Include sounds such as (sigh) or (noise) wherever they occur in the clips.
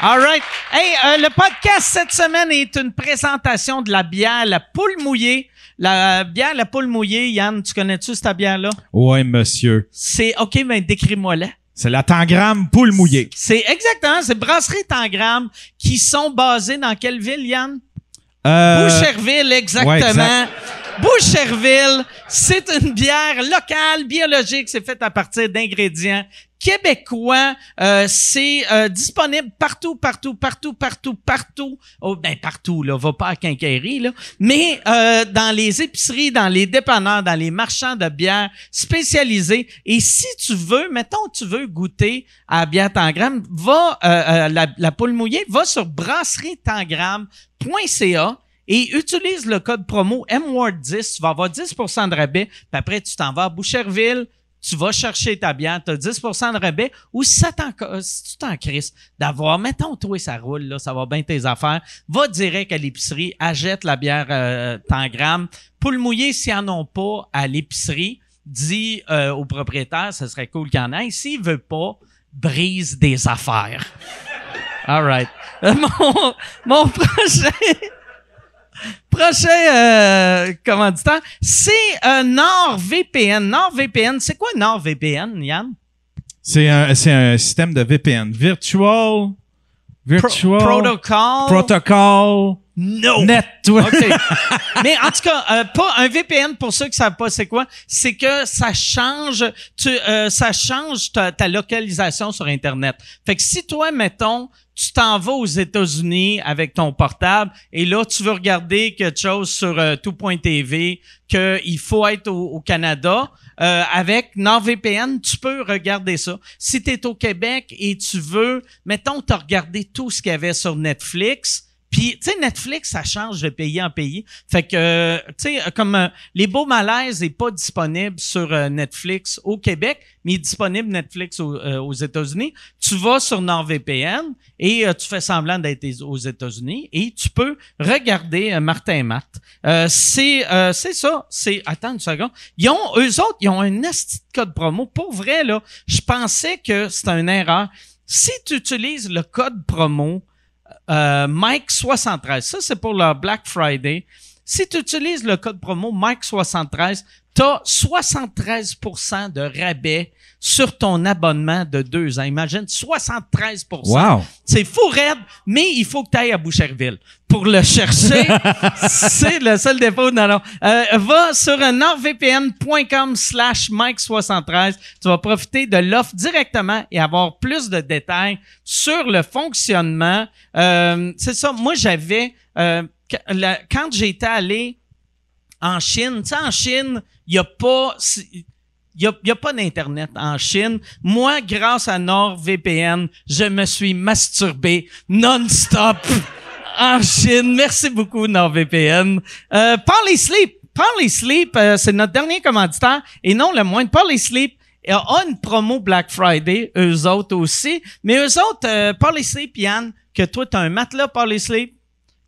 All right. Hey, euh, le podcast cette semaine est une présentation de la bière La Poule Mouillée. La bière La Poule Mouillée, Yann, tu connais-tu cette bière-là? Ouais, monsieur. C'est, OK, ben décris-moi-la. C'est la tangramme poule mouillée. C'est exactement, c'est Brasserie Tangram qui sont basées dans quelle ville, Yann? Euh, Boucherville, exactement. ouais, exact. Boucherville, c'est une bière locale, biologique, c'est faite à partir d'ingrédients québécois. Euh, c'est euh, disponible partout, partout, partout, partout, partout. Oh, ben partout, là, va pas à Quincaillerie, là. Mais euh, dans les épiceries, dans les dépanneurs, dans les marchands de bière spécialisés. Et si tu veux, mettons, tu veux goûter à la bière Tangram, va, euh, euh, la, la poule mouillée, va sur brasserietangram.ca et utilise le code promo MWORD10. Tu vas avoir 10 de rabais. Puis après, tu t'en vas à Boucherville. Tu vas chercher ta bière, tu as 10 de rabais ou si, ça t'en- euh, si tu t'en crisses d'avoir, mettons, toi, ça roule, là, ça va bien tes affaires, va direct à l'épicerie, achète la bière euh, Tangram. Pour le mouiller, s'ils n'en ont pas à l'épicerie, dis euh, au propriétaire, ce serait cool qu'il y en ait. S'il veut pas, brise des affaires. All right. Euh, mon, mon (laughs) prochain prochain euh, commanditaire, c'est euh, NordVPN. NordVPN, c'est quoi NordVPN, Yann? C'est un, c'est un système de VPN. Virtual. Pro- Virtual. protocol? Protocol. no! Network. OK. Mais en tout cas, euh, pas un VPN pour ceux qui savent pas c'est quoi, c'est que ça change tu euh, ça change ta, ta localisation sur internet. Fait que si toi mettons tu t'en vas aux États-Unis avec ton portable et là tu veux regarder quelque chose sur euh, tout.tv que il faut être au, au Canada euh, avec NordVPN, tu peux regarder ça. Si tu es au Québec et tu veux, mettons, tu as regardé tout ce qu'il y avait sur Netflix, puis, tu sais, Netflix, ça change de pays en pays. Fait que, euh, tu sais, comme euh, Les Beaux Malaises n'est pas disponible sur euh, Netflix au Québec, mais il est disponible Netflix au- euh, aux États-Unis. Tu vas sur NordVPN et euh, tu fais semblant d'être aux États-Unis et tu peux regarder euh, Martin et Matt. Euh, c'est, euh, c'est ça. C'est, attends une seconde. Ils ont, eux autres, ils ont un esti de code promo. Pour vrai, là, je pensais que c'était une erreur. Si tu utilises le code promo, euh, Mike73. Ça, c'est pour le Black Friday. Si tu utilises le code promo Mike73, tu as 73 de rabais sur ton abonnement de deux ans. Imagine, 73 (laughs) Wow. c'est fou raide, mais il faut que tu ailles à Boucherville. Pour le chercher, c'est le seul défaut. Non, non. Euh, va sur nordvpn.com slash mike73. Tu vas profiter de l'offre directement et avoir plus de détails sur le fonctionnement. Euh, c'est ça. Moi, j'avais... euh, qu- la- quand j'étais allé en Chine, tu sais, en Chine, il n'y a pas... si- il n'y a, y a pas d'Internet en Chine. Moi, grâce à NordVPN, je me suis masturbé non-stop (laughs) en Chine. Merci beaucoup, NordVPN. Euh, Parley Sleep. Parley Sleep, euh, c'est notre dernier commanditaire et non le moindre. Parley Sleep a une promo Black Friday, eux autres aussi. Mais eux autres, euh, Parley Sleep, Yann, que toi, t'as un matelas Parley Sleep,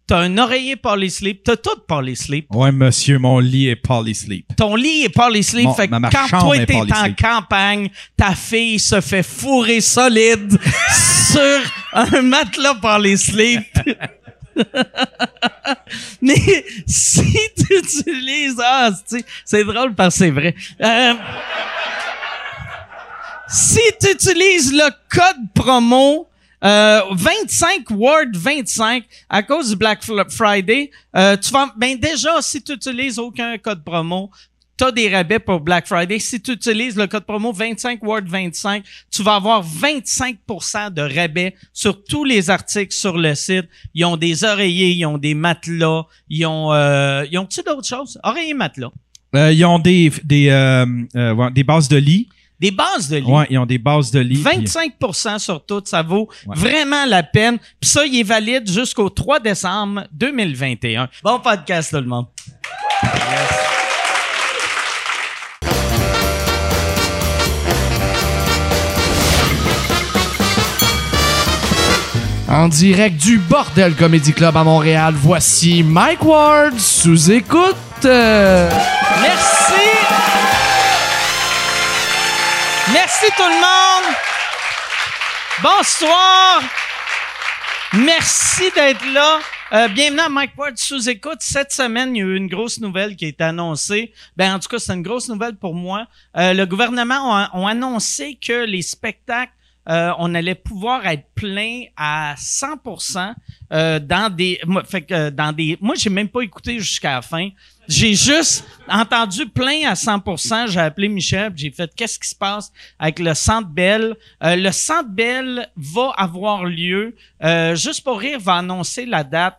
t'as un oreiller Parley Sleep, t'as tout Parley Sleep Ouais, monsieur, mon lit est polysleep. ton lit est par les sleeves. Mon- fait que ma- ma quand chambre toi est t'es par les en sleeves. campagne, ta fille se fait fourrer solide (laughs) sur un matelas par les sleeves. (laughs) Mais si tu utilises... Ah, c'est- c'est drôle parce que c'est vrai. Euh, si tu utilises le code promo euh, 25 Word 25 à cause du Black Fl- Friday, euh, tu vas ben déjà si tu utilises aucun code promo, tu as des rabais pour Black Friday. Si tu utilises le code promo 25 Word 25, tu vas avoir 25% de rabais sur tous les articles sur le site. Ils ont des oreillers, ils ont des matelas, ils ont euh, ils ont tu d'autres choses Oreillers, matelas, Euh, ils ont des, des, euh, euh, ouais, des bases de lit. des bases de lit. Ouais, ils ont des bases de lit. 25 sur tout, ça vaut Ouais. vraiment la peine. Puis ça, il est valide jusqu'au 3 décembre 2021. Bon podcast, tout le monde. En direct du Bordel Comedy Club à Montréal, voici Mike Ward sous écoute. Euh, Merci. Merci tout le monde. Bonsoir. Merci d'être là. Euh, bienvenue à Mike Ward sous écoute. Cette semaine, il y a eu une grosse nouvelle qui est annoncée. Ben en tout cas, c'est une grosse nouvelle pour moi. Euh, le gouvernement a, a annoncé que les spectacles, euh, on allait pouvoir être plein à 100% euh, dans des, moi, fait que, euh, dans des. Moi, j'ai même pas écouté jusqu'à la fin. J'ai juste entendu plein à 100%. J'ai appelé Michel, puis j'ai fait qu'est-ce qui se passe avec le Centre Bell. Euh, le Centre Bell va avoir lieu. Euh, juste pour rire, va annoncer la date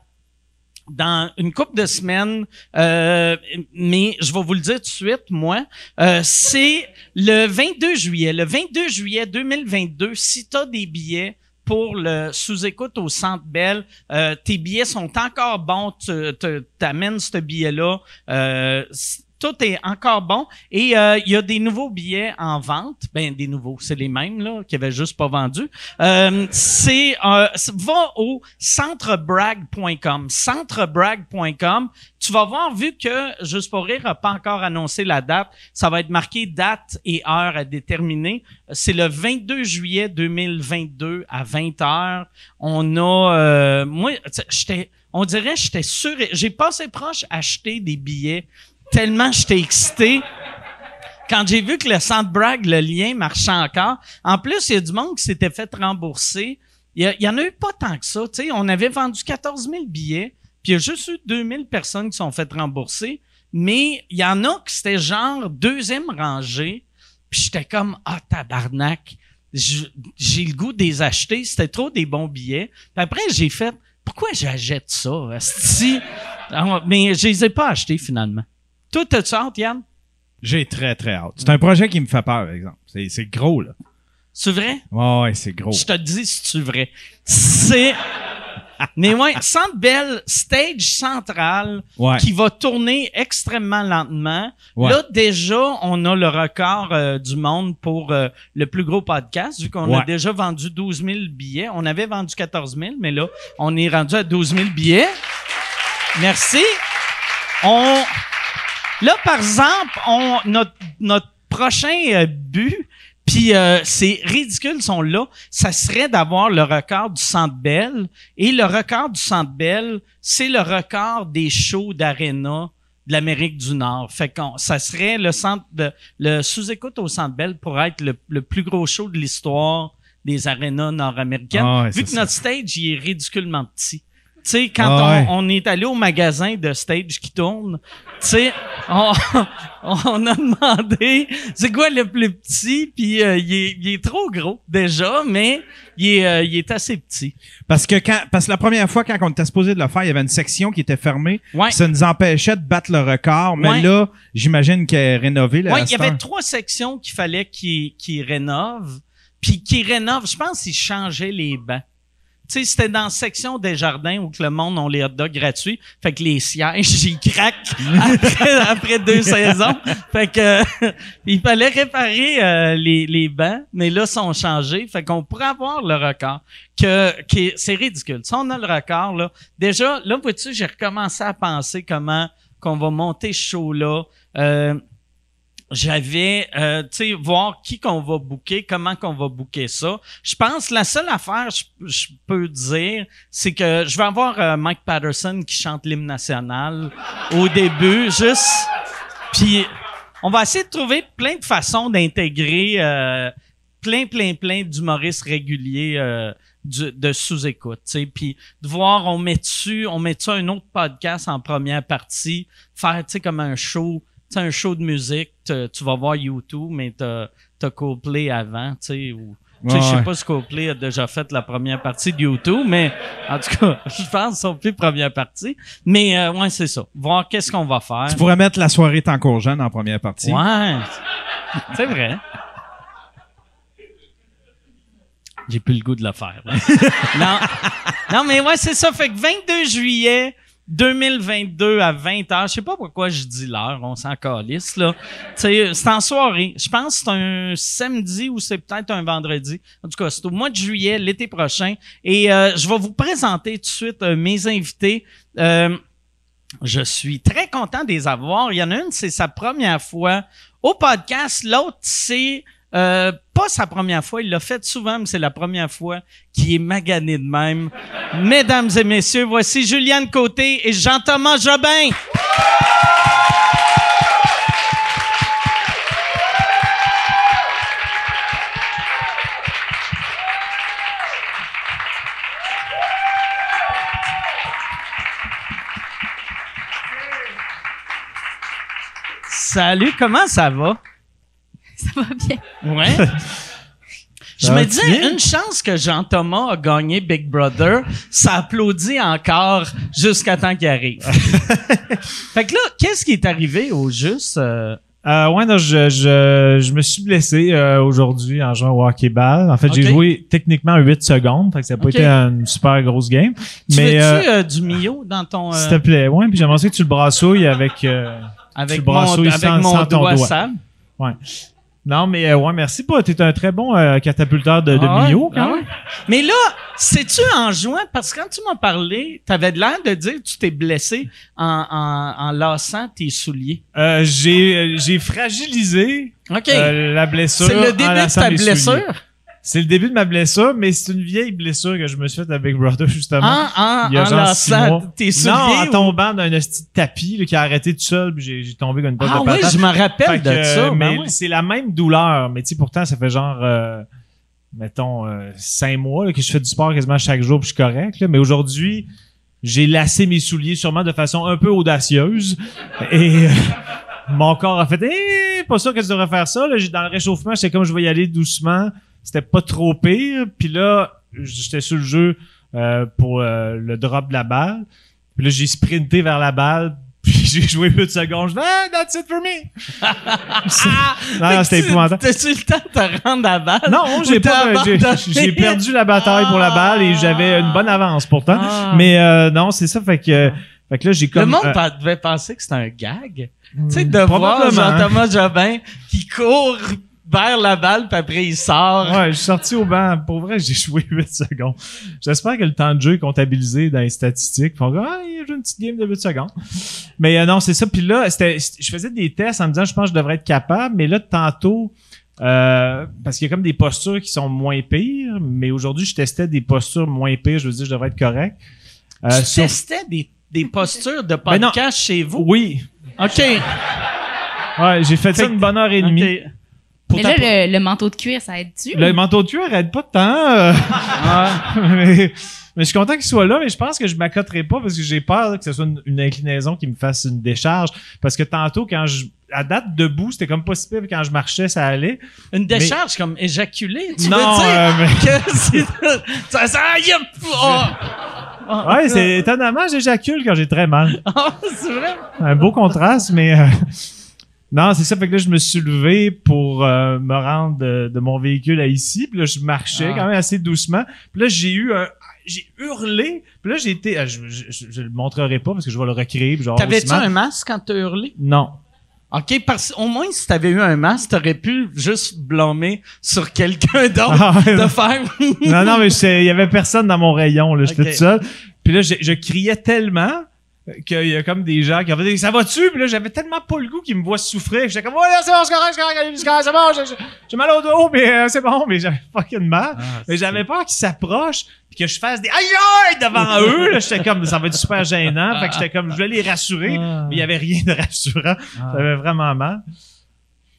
dans une couple de semaines, euh, mais je vais vous le dire tout de suite, moi, euh, c'est le 22 juillet. Le 22 juillet 2022, si tu as des billets pour le sous-écoute au Centre Bell, euh, tes billets sont encore bons, tu tu- t'amènes ce billet-là. euh, c- tout est encore bon et euh, il y a des nouveaux billets en vente. Ben des nouveaux, c'est les mêmes là qui avaient juste pas vendu. Euh, c'est euh, c- va au centrebrag.com, centrebrag.com. Tu vas voir vu que juste pour rire a pas encore annoncé la date, ça va être marqué date et heure à déterminer. C'est le 22 juillet 2022 à 20h. On a euh, moi tu- j'étais on dirait que j'étais sûr j'ai passé proche acheter des billets tellement j'étais excité quand j'ai vu que le centre Bragg, le lien marchait encore, en plus, il y a du monde qui s'était fait rembourser. Il y, a- il y en a eu pas tant que ça. tu sais. on avait vendu 14 000 billets, puis il y a juste eu 2 000 personnes qui sont faites rembourser. Mais il y en a qui c'était genre deuxième rangée, puis j'étais comme « Ah, tabarnak! » Je- J'ai le goût de les acheter. C'était trop des bons billets. Puis après, j'ai fait « Pourquoi j'achète ça, esti? Ah, Mais je les ai pas achetés, finalement. Toi, t'as-tu hâte, Yann? J'ai très, très hâte. C'est un projet qui me fait peur, par exemple. C'est c'est gros, là. C'est vrai? Ouais, ouais, c'est Oh. gros. Je te le dis si tu es vrai. C'est. Mais ouais, Centre Bell, stage central, Ouais. qui va tourner extrêmement lentement. Ouais. Là, déjà, on a le record euh, du monde pour euh, le plus gros podcast, vu qu'on a Ouais. déjà vendu 12 000 billets. On avait vendu 14 000, mais là, on est rendu à 12 000 billets. Merci. On... Là, par exemple, on... notre, notre prochain euh, but, puis euh, c'est ridicule, ils sont là, ça serait d'avoir le record du Centre Bell. Et le record du Centre Bell, c'est le record des shows d'Arena de l'Amérique du Nord. Fait qu'on, ça serait le centre de, le sous-écoute au Centre Bell pourrait être le, le plus gros show de l'histoire des arénas nord-américaines. Ah ouais, vu c'est que ça. notre stage, il est ridiculement petit. Tu sais, quand Ah on, on est allé au magasin de stage qui tourne, tu sais, on, (laughs) on a demandé c'est quoi le plus petit, puis euh, il, est, il est trop gros déjà, mais il est, euh, il est assez petit. Parce que quand, parce que la première fois, quand on était supposé de le faire, il y avait une section qui était fermée. Ouais. Ça nous empêchait de battre le record. Mais Ouais. là, j'imagine qu'elle est rénovée, là. Oui, à il y cette avait heure. trois sections qu'il fallait qu'ils qu'ils rénovent. Puis qu'ils rénovent, je pense qu'ils changeaient les bancs. Tu sais, c'était dans la section des jardins où que le monde ont les hot dogs gratuits. Fait que les sièges, (laughs) ils craquent après, après deux saisons. Fait que euh, (laughs) il fallait réparer euh, les, les bancs, mais là, ils sont changés. Fait qu'on pourrait avoir le record. Que, qui, c'est ridicule. Si on a le record, là, déjà, là, vois-tu, j'ai recommencé à penser comment qu'on va monter ce show-là. Euh, j'avais, euh, tu sais, voir qui qu'on va booker, comment qu'on va booker ça. Je pense la seule affaire, je, je peux dire, c'est que je vais avoir euh, Mike Patterson qui chante l'hymne national au début, juste. Puis on va essayer de trouver plein de façons d'intégrer euh, plein, plein, plein d'humoristes réguliers euh, du- de sous-écoute, tu sais. Puis de voir, on met-tu, on met-tu un autre podcast en première partie, faire, tu sais, comme un show tu sais, un show de musique, te- tu vas voir YouTube, mais t'as as Coldplay avant, tu sais, ou... tu sais, je sais Ouais. pas si Coldplay a déjà fait la première partie de YouTube, mais en tout cas, (laughs) je pense qu'ils sont plus première partie. Mais euh, ouais, c'est ça. Voir qu'est-ce qu'on va faire. Tu pourrais mettre la soirée tant qu'au jeune en première partie. Ouais. C'est vrai. J'ai plus le goût de le faire. là. non. non, mais ouais, c'est ça. Fait que 22 juillet 2022 à 20h. Je sais pas pourquoi je dis l'heure. On s'en calisse, là. Tu sais, c'est en soirée. Je pense que c'est un samedi ou c'est peut-être un vendredi. En tout cas, c'est au mois de juillet, l'été prochain. Et euh, je vais vous présenter tout de suite euh, mes invités. Euh, je suis très content de les avoir. Il y en a une, c'est sa première fois au podcast. L'autre, c'est Euh, pas sa première fois, il l'a fait souvent, mais c'est la première fois qu'il est magané de même. (laughs) Mesdames et messieurs, voici Juliane Côté et Jean-Thomas Jobin. Salut, comment ça va? (laughs) Ça va bien. (laughs) Ouais. Je Ça va me bien? disais, une chance que Jean-Thomas a gagné Big Brother, ça applaudit encore jusqu'à temps qu'il (laughs) arrive. fait que là, qu'est-ce qui est arrivé au juste? euh, Euh, ouais, non, je, je, je me suis blessé euh, aujourd'hui en jouant au hockey-ball. En fait, Ok. j'ai joué techniquement 8 secondes, fait que ça n'a pas Ok. été une super grosse game. tu mais, veux-tu euh, euh, du Mio dans ton... euh, s'il te plaît, ouais, puis j'aimerais que tu le brassouilles avec... euh, avec tu brasses mon, au- avec sans- mon sans ton doigt, doigt. sale? Non, mais euh, ouais, merci pas. T'es un très bon euh, catapulteur de, de Ah ouais, Mio, ah quand même. ouais. Mais là, sais-tu en juin, parce que quand tu m'as parlé, t'avais l'air de dire que tu t'es blessé en, en, en lassant tes souliers. Euh, j'ai, euh, j'ai fragilisé OK. euh, la blessure. c'est le en début de laçant ta mes souliers. blessure. C'est le début de ma blessure, mais c'est une vieille blessure que je me suis faite avec Brother, justement. En, hein, en, Il y a Ah, en genre six lançant mois. tes souliers. non, en ou- tombant d'un hostie de tapis là, qui a arrêté tout seul, puis j'ai, j'ai tombé comme une pote Ah de oui, patate. je me rappelle Fait de que, ça. euh, Mais ben ouais. c'est la même douleur. Mais tu sais, pourtant, ça fait genre, euh, mettons, euh, cinq mois là, que je fais du sport quasiment chaque jour, puis je suis correct. là. Mais aujourd'hui, j'ai lacé mes souliers sûrement de façon un peu audacieuse. Et euh, mon corps a fait Eh, pas sûr que tu devrais faire ça. Là. J'ai- Dans le réchauffement, c'est comme je vais y aller doucement. C'était pas trop pire. Puis là, j'étais sur le jeu euh, pour euh, le drop de la balle. Puis là, j'ai sprinté vers la balle. (laughs) Puis j'ai joué 8 secondes. Je fais, ah, that's it (laughs) for me! Non, Fait non, c'était que tu- épouvantable. T'as-tu le temps de te rendre à balle? Non, Ou j'ai t'as pas, j'ai, abandonné? j'ai perdu la bataille pour la balle et j'avais une bonne avance pourtant. Ah. Mais euh, non, c'est ça, fait que, fait que là, j'ai Le comme... monde euh, pa- devait penser que c'était un gag. hmm, Tu sais, de voir probablement. Jean-Thomas Jobin qui court vers la balle, puis après il sort. Ouais, je suis sorti au banc. Pour vrai, j'ai joué 8 secondes. J'espère que le temps de jeu est comptabilisé dans les statistiques. Puis on va, ah, il a joué une petite game de 8 secondes. Mais euh, non, c'est ça. Puis là, c'était, c'était- je faisais des tests en me disant, je pense que je devrais être capable. Mais là, tantôt, euh, parce qu'il y a comme des postures qui sont moins pires. Mais aujourd'hui, je testais des postures moins pires. Je veux dire, je devrais être correct. Euh, Tu sauf- testais des, des postures de Ben non. podcast chez vous. Oui. OK. Ouais, j'ai fait ça Fait que- une bonne heure et demie. OK. Pour Mais ta- là, le, le manteau de cuir, ça aide-tu? Le manteau de cuir aide pas de temps. euh. (laughs) mais, mais je suis content qu'il soit là, mais je pense que je m'accoterai pas parce que j'ai peur là, que ce soit une, une inclinaison qui me fasse une décharge. Parce que tantôt, quand je. À date debout, c'était comme pas si pire, puis quand je marchais, ça allait. Une décharge comme éjaculée. Tu non, veux dire euh, mais- que c'est. (laughs) ça, ça, aïe, ah! Ah, Ouais, c'est étonnamment, j'éjacule quand j'ai très mal. (laughs) ah, c'est vrai. Un beau contraste, mais. euh, (laughs) Non, c'est ça. Fait que là, je me suis levé pour euh, me rendre de, de mon véhicule à ici. Puis là, je marchais Ah. quand même assez doucement. Puis là, j'ai eu un... J'ai hurlé. Puis là, j'ai été... ah, Je, je, je- je le montrerai pas parce que je vais le recréer. puis je vais avoir T'avais-tu aussi mal. un masque quand t'as hurlé? Non. OK, parce au moins, si t'avais eu un masque, t'aurais pu juste blâmer sur quelqu'un d'autre Ah, (laughs) ouais, de non. faire... (laughs) non, non, mais c'est- il y avait personne dans mon rayon. là. J'étais Ok. tout seul. Puis là, j'ai- je, criais tellement qu'il y a comme des gens qui ont fait « Ça va-tu? » Puis là, j'avais tellement pas le goût qu'ils me voient souffrir. J'étais comme « Ouais, c'est bon, c'est correct, c'est correct, c'est correct, c'est bon, j'ai- j'ai- j'ai mal au dos, mais euh, c'est bon. » Mais j'avais fucking Ah, mal. Mais j'avais peur qu'ils s'approchent puis que je fasse des aïe aïe (laughs) devant eux. Là, j'étais comme ça va être super gênant. Fait que j'étais comme je voulais les rassurer, Ah. mais il y avait rien de rassurant. J'avais vraiment mal.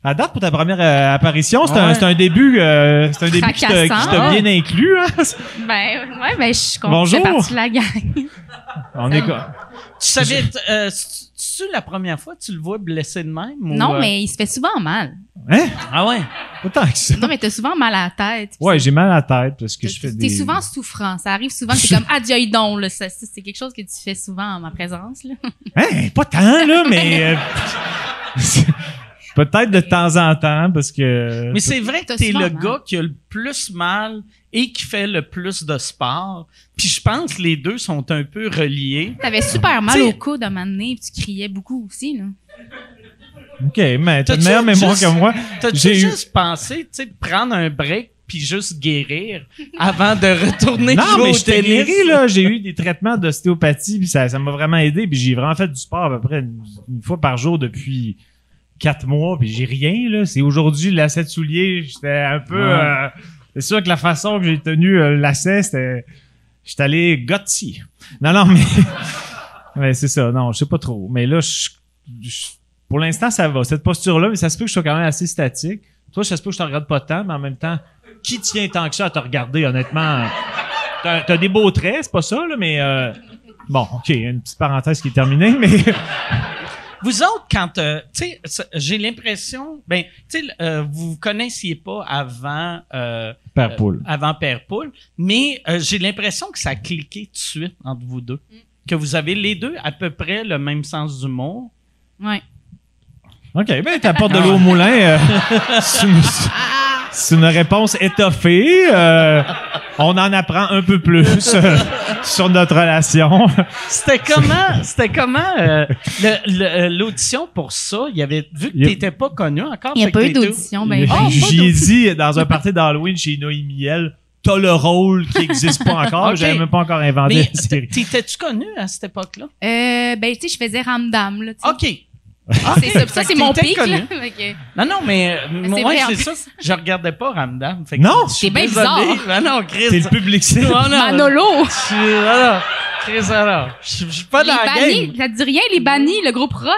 À date pour ta première euh, apparition, c'est un, Ouais. c'est un début, euh, c'est un début qui t'a qui Fracassant. t'a bien inclus. hein. Ben, ouais, ben, je suis contente. Je Bonjour. fais partie de la gang. On est Ça- quoi Tu savais... t- euh, c'est- C'est-tu la première fois que tu le vois blessé de même? ou, non, euh, mais il se fait souvent mal. Hein Ah ouais? Autant que ça. Non, mais t'as souvent mal à la tête. Ouais, j'ai mal à la tête parce que T'es je fais t'es des. souvent souffrant. Ça (laughs) arrive souvent que t'es comme adieu donc. Là. Ça, ça, c'est quelque chose que tu fais souvent en ma présence. Là. (laughs) Hein, pas tant là, mais euh, peut-être de temps en temps parce que. Mais c'est vrai que T'as hein? t'es le souvent mal. gars qui a le plus mal et qui fait le plus de sport. Puis je pense que les deux sont un peu reliés. T'avais super mal T'sais- au coude à un moment donné, puis tu criais beaucoup aussi. Là. Ok, mais t'as T'as-tu une meilleure mémoire juste- que moi. T'as-tu J'ai eu- juste pensé, tu sais, prendre un break puis juste guérir avant de retourner Non, jouer mais au je t'ai tennis? guéri, là. J'ai eu des traitements d'ostéopathie, puis ça, ça m'a vraiment aidé. Puis j'ai vraiment fait du sport à peu près une, une fois par jour depuis, quatre mois, puis j'ai rien, là. C'est aujourd'hui, le lacet de soulier, j'étais un peu... Ouais. euh, c'est sûr que la façon que j'ai tenu euh, le lacet, c'était... J'étais allé gotti. Non, non, mais... (laughs) mais c'est ça, non, je sais pas trop. Mais là, je- je- pour l'instant, ça va. Cette posture-là, mais ça se peut que je sois quand même assez statique. Toi, ça se peut que je te regarde pas tant, mais en même temps, qui tient tant que ça à te regarder, honnêtement? T'as t'as des beaux traits, c'est pas ça, là, mais... euh, Bon, OK, une petite parenthèse qui est terminée, mais... (laughs) Vous autres, quand, euh, tu sais, ça- j'ai l'impression, ben, tu sais, euh, vous vous connaissiez pas avant, euh, Père poule. avant Père Poule, mais euh, j'ai l'impression que ça a cliqué tout de suite entre vous deux, Mm. que vous avez les deux à peu près le même sens d'humour. Ouais. OK, ben t'apportes de l'eau au moulin. euh, c'est une- c'est une réponse étoffée. euh, on en apprend un peu plus euh, sur notre relation. C'était (laughs) comment, c'était comment euh, le- le- euh, l'audition pour ça? Il y avait vu que Il y a- t'étais pas connu encore. Il n'y a fait que pas eu les deux- (laughs) d'audition, ben. Oh, pas J'ai d'audition. dit dans un party d'Halloween chez Noémie Miel, t'as le rôle qui n'existe pas encore. OK. J'avais même pas encore inventé Mais la série. t'étais-tu connu à cette époque-là? Euh, ben, tu sais, je faisais ramdam, là, tu sais. OK. Ah, C'est ça, ça, c'est mon pic, là. (laughs) Fait que- Non, non, mais euh, Mais c'est moi, vrai, en c'est plus. ça. Je regardais pas Ramdam. Fait Non! je suis C'est bien désolé. bizarre. Ben non, Chris. T'es le public cible. Oh, non, Manolo! Je suis, oh, non. Chris, oh, non. Je suis- je suis pas les dans la bannis, game. ça te dit rien, les bannis, le groupe rock?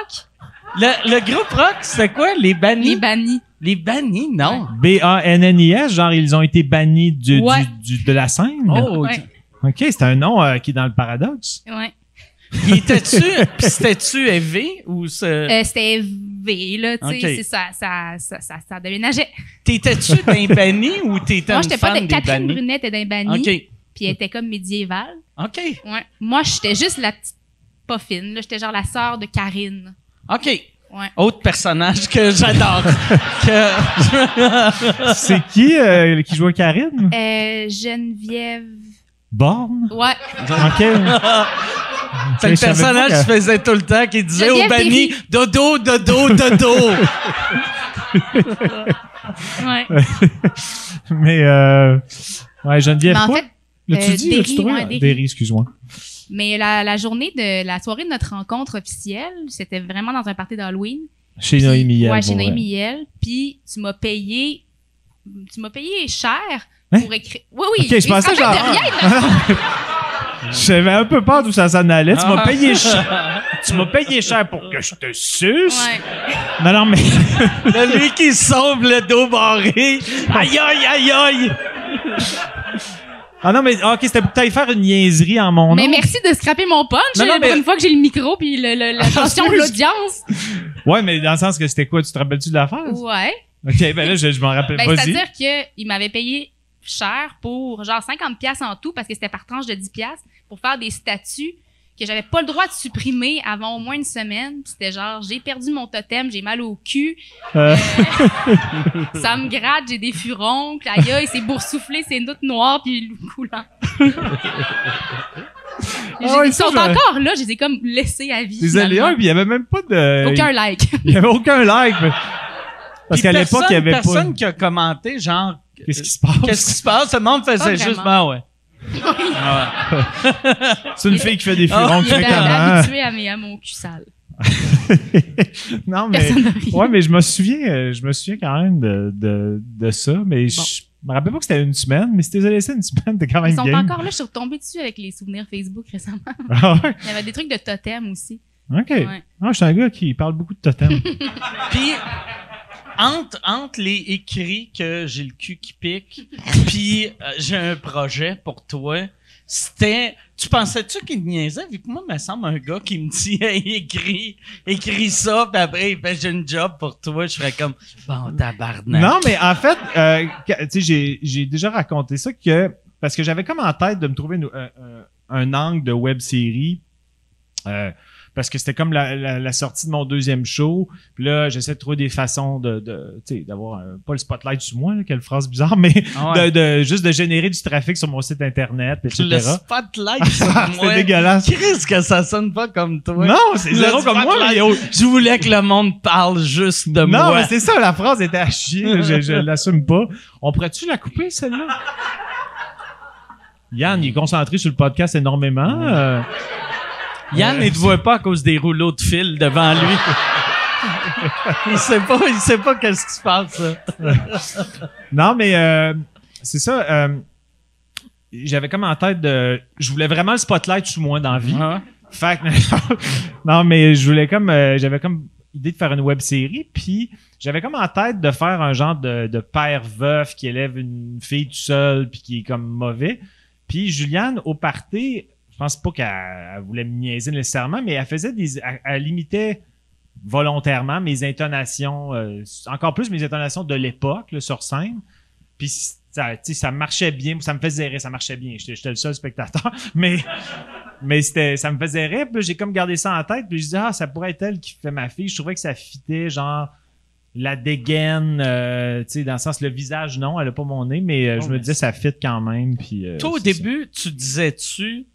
Le, le groupe rock, c'était quoi? Les bannis? Hein? Les bannis. Les bannis, non. B-A-N-N-I-S, genre ils ont été bannis du, du- Ouais. du- de la scène. Oh, Ouais. OK, c'est un nom euh, qui est dans le paradoxe. Ouais. il était-tu, pis c'était-tu élevé ou ce- Euh, c'était V, là, tu sais, Ok. c'est ça, ça, ça, ça, ça déménageait. t'étais-tu d'un banni ou t'étais Moi, une j'étais fan pas des de Catherine bannis? Brunet était d'un banni, puis elle était comme médiévale. OK. OK. Ouais. Moi, j'étais juste la petite pas fine, là, j'étais genre la sœur de Karine. OK. Ouais. Autre personnage que (laughs) j'adore. que... c'est qui euh, qui jouait Karine? Eh. Euh, Geneviève. Borne? Ouais. (laughs) OK. C'est le personnage qui faisait tout le temps qui disait au Geneviève banni Derry. dodo, dodo, dodo. Ouais. Euh, Mais euh, ouais, Geneviève Mais en quoi? fait, L'as-tu euh, dit? Derry, L'as-tu trouvé? ouais, Derry. Derry, excuse-moi. mais la, la journée de la soirée de notre rencontre officielle, c'était vraiment dans un party d'Halloween. Chez Puis- Noémie Hiel, Ouais, pour chez vrai. Noémie Hiel. Puis tu m'as payé, tu m'as payé cher Hein? pour écrire. Oui, oui. Ok, je pensais il se rappelle genre- ah. de rien, (laughs) là. J'avais un peu peur d'où ça s'en allait. Tu m'as Ah. (laughs) payé cher. tu m'as payé cher pour que je te suce. Ouais. Non, non, mais Là, lui qui sombre le dos barré. (laughs) Aïe, aïe, aïe, aïe. ah non, mais ah, ok, c'était pour que t'ailles faire une niaiserie en mon Mais nom. merci de scraper mon punch Non, non, là, mais- pour une fois que j'ai le micro puis le, le- (laughs) Ah, l'attention de l'audience. Ouais, mais dans le sens que c'était quoi Tu te rappelles-tu de la phrase Ouais. Ok, ben là, je, je m'en rappelle. Ben, Vas-y. c'est-à-dire qu'il m'avait payé cher pour genre 50 pièces en tout parce que c'était par tranche de 10 pièces pour faire des statuts que j'avais pas le droit de supprimer avant au moins une semaine. Puis C'était genre j'ai perdu mon totem, j'ai mal au cul, Euh, ça me gratte, j'ai des furoncles, aïe aïe, c'est boursouflé, c'est une note noire puis le (laughs) coulant. J'ai- Ah ouais, ils ça, sont j'aurais- encore là, je les ai comme laissés à vie. les finalement. aléas, puis il y avait même pas de. Aucun like. Euh, (laughs) Il y avait aucun like. mais- Parce Puis qu'à l'époque, personne- il y avait pas. personne qui a commenté, genre, Qu'est-ce qui se passe qu'est-ce qui se passe? Le monde faisait Pas juste, ben vraiment. ouais. C'est une fille qui fait hein? des furons Ah, Il (laughs) était fréquemment. habitué à, mes, à mon cul sale. Non, mais. Personne n'a ri. Ouais, mais je me souviens, euh, je me souviens quand même de, de, de ça, mais je me rappelle pas que c'était une semaine, mais si t'es laissé une semaine, t'es quand même Ils sont game. encore là, je suis retombée dessus avec les souvenirs Facebook récemment. Ah ouais? Il y avait des trucs de totem aussi. Ok. Ouais. Ah, je suis un gars qui parle beaucoup de totem. Puis, entre, entre les écrits que j'ai le cul qui (laughs) pique, puis euh, j'ai un projet pour toi, c'était. Tu pensais-tu qu'il me niaisait? Vu que moi, il me semble un gars qui me dit hey, écris, écris ça, puis après, il fait j'ai une job pour toi. Je ferais comme bon tabarnak. non, mais en fait, euh, que- tu sais, j'ai- j'ai déjà raconté ça que parce que j'avais comme en tête de me trouver une- un- un- un angle de web série. euh, parce que c'était comme la, la- la sortie de mon deuxième show. Puis là, j'essaie de trouver des façons de, de tu sais, d'avoir un- pas le spotlight sur moi, là, quelle phrase bizarre, mais Ah ouais. de, de- juste de générer du trafic sur mon site internet, etc. le spotlight (laughs) sur C'était moi. dégueulasse. Qu'est-ce que ça sonne pas comme toi? Non, c'est Le zéro comme moi. spotlight. mais au- Je voulais que le monde parle juste de non, moi. mais c'est ça, la phrase était à chier. là, Je, je l'assume pas. On pourrait-tu la couper, celle-là? Yann, il est concentré sur le podcast énormément. euh, Yann, il te voit pas à cause des rouleaux de fil devant lui. (laughs) Il sait pas, il sait pas qu'est-ce qui se passe. là. Non, mais euh, c'est ça. euh, J'avais comme en tête de. Je voulais vraiment le spotlight sous moi dans la vie. Hein? Fait que- (laughs) non, mais je voulais comme. euh, J'avais comme idée de faire une web série, puis j'avais comme en tête de faire un genre de, de père veuf qui élève une fille tout seul, puis qui est comme mauvais. Puis Juliane, au party, je pense pas qu'elle elle voulait me niaiser nécessairement, mais elle faisait des. Elle, elle limitait volontairement mes intonations, euh, encore plus mes intonations de l'époque là, sur scène. Puis ça, tu sais, ça marchait bien, ça me faisait rire, ça marchait bien. J'étais j'étais le seul spectateur, (laughs) mais mais c'était ça me faisait rire puis là, j'ai comme gardé ça en tête puis je disais ah ça pourrait être elle qui fait ma fille je trouvais que ça fitait genre la dégaine euh, tu sais dans le sens le visage non elle a pas mon nez mais euh, Oh, je me mais disais ça fit quand même puis euh, Toi, au c'est ça. début, tu disais-tu,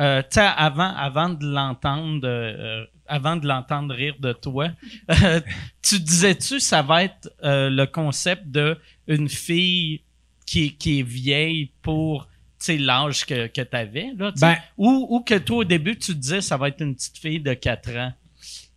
euh, tu sais, avant, avant de l'entendre, euh, avant de l'entendre rire de toi, (laughs) euh, tu disais-tu, ça va être euh, le concept de une fille qui, qui est vieille pour tu sais, l'âge que, que tu avais, là, tu sais? Ben- ou, ou que toi, au début, tu disais, ça va être une petite fille de 4 ans.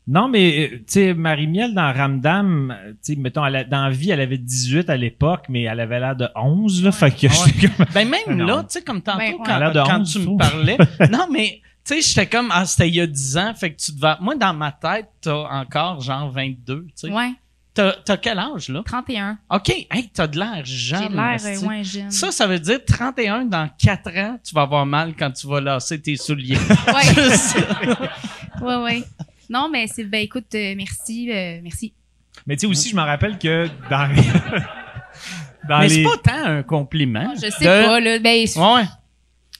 non mais euh, tu sais Marie-Miel dans Ramdam euh, tu sais mettons elle a- dans vie elle avait 18 à l'époque mais elle avait l'air de 11 là fait que Ouais. j'étais comme (laughs) Ben même Non. là, tu sais, comme tantôt, Ben, ouais. quand, Elle a de quand 11, tu je me trouve. (laughs) parlais, non, mais tu sais, j'étais comme, ah, c'était il y a 10 ans, fait que tu devais... Moi, dans ma tête, t'as encore genre 22, tu sais. Ouais, T'as t'as quel âge, là? 31. OK, hey, t'as de l'air J'ai jeune. l'air esti. euh, ouais, jeune. Ah, Ça, ça veut dire 31 dans 4 ans, tu vas avoir mal quand tu vas lasser tes souliers. (laughs) Ouais, Juste- ouais, ouais. Non, mais c'est ben écoute, euh, merci, euh, merci. mais tu sais aussi je me rappelle que dans (laughs) dans mais les c'est pas tant un compliment. Ah, Je sais De- pas là, ben Ouais.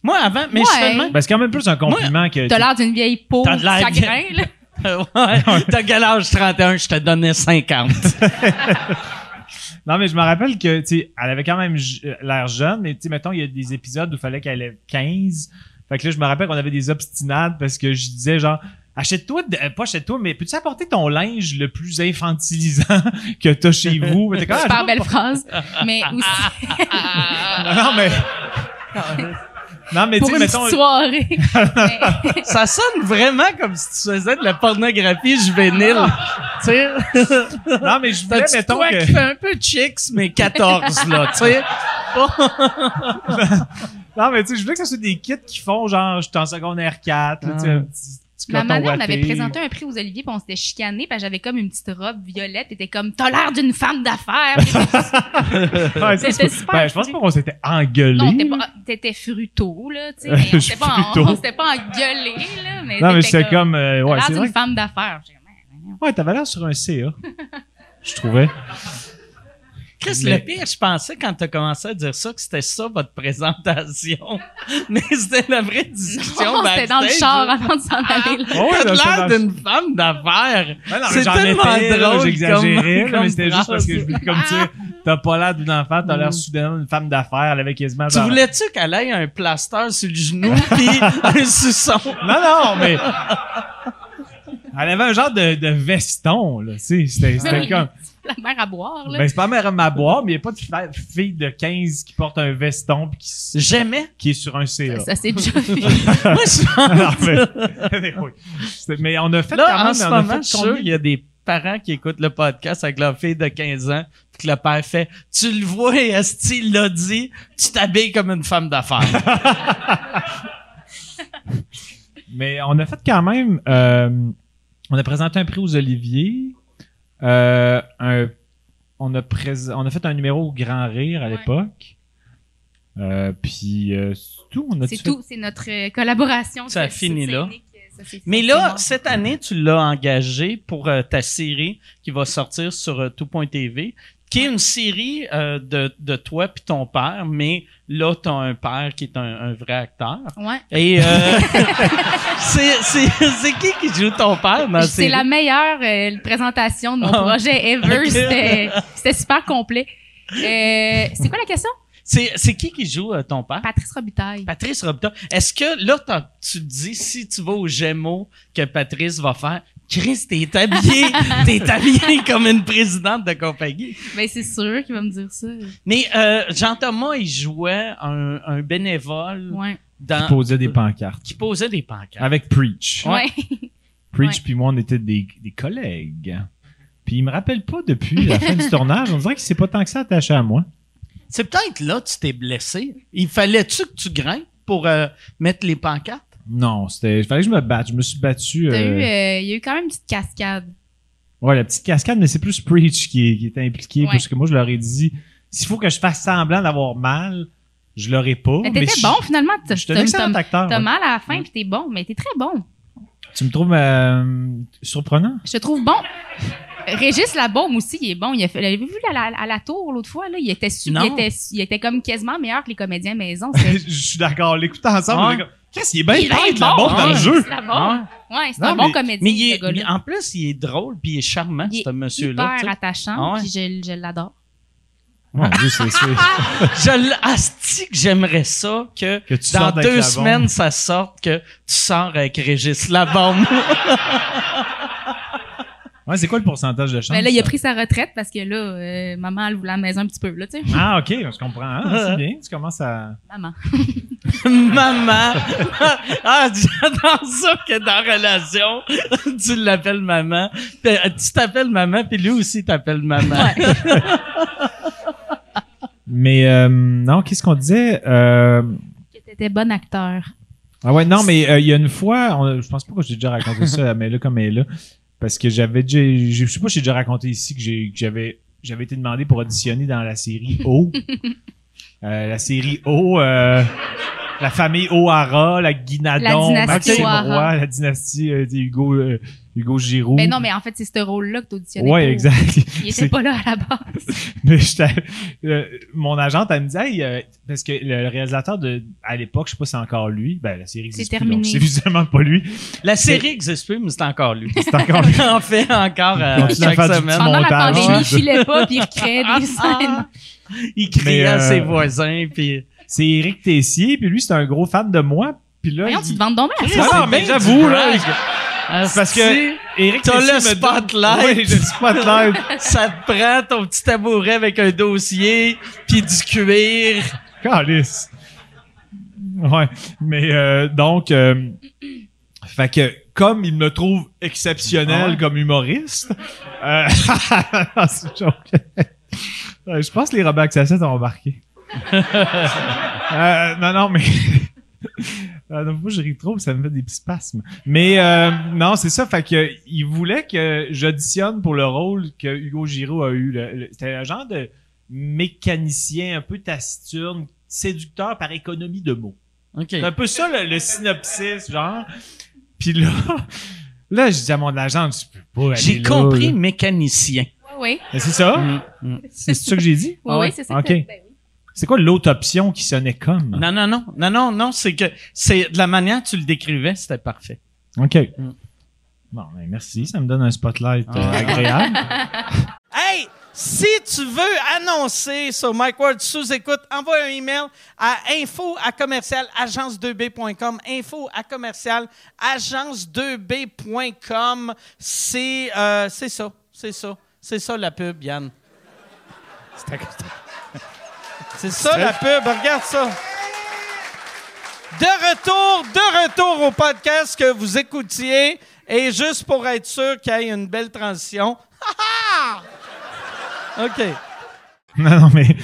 Moi, avant, mais Ouais. finalement... Ben, c'est quand même plus un compliment que t'as l'air d'une vieille peau T'as de l'air chagrin là. (laughs) (laughs) ouais, t'as quel âge? 31, je te donnais 50. Non, mais je me rappelle que, tu sais, elle avait quand même j- euh, l'air jeune, mais tu sais, mettons, il y a des épisodes où il fallait qu'elle ait 15. Fait que là, je me rappelle qu'on avait des obstinades parce que je disais genre, achète-toi, de- euh, pas achète-toi, mais peux-tu apporter ton linge le plus infantilisant (laughs) que t'as chez vous? Mais t'es comme, Ah, Super je- belle phrase, mais Ah, aussi Non, non, mais. Non, mais tu pour sais, une mettons. petite soirée. Mais- Ça sonne vraiment comme si tu faisais de la pornographie juvénile. tu sais, Non, Ah. mais je voulais, t'as-tu mettons. toi que- qui fait un peu chicks, mais 14, là, tu sais. Non, mais tu sais, je voulais que ça soit des kits qui font genre, je suis en secondaire 4, là, tu sais, Ah. un petit. petit Ma coton maman, on ouaté. avait présenté un prix aux Olivier, puis on s'était chicané, parce que j'avais comme une petite robe violette, et t'es comme, t'as l'air d'une (laughs) femme d'affaires. Ouais, c'est- C'était super Ben, je pense pas qu'on s'était engueulé. non, t'étais pas- t'étais fruto, là, (laughs) tu sais, mais Je on suis s'était pas, fruto. on s'était pas engueulé, là, mais Non, mais t'étais j'étais comme. euh, t'as ouais, l'air c'est d'une vrai. femme d'affaires. J'ai dit, (laughs) Ouais, ouais, ouais. que- Ouais, t'avais l'air sur un CA. Je trouvais. Chris, Mais- le pire, je pensais quand t'as commencé à dire ça que c'était ça votre présentation. (laughs) Mais c'était la vraie discussion. Non, c'était dans le backstage. char avant de s'en aller, là. Oh, ouais, T'as dans- l'air dans- d'une femme d'affaires. Ouais, Ben, non, mais C'est j'en tellement étais, là, drôle J'exagérais, comme- là, mais c'était comme juste parce que je phrase. voulais comme tu sais, t'as pas l'air d'une enfant, t'as Mm. l'air soudainement d'une femme d'affaires, elle avait quasiment. Tu voulais-tu qu'elle ait un plaster sur le genou (laughs) puis un suçon? Non, non, mais. Elle avait un genre de, de veston, là, tu sais. C'était (laughs) c'était Oui. comme. (laughs) La mère à boire, là. Ben, c'est pas ma à boire, mais il n'y a pas de fa- fille de 15 qui porte un veston pis qui, s- Jamais. qui est sur un CA. (laughs) (laughs) ça, c'est déjà fait. Moi, je Non, mais, oui. ben, C'est- mais on a fait quand Là, même, en ce on a moment, je fait suis combien sûr, il y a des parents qui écoutent le podcast avec leur fille de 15 ans, puis que le père fait « Tu le vois, Esti, il l'a dit, tu t'habilles comme une femme d'affaires. Mais on a fait quand même. euh, on a présenté un prix aux Oliviers. euh, un- on, a prés- on a fait un numéro au Grand Rire à Ouais. l'époque. Euh, puis euh, c'est tout. On a C'est tout, c'est notre euh, collaboration. Ça que- finit c'est là. unique, euh, ça, c'est- » (laughs) Mais c'est là, mort. cette année, tu l'as engagé pour euh, ta série qui va sortir sur euh, tout.tv, qui est une série euh, de, de toi puis ton père, mais là, t'as un père qui est un, un vrai acteur. Ouais. Et euh, (laughs) c'est c'est- c'est qui qui joue ton père dans la Ben, C'est série? la meilleure euh, présentation de mon Ah. projet ever. (laughs) Ok. C'était- C'était super complet. Euh, c'est quoi la question? C'est c'est qui qui joue euh, ton père? Patrice Robitaille. Patrice Robitaille, est-ce que là, t'as- tu te dis, si tu vas au Gémeaux, que Patrice va faire, Chris, t'es habillé, (laughs) t'es habillé comme une présidente de compagnie. Ben, c'est sûr qu'il va me dire ça. Mais euh, Jean-Thomas, il jouait un, un bénévole Ouais. dans, posait des pancartes. qui posait des pancartes. Avec Preach. Ouais. Preach Ouais. puis moi, on était des, des collègues. Puis il me rappelle pas depuis la fin (laughs) du tournage. On dirait qu'il s'est pas tant que ça attaché à moi. C'est peut-être là que tu t'es blessé. Il fallait-tu que tu grimpes pour euh, mettre les pancartes? Non, c'était. Il fallait que je me batte. Je me suis battu. T'as euh, eu, euh, il y a eu quand même une petite cascade. Ouais, la petite cascade, mais c'est plus Preach qui, est- qui était impliqué Ouais. parce que moi, je leur ai dit s'il faut que je fasse semblant d'avoir mal, je l'aurais pas. Mais mais t'étais je- bon finalement. T'as Je suis t'as- un excellent t'as- acteur. t'as ouais. mal à la fin, puis t'es bon, mais t'es très bon. Tu me trouves euh, (laughs) surprenant? Je te trouve bon. Régis Labaume aussi, il est bon. Il a fait, l'avez-vous vu à la, à la tour l'autre fois, là? Il était, su- Non. il était, su- il était comme quasiment meilleur que les comédiens maison. je (laughs) C'était- suis d'accord. L'écoutant ensemble, Ouais. j'ai comme, qu'est-ce qu'il est bien Ah. Il est bien tête, la bon, Ah. bombe dans le Ah ouais. jeu? Labaume. Ouais, c'est un Non, bon mais- comédien, Mais il ce est- mais gars-là. en plus, il est drôle puis il est charmant, Il ce est monsieur-là. tu Hyper sais. attachant, Ah ouais. puis je, je l'adore. Mon Dieu, c'est c'est- (laughs) Je l- asti que j'aimerais ça que, Que tu dans sortes avec deux la semaines, bombe. ça sorte que tu sors avec Régis la bombe. Ouais, c'est quoi le pourcentage de chance? Mais Ben là, il a Ah, ça? pris sa retraite parce que là, euh, maman, elle voulait la maison un petit peu, là, tu sais. Ah, ok, je comprends. hein, c'est bien. Tu commences à. Maman. (laughs) maman. (laughs) ah, j'adore ça que dans relation, (laughs) tu l'appelles maman. Puis, euh, Tu t'appelles maman, puis lui aussi t'appelle maman. Ouais. Mais euh, non, qu'est-ce qu'on disait? Euh, que t'étais bon acteur. Ah ouais, non, mais euh, il y a une fois, on- je pense pas que j'ai déjà raconté (laughs) ça, mais là, comme elle est là, parce que j'avais déjà, je sais pas si j'ai déjà raconté ici que j'ai- que j'avais j'avais été demandé pour auditionner dans la série (laughs) O. Euh, la série O, euh, la famille O'Hara, la Guinadon, La dynastie Maxime O'Hara. Roy, la dynastie euh, des Hugo, euh, Hugo Giroux. Mais Ben non, mais en fait, c'est ce rôle-là que t'auditionnais. Oh. Ouais, pour. euh, exact. Il C'est- était pas là à la base. (laughs) mais j'étais- euh, mon agente, elle me dit, Hey, euh, parce que le réalisateur de, à l'époque, je sais pas si c'est encore lui, ben, la série C'est existe plus, terminé. donc C'est visiblement pas lui. La série existe plus, mais c'est encore lui. (laughs) C'est encore (laughs) lui. On fait encore euh, Il continue à chaque faire du semaine. Pendant la montage, pandémie, ouais. il filait pas, puis il recréait des Ah. scènes. (laughs) Il crie Mais, à euh, ses voisins, puis... c'est Eric Tessier, puis lui, c'est un gros fan de moi. Puis là, Voyons, il- tu te vends donc bien à Non, ça. non, Ah, c'est mais bien j'avoue, du là, brag. parce que- Asti, Eric T'as Tessier le me donne- spotlight. Oui, j'ai le spotlight. ça te prend ton petit tabouret avec un dossier, puis du cuir. Calice. Ouais. Mais euh, donc, euh, fait que comme il me trouve exceptionnel Ouais. comme humoriste, euh, (laughs) c'est une joke. Euh, je pense que les Robert Axacet ont remarqué. Euh, non, non, mais. (laughs) Euh, non, moi, je ris trop, ça me fait des petits spasmes. Mais euh, non, c'est ça. Fait que euh, il voulait que j'auditionne pour le rôle que Hugo Giraud a eu. le- le- C'était un genre de mécanicien un peu taciturne, séducteur par économie de mots. OK. C'est un peu ça le, le synopsis, genre. Puis là, là, je dis à mon agent, tu peux pas aller J'ai là, compris là. Ah! mécanicien. Oui, Mais C'est ça? Mm, mm. C'est ça que j'ai dit? oui, oui, Ah c'est ça. OK. que- ben oui. C'est quoi l'autre option qui sonnait comme? Non, non, non, non, non, non, c'est que c'est de la manière que tu le décrivais, c'était parfait. OK. Mm. Bon, ben, merci. Ça me donne un spotlight euh, Ah. agréable. (laughs) Hey, si tu veux annoncer sur Mike Ward sous écoute, envoie un email à info à commercial agence2b.com. Info à commercial agence2b.com. C'est euh, c'est ça, c'est ça, c'est ça la pub, Yann. C'est ça la pub, regarde ça. De retour, de retour au podcast que vous écoutiez. Et juste pour être sûr qu'il y ait une belle transition. (laughs) Ha, ha! OK. (laughs) Non, non, mais.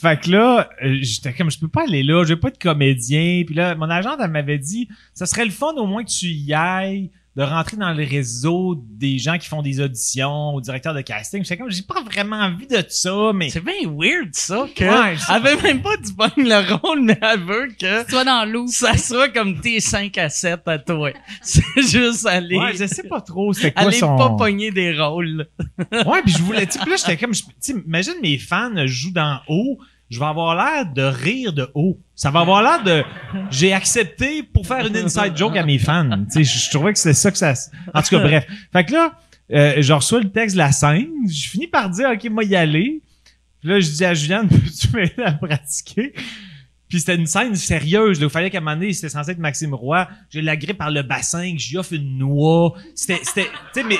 Fait que là, euh, j'étais comme, je peux pas aller là, je veux pas de comédien. Puis là, mon agente, elle m'avait dit, ça serait le fun au moins que tu y ailles, de rentrer dans le réseau des gens qui font des auditions, au directeur de casting. J'étais comme, j'ai pas vraiment envie de ça, mais. C'est bien weird, ça, que Ouais, je sais elle veut même pas du bon le rôle, mais elle veut que Soit dans l'eau. ça soit comme tes 5 à 7 à toi. (laughs) C'est juste aller... Ouais, je sais pas (laughs) trop, c'était quoi Aller son... pas pogner des rôles. Ouais, puis je voulais. tu sais, puis là, j'étais comme. je- Tu sais, imagine mes fans euh, jouent dans haut. Je vais avoir l'air de rire de haut. Ça va avoir l'air de. J'ai accepté pour faire une inside joke à mes fans. Tu sais, je je trouvais que c'était ça que ça. s- En tout cas, bref. Fait que là, euh, je reçois le texte de la scène. Je finis par dire, OK, moi, y aller. Puis là, je dis à Juliane, (laughs) peux-tu m'aider à pratiquer? Puis c'était une scène sérieuse. Là. Il fallait qu'à un moment donné, c'était censé être Maxime Roy. Je l'agrippe par le bassin, que j'y offre une noix. C'était. c'était- Tu sais, mais.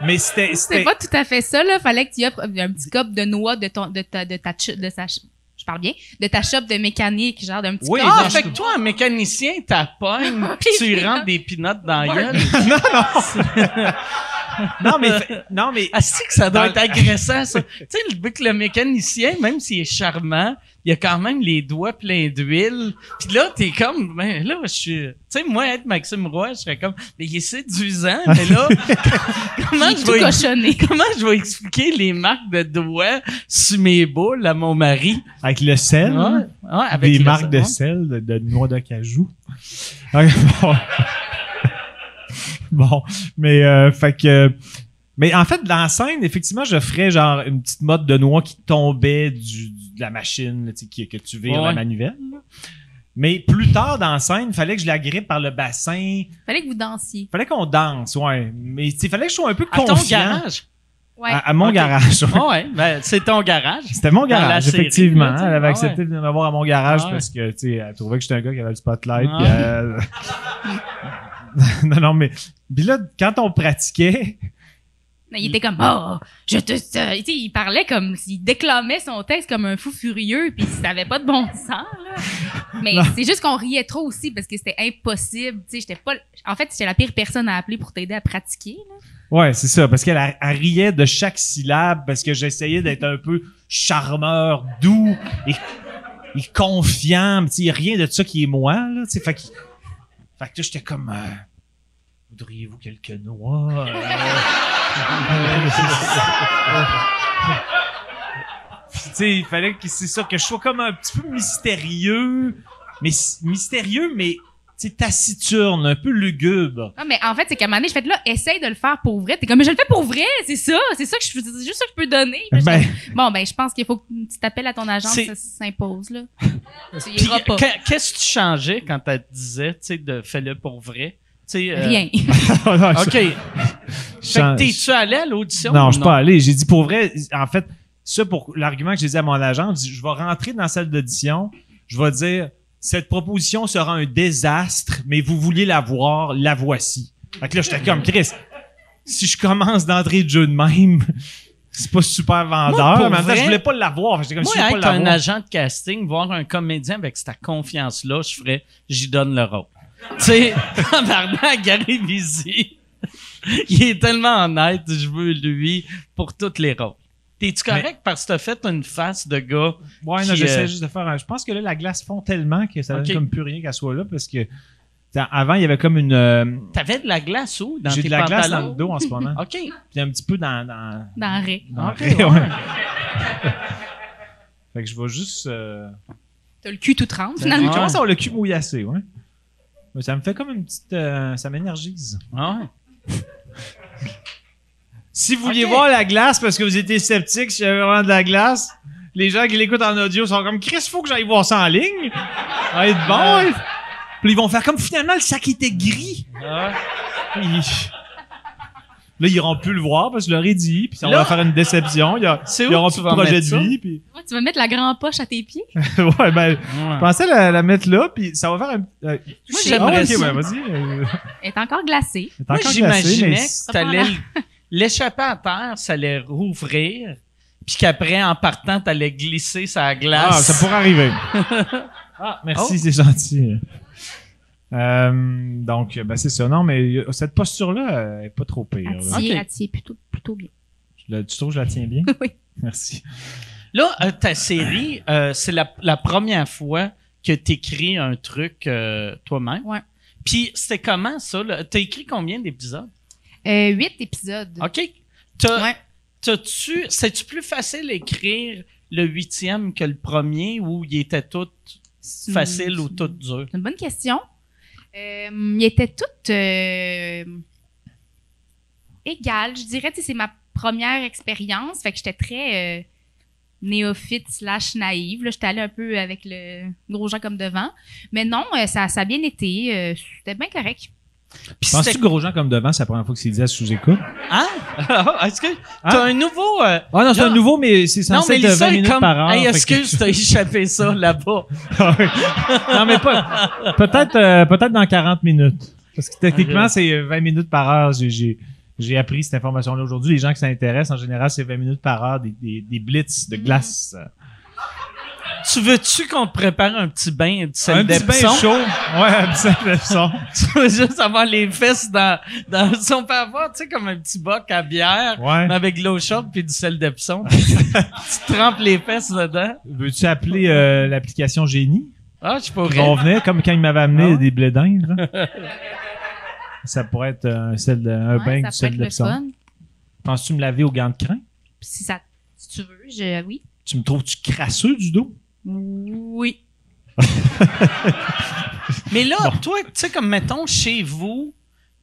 Mais c'était. C'est c'était- pas tout à fait ça, là. Fallait que tu offres un petit cop de noix de ton, de ta, de ta, ch- de sa, ch- je parle bien, de ta shop de mécanique, genre d'un petit Oui, cop. Ah, non, fait je- que toi, un (laughs) mécanicien, t'appognes, pis tu lui rentres des pinottes dans la gueule. (laughs) (laughs) non, non. Non, mais, fa- non, mais Ah, c'est que ça doit Dans- être agressant, (laughs) ça. tu sais, le- vu que le mécanicien, même s'il est charmant, il a quand même les doigts pleins d'huile. Puis là, t'es comme, ben là, je suis... Tu sais, moi, être Maxime Roy, je serais comme, mais il est séduisant, mais (laughs) là, comment je J'ai tout vais... cochonné. (laughs) Comment je vais expliquer les marques de doigts sur mes boules à mon mari? avec le sel, Ouais, ouais, avec des le- marques de ouais. sel, de, de noix de (laughs) cajou. Ah, bon. (laughs) Bon, mais euh, fait que. Mais en fait, dans la scène, effectivement, je ferais genre une petite mode de noix qui tombait du, du- de la machine là, tu sais, qui- que tu vires Ouais. la manivelle. là. Mais plus tard dans la scène, fallait que je la grippe par le bassin. Fallait que vous dansiez. Fallait qu'on danse, ouais. Mais il fallait que je sois un peu À ton confiant. garage? Ouais. À, à mon Ok. garage. ouais. Ah ouais, ben, c'est ton garage. C'était mon la garage, série, effectivement. hein. là, tu sais. elle avait Ah accepté de m'avoir à mon garage Ah ouais. parce que, tu sais, elle trouvait que j'étais un gars qui avait le spotlight. Ah. puis elle- (laughs) non, non, mais. Puis là, quand on pratiquait, Il était comme Mm. oh, je te, te- tu sais, il parlait comme il déclamait son texte comme un fou furieux puis il savait pas de bon sens là. Mais c'est juste qu'on riait trop aussi parce que c'était impossible, tu sais, j'étais pas en fait, j'étais la pire personne à appeler pour t'aider à pratiquer. là. ouais, c'est ça, parce qu'elle elle- elle riait de chaque syllabe parce que j'essayais d'être un peu charmeur, doux et, et confiant. Tu sais, rien de ça qui est moi, là, tu sais. Fait que, fait que là, j'étais comme. euh, Voudriez-vous quelques noix? Euh, Puis, tu sais, il fallait que c'est ça, que je sois comme un petit peu mystérieux, mais s- mystérieux, mais tu sais, taciturne, un peu (laughs) lugubre. Ah, mais en fait, c'est qu'à un moment donné, je fais là, essaye de le faire pour vrai. T'es comme mais je le fais pour vrai, c'est ça, c'est ça que je c'est juste ça que je peux donner. Puis là, Ben, j'étais comme, bon ben je pense qu'il faut que tu t'appelles à ton agence, C'est- ça s'impose (laughs) là. tu Puis, iras pas. que- qu'est-ce que tu changeais quand elle te disait, tu sais, de fais-le pour vrai? Tu sais, euh, Rien. (laughs) OK. Fait que t'es-tu allé à l'audition? Non, ou je suis pas allé. J'ai dit pour vrai, en fait, ça pour l'argument que j'ai dit à mon agent, je dis, je vais rentrer dans la salle d'audition, je vais dire cette proposition sera un désastre, mais vous vouliez la voir, la voici. Fait que là, j'étais comme Chris. Si je commence d'entrée de jeu de même, (laughs) c'est pas super vendeur. pour mais en même temps, vrai, je voulais pas l'avoir. J'étais comme Moi, si je voulais être pas un l'avoir. agent de casting, voir un comédien avec cette confiance-là, je ferais, j'y donne le rôle. tu sais, (laughs) en parlant à Gary Busey, (laughs) il est tellement honnête, je veux lui pour toutes les rôles. T'es-tu correct parce que t'as fait une face de gars? Ouais, non, qui, j'essaie euh, juste de faire un- Je pense que là, la glace fond tellement que ça Ok. donne comme plus rien qu'elle soit là parce que t'sais, avant, il y avait comme une. euh, T'avais de la glace où? Dans j'ai tes de la glace dans pantalons? le dos en (laughs) ce moment. OK. Puis un petit peu dans- dans Dans Ré. Non, Ah, Ok, ouais. ouais. (laughs) Fait que je vais juste. euh, T'as le cul tout Ben, tremble Ah, finalement. Je commence à avoir le cul mouillassé, ouais. Mais ça me fait comme une petite. euh, ça m'énergise. Ah ouais. Si vous vouliez voir la glace parce que vous étiez sceptique si j'avais vraiment de la glace, les gens qui l'écoutent en audio sont comme Chris, faut que j'aille voir ça (laughs) en ligne. Ça va être bon. ouais. Puis ils vont faire comme finalement le sac était gris. Ah Ils- (laughs) Là, ils iront plus le voir parce que je leur ai dit. Puis on Là- va faire une déception. Ils a- C'est Ils où auront que tu plus de vas projet mettre de ça? vie. Puis... (laughs) Ouais, tu vas mettre la grande poche à tes pieds. ouais, ben, je Ouais. pensais la, la mettre là. Puis ça va faire un. euh, Moi, Ah, j'aimerais ok, ça. ouais, vas-y. euh, Elle est encore glacée. T'es Moi, encore j'imaginais glacé, que t'allais l- (laughs) l'échapper à terre, ça allait rouvrir, puis qu'après, en partant, t'allais glisser sa mais- glace. Ah, ça pourrait arriver. ah, merci, Oh. c'est gentil. Euh, donc, ben, c'est ça. Non, mais euh, cette posture-là euh, est pas trop pire. là. Attier, Ok. attier, plutôt, plutôt bien. Je la- tu trouves que je la tiens bien? (laughs) Oui. Merci. Là, euh, ta série, euh, c'est la, la première fois que t'écris un truc euh, toi-même. Ouais. Puis c'était comment ça? là? T'as écrit combien d'épisodes? Euh, huit épisodes. OK. T'as- Ouais. T'as-tu, c'est-tu plus facile d'écrire le huitième que le premier ou il était tout C'est- facile ou tout dur? C'est une bonne question. Euh, ils étaient toutes euh, égales. Je dirais, tu sais, c'est ma première expérience. Fait que j'étais très euh, néophyte slash naïve. Là, j'étais allée un peu avec le gros gens comme devant. Mais non, euh, ça, ça a bien été. Euh, c'était bien correct. Puis (laughs) Penses-tu c'était- que Grosjean comme devant, c'est la première fois que c'est dit à sous-écoute? Hein? Est-ce que t'as un nouveau... euh, Ah non, c'est Là- un nouveau, mais c'est Non, censé mais être de 20 Lisa est minutes comme... par heure. hey, fait que- excuse, t'as échappé ça là-bas. Ah oui. non, mais pas. Peut-être euh, peut-être dans 40 minutes. Parce que techniquement, Ok. c'est 20 minutes par heure. J'ai- J'ai j'ai appris cette information-là aujourd'hui. Les gens qui s'intéressent, en général, c'est 20 minutes par heure des, des, des blitz de Mhm. glace. Tu veux-tu qu'on te prépare un petit bain, un petit sel un petit bain d'Epsom? chaud. Ouais, un petit sel d'Epsom. (laughs) Tu veux juste avoir les fesses dans, dans, si on peut avoir, tu sais, comme un petit boc à bière, Ouais. mais avec de l'eau chaude puis du sel d'Epsom. (laughs) tu trempes les fesses dedans. Veux-tu appeler euh, l'application Génie? Ah, je Ils vont pourrais. venir, comme quand ils m'avaient amené Ah. des blés d'Inde. là. ça pourrait être un, sel de, un bain Ouais, ça du sel pourrait être le d'Epsom. fun. Penses-tu me laver au gant de crin? Si, ça, si tu veux, je, oui. Tu me trouves-tu crasseux du dos? Oui. Mais là, toi, tu sais, comme mettons, chez vous,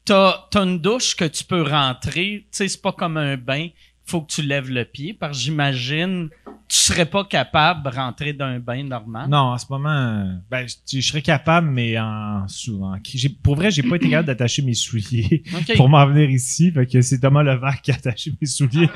t'as, t'as une douche que tu peux rentrer. Tu sais, c'est pas comme un bain. Faut que tu lèves le pied, parce que j'imagine, tu serais pas capable de rentrer d'un bain normal. Non, en ce moment, euh, ben, je, je serais capable, mais en souvent. Pour vrai, j'ai pas été capable d'attacher mes souliers (laughs) OK. pour m'en venir ici. Fait que c'est Thomas Levac qui a attaché mes souliers.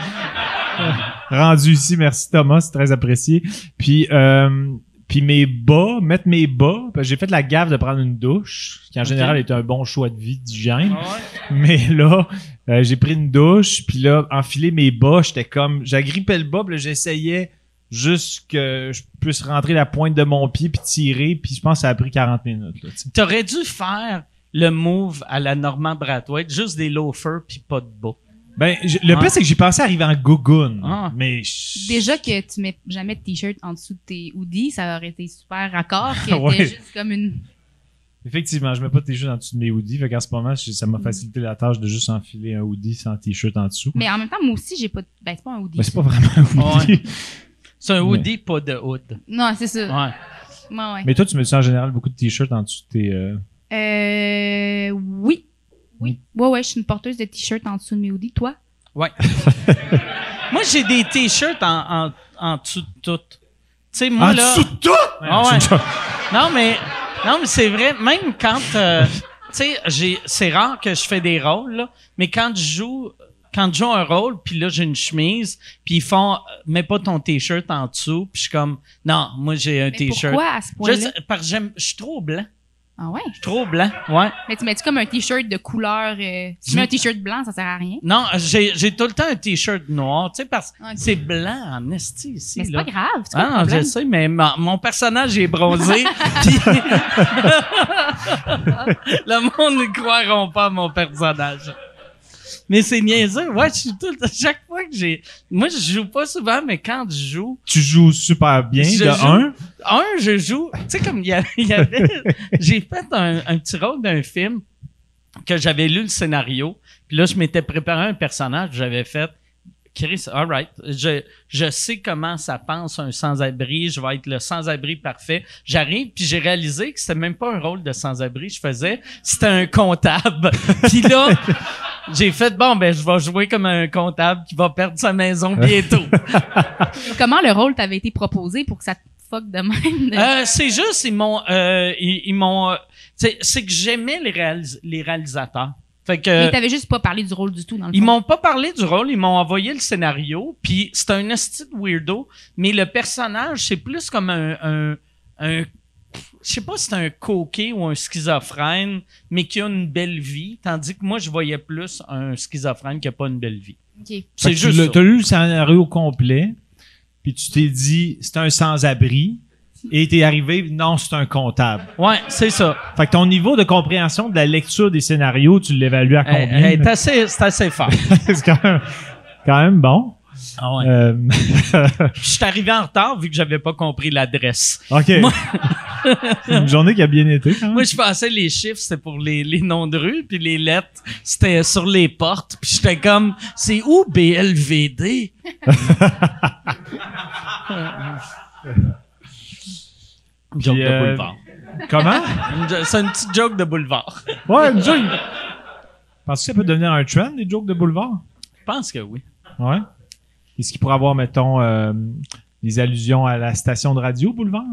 Rendu ici, merci Thomas, c'est très apprécié. Puis, euh, puis mes bas, mettre mes bas, parce que j'ai fait la gaffe de prendre une douche, qui en général est un bon choix de vie d'hygiène. Ah ouais? (laughs) Mais là, euh, j'ai pris une douche, puis là, enfiler mes bas, j'étais comme, j'agrippais le bas, puis là, j'essayais juste que je puisse rentrer la pointe de mon pied puis tirer, puis je pense que ça a pris 40 minutes. Là, tu sais. T'aurais dû faire le move à la Normand Brathwaite, juste des loafers puis pas de bas. ben, j- le Ouais. pire, c'est que j'y pensais arriver en gougoune, Ah. mais je- Déjà que tu mets jamais de t-shirt en dessous de tes hoodies, ça aurait été (laughs) super raccord. Que Ouais. t'aies juste comme une. (laughs) effectivement, je mets pas de t-shirt en dessous de mes hoodies, fait qu'en ce moment, je- ça m'a facilité la tâche de juste enfiler un hoodie sans t-shirt en dessous. Mais en même temps, moi aussi, j'ai pas. de- Ben, c'est pas un hoodie. Ben, c'est pas vraiment un Ah hoodie. C'est un hoodie, pas de hood. Non, c'est ça. Ouais. Ouais, ouais. Mais toi, tu mets en général beaucoup de t-shirts en dessous de tes... euh, Euh, oui. Oui. Ouais, ouais, je suis une porteuse de t-shirts en dessous de mes hoodies. Toi? Moi, j'ai des t-shirts en, en, en dessous de tout. Tu sais, moi, en là. dessous de tout! Ah ouais. Non, mais, non, mais c'est vrai, même quand, euh, tu sais, j'ai, c'est rare que je fais des rôles, là, mais quand je joue, quand je joue un rôle, puis là, j'ai une chemise, puis ils font, euh, mets pas ton t-shirt en dessous, puis je suis comme, non, moi, j'ai un Mais t-shirt. pourquoi à ce point-là? Juste parce que j'aime, je suis trop blanc. Ah ouais? Je suis trop blanc, ouais. Mais tu mets-tu comme un t-shirt de couleur. euh, Si tu mets un t-shirt blanc, ça sert à rien. Non, j'ai, j'ai tout le temps un t-shirt noir, tu sais, parce que Ok. c'est blanc en esti ici, Mais c'est là. pas grave. C'est quoi le Ah, non, je problème? sais, mais ma- mon personnage est (laughs) bronzé. puis- (laughs) le monde ne croiront pas à mon personnage. Mais c'est niaiseux. Ouais, je suis tout. à Chaque fois que j'ai. Moi, je joue pas souvent, mais quand je joue, Tu joues super bien, Je de joue- un. un, je joue. Tu sais, comme il y a- il y avait. j'ai fait un, un petit rôle d'un film que j'avais lu le scénario. Puis là, je m'étais préparé un personnage. J'avais fait. Chris, all right. Je, je sais comment ça pense un sans-abri. Je vais être le sans-abri parfait. J'arrive, puis j'ai réalisé que c'était même pas un rôle de sans-abri que je faisais. C'était un comptable. puis là, j'ai fait, bon, ben, je vais jouer comme un comptable qui va perdre sa maison bientôt. Comment le rôle t'avait été proposé pour que ça te fuck de même? de- Euh, c'est juste, ils m'ont, euh, ils, ils m'ont, euh, c'est c'est que j'aimais les, réalis- les réalisateurs. Fait que, Mais t'avais juste pas parlé du rôle du tout dans le ils fond. m'ont pas parlé du rôle, ils m'ont envoyé le scénario, puis c'est un esti de weirdo, mais le personnage, c'est plus comme un, un, un- je sais pas si c'est un coquet ou un schizophrène, mais qui a une belle vie, tandis que moi, je voyais plus un schizophrène qui a pas une belle vie. Ok. C'est Fait que tu juste l'as- ça. T'as lu le scénario au complet, puis tu t'es dit, c'est un sans-abri, et t'es arrivé, non, c'est un comptable. Ouais, c'est ça. Fait que ton niveau de compréhension de la lecture des scénarios, tu l'évalues à combien? Eh, eh, c'est assez, c'est assez (laughs) fort. c'est quand même, quand même bon. Ah ouais. Euh, (laughs) Je suis arrivé en retard vu que j'avais pas compris l'adresse. OK. Moi- (laughs) c'est une journée qui a bien été, quand même. Moi, je pensais les chiffres, c'était pour les, les noms de rue, puis les lettres, c'était sur les portes. Puis j'étais comme, c'est où BLVD? Une (laughs) joke Puis, de euh, boulevard. Comment? Une jo- C'est une petite joke de boulevard. Ouais, une joke. Penses-tu que ça peut devenir un trend, les jokes de boulevard? Je pense que oui. Ouais. Est-ce qu'il pourrait avoir, mettons, euh, des allusions à la station de radio boulevard?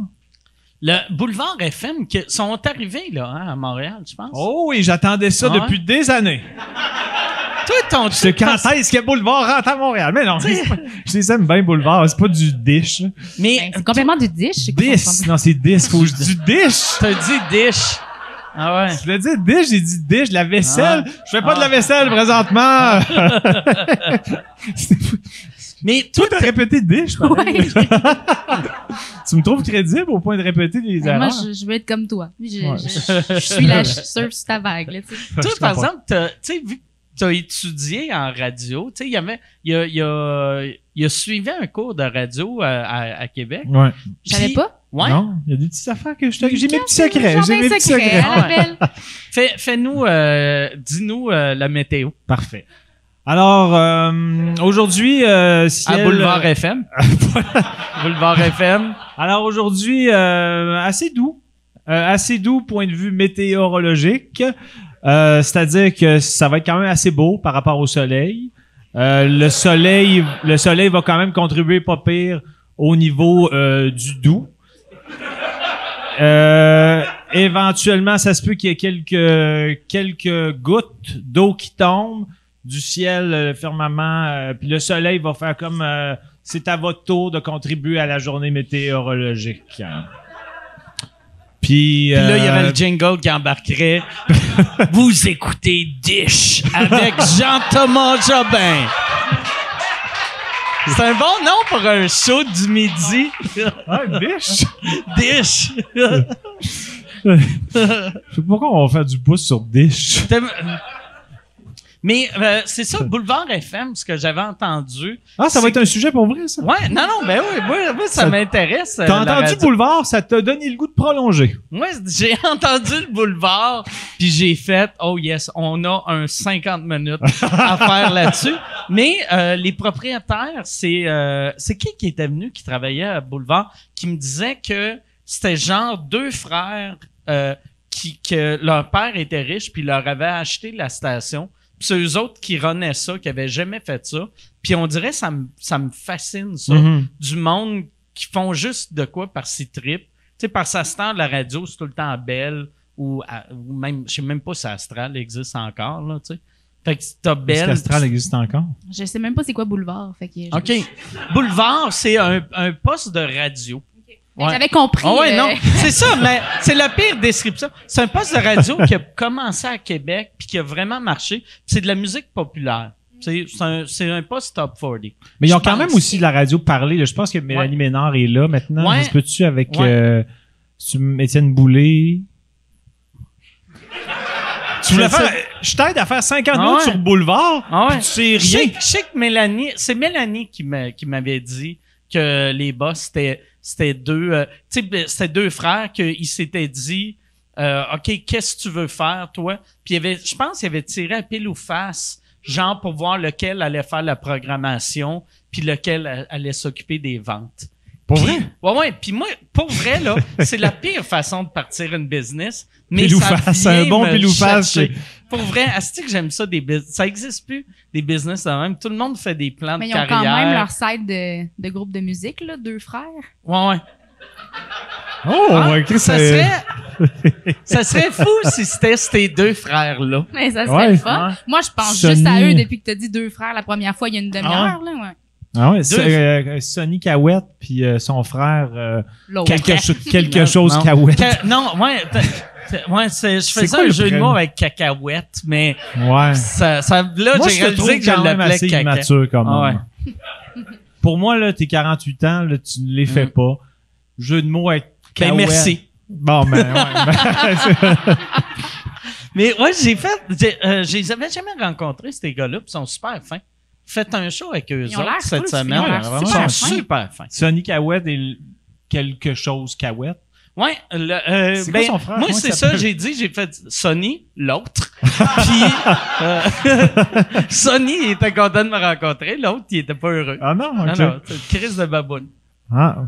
Le boulevard FM, qui sont arrivés là, hein, à Montréal, je pense. Oh oui, j'attendais ça Ah ouais? depuis des années. Toi, ton C'est quand est-ce que Boulevard rentre à Montréal? Mais non, T'sais- je les aime bien, Boulevard. C'est pas du dish. Mais Ben, c'est complètement du dish. c'est quoi ton Dish? problème? Non, c'est dish. Faut que je dise du dish. je te dis dish. Ah ouais. Je voulais dire dish, j'ai dit dish, la vaisselle. Je fais pas Ah. de la vaisselle présentement. C'est- Mais Toi, t'as répété dish, pareil. (laughs) Ouais. Tu me trouves crédible au point de répéter les erreurs. Moi, je, je veux être comme toi. Je, Ouais. je- je- je (laughs) suis la je surfe sur ta vague. Là, tu sais. Toi, Je par comprends. exemple, t'as- tu sais, vu que tu as étudié en radio, tu sais, il y avait, il y a, il y a, il a suivi un cours de radio à, à- à Québec. Ouais. Je savais Puis- pas. Ouais. Non, il y a des petites affaires que je te- J'ai mes petits secrets. J'en J'ai ai mes un petits secret. secrets. à la belle. Fais, fais-nous, euh, dis-nous euh, la météo Parfait. Alors, euh, aujourd'hui, euh, à ciel- Boulevard FM. (laughs) Boulevard FM. Alors aujourd'hui, euh, assez doux. Euh, assez doux point de vue météorologique. Euh, C'est-à-dire que ça va être quand même assez beau par rapport au soleil. Euh, le soleil, le soleil va quand même contribuer pas pire au niveau euh, du doux. Euh, éventuellement, ça se peut qu'il y ait quelques quelques gouttes d'eau qui tombent du ciel euh, firmament. euh, puis le soleil va faire comme euh, c'est à votre tour de contribuer à la journée météorologique. Puis, Puis là, il y euh, avait le jingle qui (laughs) embarquerait. Vous écoutez Dish avec Jean-Thomas Jobin. C'est un bon nom pour un show du midi. Ah, biche! Dish. Je sais pas pourquoi on va faire du pouce sur Dish. T'aimes- Mais euh, c'est ça, Boulevard FM, ce que j'avais entendu. Ah, ça va C'est- être un sujet pour vrai, ça? Ouais, non, non, ben oui, moi, moi, ça, Ça- m'intéresse. euh, T'as la entendu radio. Boulevard, ça t'a donné le goût de prolonger. Moi, j'ai (laughs) entendu le boulevard, puis j'ai fait, oh yes, on a un 50 minutes à faire là-dessus. Mais euh, les propriétaires, c'est euh, c'est qui qui était venu, qui travaillait à boulevard, qui me disait que c'était genre deux frères euh, qui que leur père était riche puis leur avait acheté la station. Puis c'est eux autres qui renaient ça, qui avaient jamais fait ça. Puis on dirait ça me ça me fascine Mm-hmm. ça du monde qui font juste de quoi par ses tripes. Tu sais, par Sastan, la radio, c'est tout le temps belle ou, à- ou même, je sais même pas si Astral existe encore, là, tu sais. Fait que t'as Est-ce belle. qu'Astral existe encore? Je sais même pas c'est quoi boulevard. Fait que je- OK. Boulevard, c'est un, un poste de radio. Fait que Ouais. J'avais compris. Ah ouais, euh, non. C'est ça, mais c'est la pire description. C'est un poste de radio qui a commencé à Québec puis qui a vraiment marché. Puis C'est de la musique populaire. C'est c'est un, c'est un poste top 40. Mais ils ont Je quand pense. même aussi de la radio parlée. là. Je pense que Mélanie Ménard est là maintenant. Ouais. Ça se peut-tu avec Ouais. euh, tu- Étienne Boulay? tu voulais faire. euh, Je t'aide à faire 50 Ah minutes ouais. sur Boulevard. Ah ouais. puis Je Tu sais sais, rien. je sais que Mélanie, c'est Mélanie qui m'a- qui m'avait dit que les boss, c'était, c'était deux, euh, tu sais, c'était deux frères qu'ils s'étaient dit, euh, OK, qu'est-ce que tu veux faire, toi? Puis il y avait, je pense qu'il avait tiré à pile ou face, genre pour voir lequel allait faire la programmation, puis lequel euh, allait s'occuper des ventes. Pour Puis- vrai? Ouais, ouais. Puis moi, pour vrai, (laughs) là, c'est la pire façon de partir une business. Mais Pile ou ça face, vient un bon me pile ou face, chercher. Pour vrai, asti que j'aime ça des business. Ça existe plus, des business de même. Tout le monde fait des plans Mais de ils ont carrière. quand même leur site de, de groupe de musique, là, deux frères. (laughs) Ouais, ouais. Oh, Ah, ouais, Chris, ça euh, serait, (laughs) ça serait fou si c'était ces deux frères-là. Mais ça serait Ouais. le fun. Moi, je pense Sony. juste à eux depuis que t'as dit deux frères la première fois, il y a une demi-heure, là, ouais. Ah ouais, c'est, euh, Sonny Cahouette puis euh, son frère euh, L'autre. quelque, cho- quelque Non, chose non. Cahouette. Ca- non, ouais. t'as- t'as- Ouais, c'est- je faisais quoi un le jeu de prénom? mots avec cacahuète, mais Ouais. ça, ça, là, Moi, j'ai je te trouve réalisé que je quand même l'appelais assez caca. immature quand même. Ah Pour moi, là, t'es 48 ans, là, tu ne les fais Mm. pas. Jeu de mots avec Ben, Cahouette. merci. Bon, ben, ouais, (laughs) ben, Mais ouais, j'ai fait. j'ai- euh, je les avais jamais rencontrés, ces gars-là, puis ils sont super fins. Faites un show avec eux Ils ont autres l'air cette cool, semaine. ils ont l'air Ils sont super fins. super fins. Sonny Cahouette et le- quelque chose Cahouette. Ouais, le, euh, C'est quoi ben, son frère? moi, Comment il c'est ça, s'appelle? j'ai dit, j'ai fait Sony, l'autre. (laughs) puis euh, (laughs) Sony, il était content de me rencontrer, l'autre, il était pas heureux. Ah non, ok. Non, non, c'est une crise de baboune. Ah.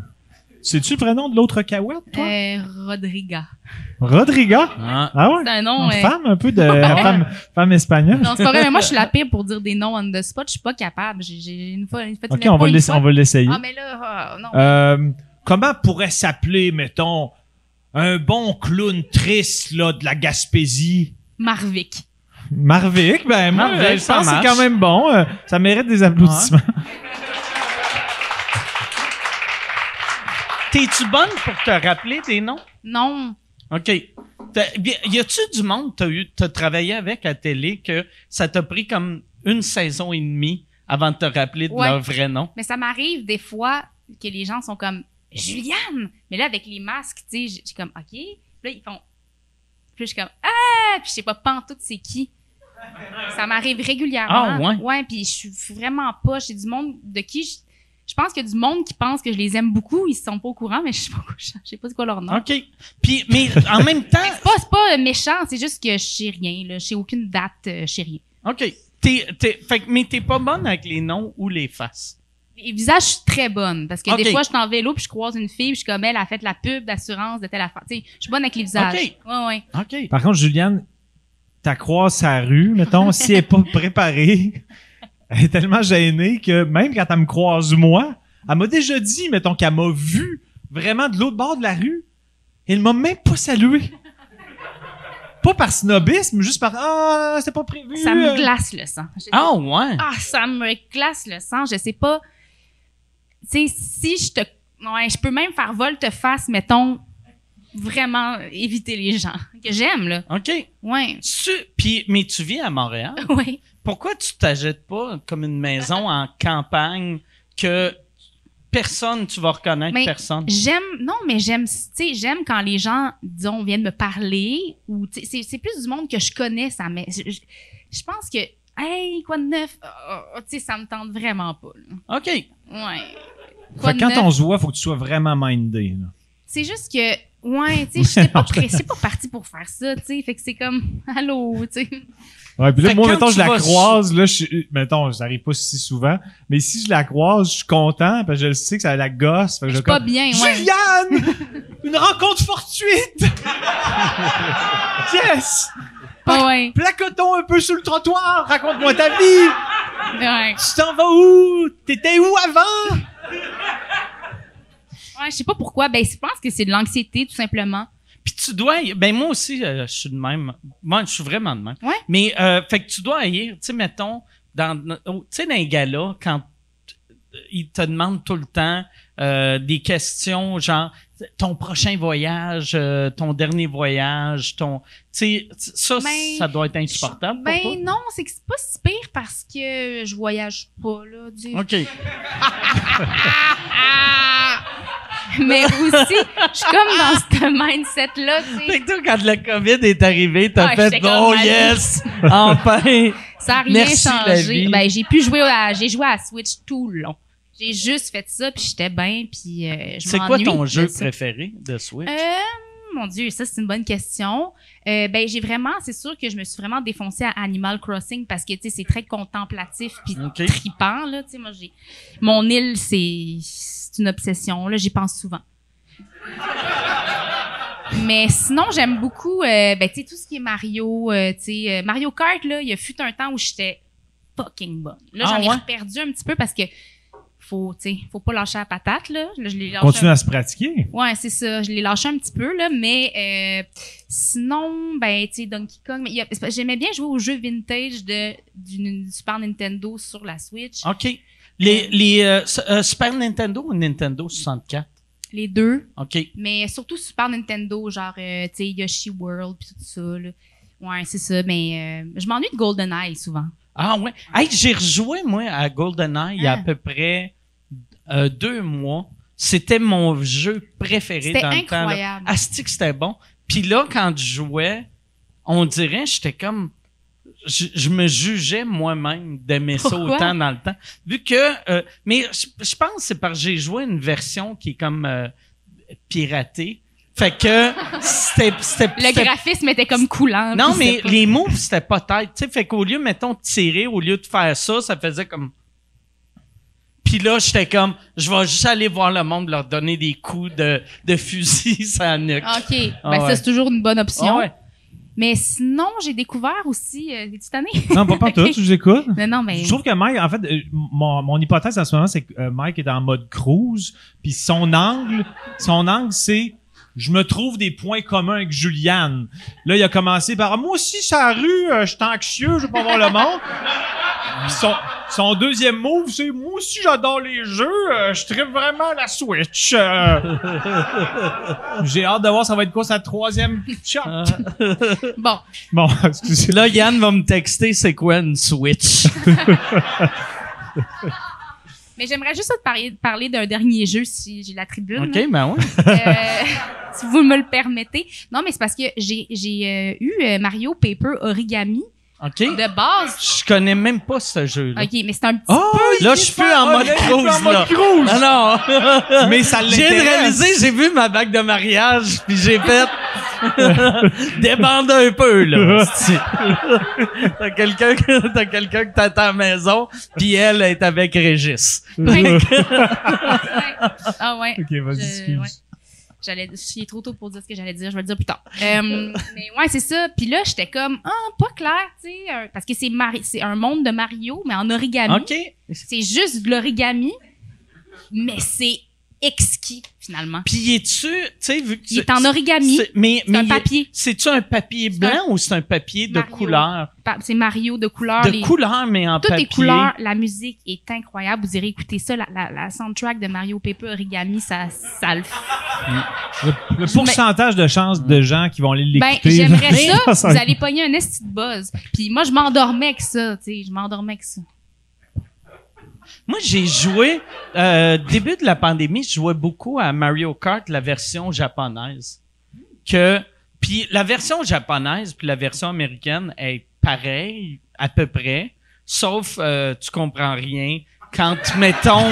C'est-tu le prénom de l'autre Cahouette, toi? Euh, Rodriga. Rodriga? Ah ouais? C'est un nom. Une euh, femme un peu de... femme, femme espagnole? Non, c'est pas vrai, mais moi, je (laughs) suis la pire pour dire des noms on the spot. Je suis pas capable. J'ai- J'ai une fois, une fois, Ok, une on fois, va une l'essa- fois. on va l'essayer. Ah, mais là, euh, non. Euh, comment pourrait s'appeler, mettons, un bon clown triste là, de la Gaspésie? Marvick. Marvick, ben moi, Marvick, euh, je ça pense que c'est marche. quand même bon. Euh, ça mérite des applaudissements. T'es-tu bonne pour te rappeler tes noms? Non. OK. T'as- bien, Y a-tu du monde que t'as eu, t'as travaillé avec à télé que ça t'a pris comme une saison et demie avant de te rappeler de Ouais. leur vrai nom. Mais ça m'arrive des fois que les gens sont comme Juliane! Mais là, avec les masques, tu sais, j'ai- j'ai comme OK. Puis là, ils font. Puis là, je suis comme Ah! Puis je sais pas pantoute c'est qui. Ça m'arrive régulièrement. Ah, ouais? Ouais, puis je suis vraiment pas. J'ai du monde de qui je. Je pense qu'il y a du monde qui pense que je les aime beaucoup, ils sont pas au courant, mais je sais pas, je sais pas c'est quoi leur nom. OK. Puis, mais en même (laughs) temps, C'est pas, c'est pas euh, méchant, c'est juste que je sais rien, là. Je sais aucune date, euh, je sais rien. OK. T'es, t'es, fait que- mais t'es pas bonne avec les noms ou les faces. Les visages, je suis très bonne. Parce que Ok. des fois, je suis en vélo puis je croise une fille puis je suis comme elle, elle a fait la pub d'assurance de telle affaire. Tu sais, je suis bonne avec les visages. Ok. Ouais, ouais. OK. Par contre, Juliane, t'as croisé sa rue, mettons, si elle est pas préparée, (laughs) elle est tellement gênée que même quand elle me croise moi, elle m'a déjà dit, mettons, qu'elle m'a vu vraiment de l'autre bord de la rue. Elle m'a même pas salué. Pas par snobisme, juste par Ah, c'était pas prévu. Ça me glace le sang. Je- Euh. Ah, ouais. Ah, ça me glace le sang. Je sais pas. Tu sais, si je te. Ouais, je peux même faire volte-face, mettons, vraiment éviter les gens que j'aime, là. OK. Ouais. (laughs) Tu- puis, mais tu vis à Montréal. Ouais. Pourquoi tu t'achètes pas comme une maison en campagne que personne, tu vas reconnaître Mais- personne? J'aime, non, mais j'aime, tu sais, j'aime quand les gens, disons, viennent me parler ou, tu sais, c'est- c'est plus du monde que je connais, ça, mais je, je- je pense que, hey, quoi de neuf? Ah, ah, tu sais, ça me tente vraiment pas, là. OK. Ouais. Quoi Fait que de quand neuf? on se voit, faut que tu sois vraiment mindé. là. C'est juste que, ouais, (laughs) tu sais, j'étais pas Non, je- pressée, pas partie pour faire ça, tu sais, fait que c'est comme, allô, tu sais. Ouais, puis là, Fait que moi, quand mettons, tu je la vas croise, là, je suis- mettons, j'arrive pas si souvent, mais si je la croise, je suis content, parce que je le sais que ça la gosse, fait que Je je suis comme, pas bien, ouais. Juliane! (laughs) Une rencontre fortuite! yes! Ah ouais, Placoton un peu sur le trottoir, raconte-moi ta vie! ouais. Tu t'en vas où? T'étais où avant? Ouais, je sais pas pourquoi, ben, je pense que c'est de l'anxiété, tout simplement. Puis tu dois. haïr- Ben moi aussi, euh, je suis de même. Moi, je suis vraiment de même. Ouais. Mais euh, fait que tu dois haïr, tu sais, mettons, dans, oh, tu sais, dans les galas, quand t- ils te demandent tout le temps euh, des questions genre ton prochain voyage, euh, ton dernier voyage, ton, tu sais, ça, Ben, ça doit être insupportable Ben pour non, c'est que c'est pas si pire parce que je voyage pas, là. tu sais. toi. Ok. Ah! Mais aussi, je suis comme dans ce mindset-là, tu Fait sais. que toi, quand le COVID est arrivé, t'as Ah, fait j'étais comme bon oh, mal. yes, enfin. Ça a rien Merci, la changé. vie. Ben, j'ai pu jouer à, j'ai joué à Switch tout le long. J'ai juste fait ça, puis j'étais bien, puis euh, (laughs) je C'est quoi m'ennuie ton de jeu ça. préféré de Switch? Euh, mon Dieu, ça, c'est une bonne question. Euh, ben, j'ai vraiment, c'est sûr que je me suis vraiment défoncée à Animal Crossing parce que, tu sais, c'est très contemplatif puis Ok. tripant, là. Tu sais, moi, j'ai. Mon île, c'est c'est une obsession, là. J'y pense souvent. Mais sinon, j'aime beaucoup, euh, ben, tu sais, tout ce qui est Mario, euh, tu sais, euh, Mario Kart, là, il y a fut un temps où j'étais fucking bonne. Là, Ah, j'en ouais? ai perdu un petit peu parce que faut, tu sais, faut pas lâcher la patate, là. Là, je l'ai lâché un Continue à se pratiquer. Ouais, c'est ça. Je l'ai lâché un petit peu, là, mais euh, sinon, ben, tu sais, Donkey Kong. mais il y a- c'est parce que J'aimais bien jouer aux jeux vintage de, du, du Super Nintendo sur la Switch. OK. Les, les euh, S- euh, Super Nintendo ou Nintendo 64? Les deux, OK. mais surtout Super Nintendo, genre, euh, tu sais, Yoshi World, puis tout ça, là. Ouais, c'est ça, mais euh, je m'ennuie de GoldenEye souvent. Ah ouais. Hey, j'ai rejoué, moi, à GoldenEye il y a à Ah. peu près euh, deux mois. C'était mon jeu préféré C'était dans le temps. là. Ah, incroyable. Asti que c'était bon. Puis là, quand je jouais, on dirait, j'étais comme... Je, je me jugeais moi-même d'aimer ça Pourquoi? autant dans le temps. Vu que... euh, mais je, je pense que c'est parce que j'ai joué une version qui est comme euh, piratée. Fait que c'était... c'était- Le c'était graphisme était comme coulant. Non, puis mais c'était pas- les moves, c'était pas tête. Tu sais, fait qu'au lieu, mettons, de tirer, au lieu de faire ça, ça faisait comme. Puis là, j'étais comme, je vais juste aller voir le monde, leur donner des coups de, de fusil (laughs) ça nuque. OK. Ah ben, ouais. ça, c'est toujours une bonne Ah option. ouais. Mais sinon, j'ai découvert aussi. Euh, tu tanné? Non, pas (laughs) pas tout, je vous écoute. non, non, mais. Je trouve que Mike, en fait, euh, mon, mon hypothèse en ce moment, c'est que euh, Mike est en mode cruise, puis son angle, son angle, c'est je me trouve des points communs avec Juliane. Là, il a commencé par moi aussi, sa rue, euh, je suis anxieux, je veux pas voir le monde. Puis son, son deuxième move, c'est moi aussi, j'adore les jeux, euh, je tripe vraiment la Switch. euh. J'ai hâte de voir ça va être quoi sa troisième chop. Ah. Euh, Bon. Bon, (laughs) excusez-moi. (laughs) Là, Yann va me texter, c'est quoi une Switch? Mais j'aimerais juste te parler, parler d'un dernier jeu si j'ai la tribune. OK, ben ouais. Euh, (laughs) si vous me le permettez. Non, mais c'est parce que j'ai j'ai, euh, eu euh, Mario Paper Origami OK. de base. Je connais même pas ce jeu-là. OK, Ah, mais c'est un petit... Oh, là, je suis plus en mode cruise, là. Ah (laughs) non. Mais ça J'ai l'intéresse. réalisé, j'ai vu ma bague de mariage, puis j'ai fait (laughs) débande un peu là. (laughs) hostie. t'as quelqu'un, que- t'as quelqu'un que t'attends à la maison, puis elle est avec Régis. Ouais. ah ouais. Ok, vas-y, Je- excuse. ouais. J'allais, c'est trop tôt pour dire ce que j'allais dire, je vais le dire plus tard. Euh, (laughs) mais ouais, c'est ça. Puis là, j'étais comme, ah, pas clair, tu sais, euh, parce que c'est Mari- c'est un monde de Mario, mais en origami. Ok. C'est juste de l'origami, mais c'est exquis, finalement. Puis es-tu, tu sais, vu que Il est en origami, c'est- mais c'est mais un il est- papier. C'est-tu un papier blanc ou c'est un papier de Mario. couleur? Pa- C'est Mario de couleur. De les- couleur, mais en toutes papier. les couleurs, la musique est incroyable. Vous irez écouter ça, la, la, la soundtrack de Mario Paper Origami, ça, ça le Le pourcentage de chances de gens qui vont aller Ben, l'écouter. j'aimerais (laughs) là, ça. Vous allez pogner un esti de buzz. Puis moi, je m'endormais avec ça, tu sais. Je m'endormais avec ça. Moi, j'ai joué, euh, début de la pandémie, je jouais beaucoup à Mario Kart, la version japonaise. Que, puis la version japonaise puis la version américaine est pareille, à peu près, sauf euh, tu comprends rien quand, mettons,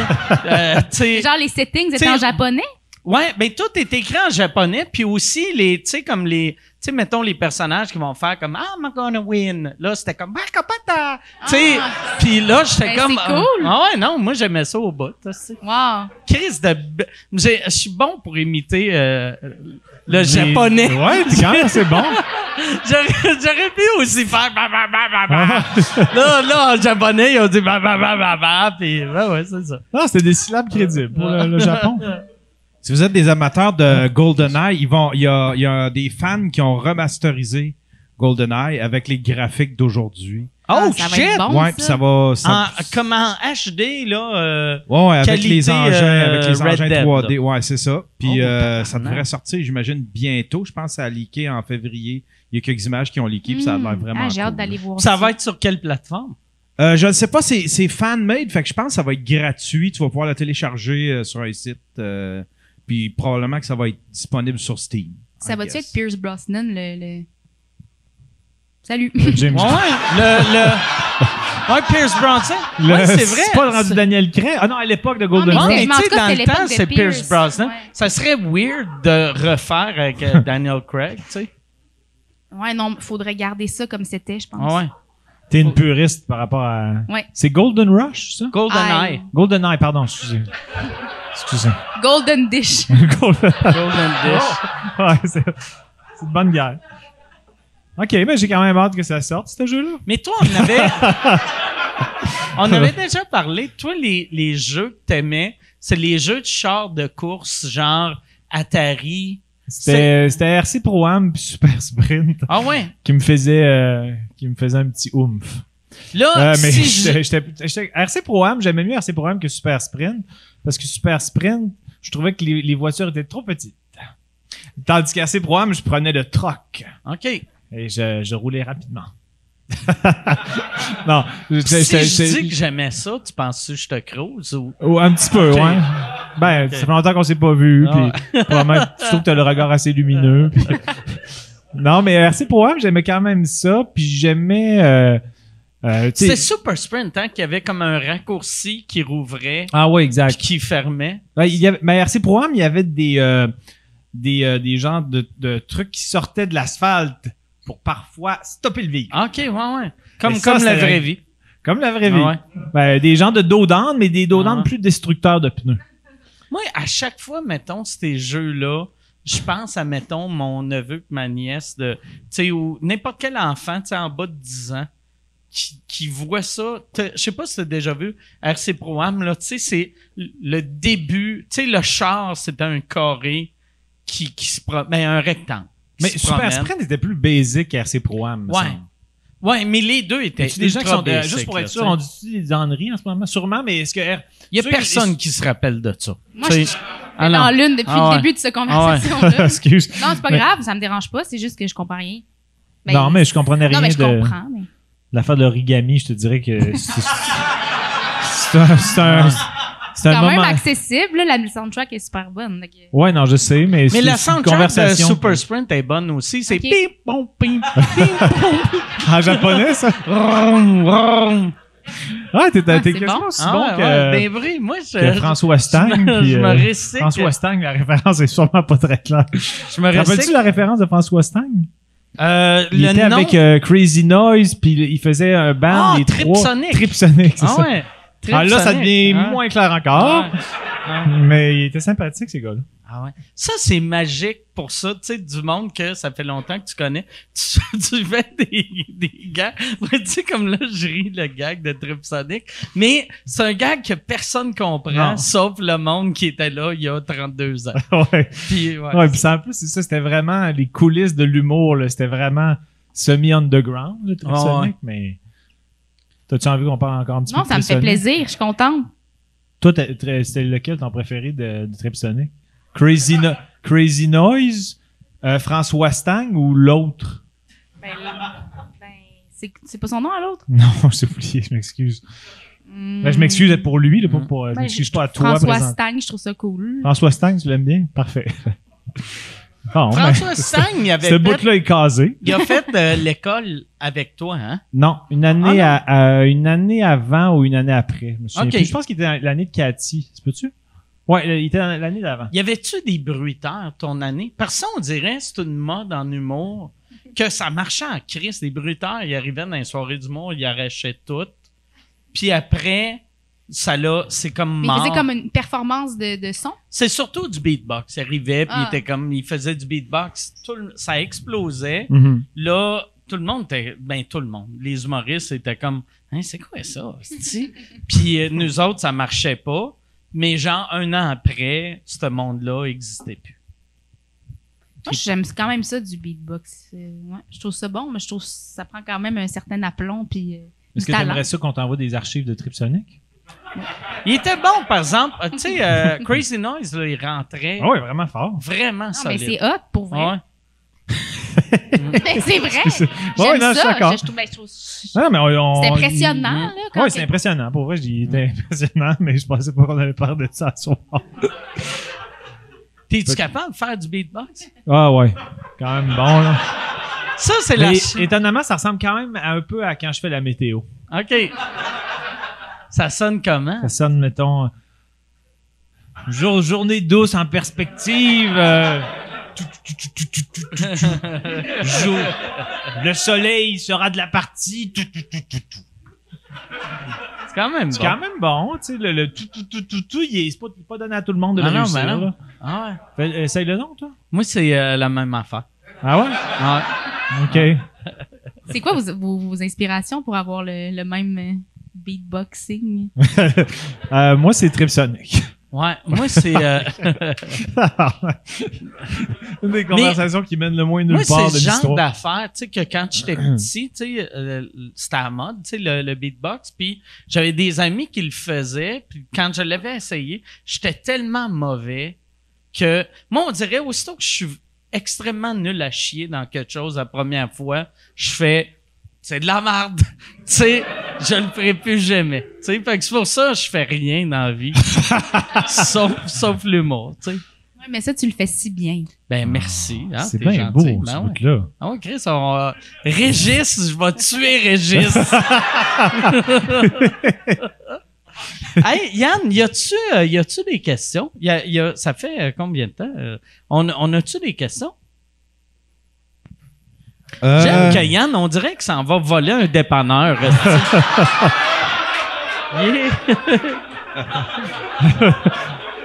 euh, tu (laughs) sais... Genre, les settings étaient T'sais, en japonais. Ouais, ben tout est écrit en japonais, puis aussi les, tu sais comme les, tu sais mettons les personnages qui vont faire comme ah I'm gonna win. Là c'était comme bah kapata, tu sais. Ah. Puis là j'étais Ben, comme c'est cool. ah ouais non moi j'aimais ça au bout. tu sais. Wow. Chris de, b- j'ai- je suis bon pour imiter euh, le Les- japonais. Ouais, quand même, c'est (laughs) bon. (laughs) J'aurais j'aurais pu aussi faire bah bah bah bah bah. là là en japonais ils ont dit bah bah bah bah bah puis ouais ouais c'est ça. Non, c'était des syllabes crédibles pour le, le Japon. Si vous êtes des amateurs de GoldenEye, ils vont, il y a, il y a des fans qui ont remasterisé GoldenEye avec les graphiques d'aujourd'hui. Ah, Oh ça va shit. être bon, ouais, puis ça va. En, Ça, comme en HD là. euh, ouais, ouais, avec qualité, les engins, avec les euh, Red engins Dead, 3D. Ouais, c'est ça. Puis Oh, euh, ça tabarnak. devrait sortir, j'imagine, bientôt. Je pense que ça a leaké en février. Il y a quelques images qui ont leaké, puis ça a l'air Hmm. vraiment. Ah, j'ai hâte cool. d'aller voir. Ça va être sur quelle plateforme? Euh, je ne sais pas, c'est, c'est fan-made, fait que je pense que ça va être gratuit. Tu vas pouvoir le télécharger euh, sur un site, euh, puis probablement que ça va être disponible sur Steam. Ça I va-tu guess. être Pierce Brosnan, le. le- Salut. James Ouais, ouais. Le, le... (laughs) Ouais, Pierce Bronson. Le- ouais, c'est vrai. pas le rendu Daniel Craig. Ah non, à l'époque de Golden mais Ouais, mais Eye. Mais tu en sais, tout cas, dans c'était le l'époque temps, de c'est Pierce Pierce, Brosnan. ouais. Ça serait weird de refaire avec (laughs) euh, Daniel Craig, tu sais. (laughs) ouais, non, faudrait garder ça comme c'était, je pense. Ah ouais. T'es une puriste par rapport à. Ouais. C'est Golden Rush, ça? Golden Aye. Eye. Golden Eye, pardon, excusez. Excusez. Golden Dish. Golden (laughs) Golden Oh. Dish. Ouais, c'est c'est une bonne guerre. Ok, mais j'ai quand même hâte que ça sorte, ce jeu-là. Mais toi, on avait. (laughs) on avait déjà parlé. Toi, les, les jeux que t'aimais, c'est les jeux de char de course, genre Atari. C'était euh, c'était RC Pro Am puis Super Sprint Ah ouais. qui me faisait euh, qui me faisait un petit oomph. Là, Ah, Euh, mais si je- j'étais- j'étais- j'étais- RC Pro Am, j'aimais mieux RC Pro Am que Super Sprint parce que Super Sprint, je trouvais que les, les voitures étaient trop petites. Tandis qu'RC Pro Am, je prenais le troc OK. et je, je roulais rapidement. (laughs) non, Si j'étais- j'étais- je j'étais- dis que j'aimais ça, tu penses que je te croise ou. Ou un petit peu, Ok. ouais. Ben, Ok. ça fait longtemps qu'on s'est pas vu, Ah. puis probablement, (laughs) je trouve que t'as le regard assez lumineux. puis- non, mais RC Pro Am, j'aimais quand même ça, puis j'aimais... Euh, euh, tu C'est sais- Super Sprint, hein, qui avait comme un raccourci qui rouvrait Ah ouais, puis exact. qui fermait. Ouais, il y avait, mais RC Pro Am, il y avait des, euh, des, euh, des genres de, de trucs qui sortaient de l'asphalte pour parfois stopper le véhicule. Ah, OK, ouais, ouais. Comme, Mais ça, comme la c'est- vraie vie. Comme la vraie vie. Ah ouais. Ben, des genres de dos d'âne, mais des dos d'âne Ah. plus destructeurs de pneus. Moi, à chaque fois, mettons, ces jeux-là, je pense à, mettons, mon neveu pis ma nièce de, tu sais, ou n'importe quel enfant, tu sais, en bas de 10 ans, qui, qui voit ça. T'as- Je sais pas si t'as déjà vu RC Pro Am, là, tu sais, c'est le début, tu sais, le char, c'est un carré qui, qui se promène, mais un rectangle. qui Mais se Super promène. Sprint était plus basique que RC Pro Am. me Ouais. semble. Ouais, mais les deux étaient. Y a-tu des gens qui ultra sont euh, basic, juste pour là, être sûr, tu sais. on dit des âneries en ce moment, sûrement, mais est-ce que R- Il n'y Ceux a qui- personne qui se rappelle de ça. Moi, Tu je sais. suis Ah non. dans l'une depuis Ah ouais. le début de cette (laughs) conversation-là. excuse. Non, c'est pas Mais- grave, ça me dérange pas, c'est juste que je comprends rien. Ben, non, mais je comprenais rien Non, mais je de comprends. mais- l'affaire de l'origami, je te dirais que c'est- c'est c'est un, c'est un, c'est un quand même moment. accessible. là, la soundtrack est super bonne. donc, euh, Ouais, non, je sais, mais, c'est Mais la c'est une soundtrack de conversation. Super Sprint est bonne aussi. C'est Ok. pim, pom, (laughs) pim, pim, pom, pim, En japonais, ça? vroom, vroom. Ah, t'es t'es Ah, c'est quasiment bon. aussi Ah, bon ouais, que, ben vrai, moi, je, que François Stang. (laughs) je me- puis, je me euh, récite. François Stang, la référence est sûrement pas très claire. je me Rappelles-tu récite. la référence de François Stang? Euh, Il le était nom. avec euh, Crazy Noise, puis il faisait un Ah, band des trois... Tripsonic. Tripsonic, c'est ah ça. ouais. Ah, là, ça Tripsonic. devient Ah. moins clair encore, Ah. mais il était sympathique, ces gars-là. (laughs) Ah ouais. Ça, c'est magique pour ça, tu sais, du monde que ça fait longtemps que tu connais. (laughs) Tu, tu fais des, des gags. Moi, tu sais, comme là, je ris le gag de Trip Sonic, mais c'est un gag que personne comprend, Non. sauf le monde qui était là il y a 32 ans. ouais. Puis, ouais. Ouais, puis ça, en plus, c'est ça, c'était vraiment les coulisses de l'humour, là. C'était vraiment semi-underground, le Tripsonic, Ouais, ouais. mais... T'as-tu envie qu'on parle encore un petit peu non, de ça me fait Tripsonic? plaisir. Je suis contente. Toi, t'as- t'as- c'était lequel ton préféré de, de Tripsonic? Crazy, No- Crazy Noise, euh, François Stang ou l'autre? Ben, ben, c'est c'est pas son nom à l'autre. (laughs) Non, j'ai oublié, je m'excuse. Ben, je m'excuse pour lui, là, pas pour, euh, je Ben, m'excuse pas à toi, François présent- Ah, Stang, je trouve ça cool. François Stang, tu l'aimes bien? Parfait. (laughs) Bon, ben, François Sang, il ce avait fait, bout-là est casé. il a fait euh, l'école avec toi, hein? Non, une année, Ah, à- à- une année avant ou une année après. Je, me souviens Ok. plus. je pense qu'il était dans l'année de Cathy. Tu peux-tu? Ouais, il était dans l'année d'avant. Y avait-tu des bruiteurs ton année? Parce qu'on dirait, c'est une mode en humour, que ça marchait en crise. Les bruiteurs, ils arrivaient dans les soirées d'humour, ils arrachaient tout. Puis après, ça là, c'est comme Mais il faisait mort. comme une performance de, de son. C'est surtout du beatbox. Ils arrivaient, puis Ah. ils étaient comme, ils faisaient du beatbox. Tout le- ça explosait. Mhm. Là, tout le monde était, ben tout le monde. Les humoristes étaient comme, hein, c'est quoi ça? (laughs) hostie? puis euh, nous autres, ça marchait pas. Mais genre, un an après, ce monde-là existait plus. Moi, j'aime quand même ça du beatbox. Euh, ouais, je trouve ça bon, mais je trouve que ça prend quand même un certain aplomb. Puis, euh, Est-ce que du tu talent. aimerais ça qu'on t'envoie des archives de Tripsonic? Il était bon, par exemple. Euh, Tu sais, euh, Crazy Noise, là, il rentrait Ah ouais, vraiment fort. vraiment Non, mais solide. c'est hot pour vrai. Ouais. (laughs) Mais c'est vrai. C'est- J'aime Ouais, non, je suis ça. d'accord. Je, je trouve, ben, je trouve- c'est Non, mais on- on- impressionnant. Là, quand Ouais, c'est que- impressionnant. Pour vrai, il était (laughs) impressionnant, mais je pensais pas qu'on allait parler de ça ce soir. T'es-tu capable de faire du beatbox? Ah ouais. Quand même bon, là. Ça, c'est la... Mais étonnamment, ça ressemble quand même à un peu à quand je fais la météo. OK. Ça sonne comment? Ça sonne, mettons, euh, jour, journée douce en perspective. euh, tout, tout, tout, tout, tout, tout, tout, tout. Jour- le soleil sera de la partie. tout, tout, tout, tout, tout. C'est quand même C'est bon. quand même bon, tu sais, le, le tout, tout, tout, tout, tout, il est, c'est pas, pas donné à tout le monde de Ah le non, réussir. ben non. là. Ah ouais. Fais- Essaye le nom, toi. Moi, c'est euh, la même affaire. Ah ouais? Ah ouais. OK. C'est quoi vos, vos, vos inspirations pour avoir le, le même euh, beatboxing? Euh, moi, c'est Tripsonic. (laughs) Ouais, moi, c'est... euh, Une des conversations qui mènent le moins nulle Moi, part c'est de le genre l'histoire. d'affaires, tu sais, que quand (clears throat) j'étais petit, tu sais, euh, c'était à la mode, tu sais, le, le beatbox, puis j'avais des amis qui le faisaient, puis quand je l'avais essayé, j'étais tellement mauvais que, moi, on dirait, aussitôt que je suis extrêmement nul à chier dans quelque chose la première fois, je fais, c'est de la merde, (laughs) tu sais, je le ferai plus jamais, tu sais, fait que c'est pour ça que je fais rien dans la (laughs) vie, sauf, sauf l'humour, tu sais. Ouais, mais ça, tu le fais si bien. Ben, merci. hein, C'est t'es bien beau, gentil, ben ce ouais. bout-là. Ah ouais, Chris, on... euh, Régis, je vais tuer Régis. (laughs) hey, Yann, y a-tu, euh, y a-tu des questions? Y a- y a- ça fait euh, combien de temps? euh, on, on a-tu des questions? Euh. J'aime que Yann, on dirait que ça en va voler un dépanneur. (laughs) Yeah.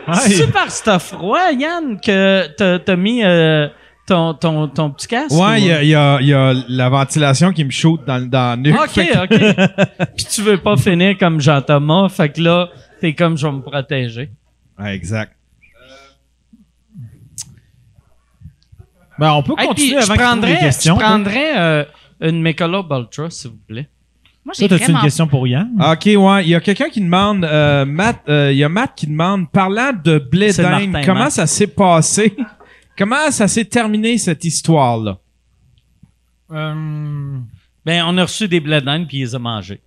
Ouais. Super stuff froid, Yann, que t'as, t'as mis euh, ton, ton, ton petit casque. ou- Ouais, il y a, il y a- il y a la ventilation qui me shoot dans, le- dans le nuque. OK, Fait que- OK. Puis tu veux pas finir comme Jean-Thomas, fait que là, t'es comme je vais me protéger. Ouais, exact. Ben, on peut Hey, puis continuer je avant qu'il trouve des prendrais, questions. je prendrais euh, une Michelob Ultra, s'il vous plaît. Moi, j'ai Toi, t'as-tu une vraiment question pour Yann? Ah. OK, ouais. Il y a quelqu'un qui demande, euh, Matt, euh, il y a Matt qui demande, parlant de blé C'est d'Inde, Martin, comment Matt. ça s'est passé? comment ça s'est terminé, cette histoire-là? Euh, Ben, on a reçu des blés d'Inde puis ils les ont mangés.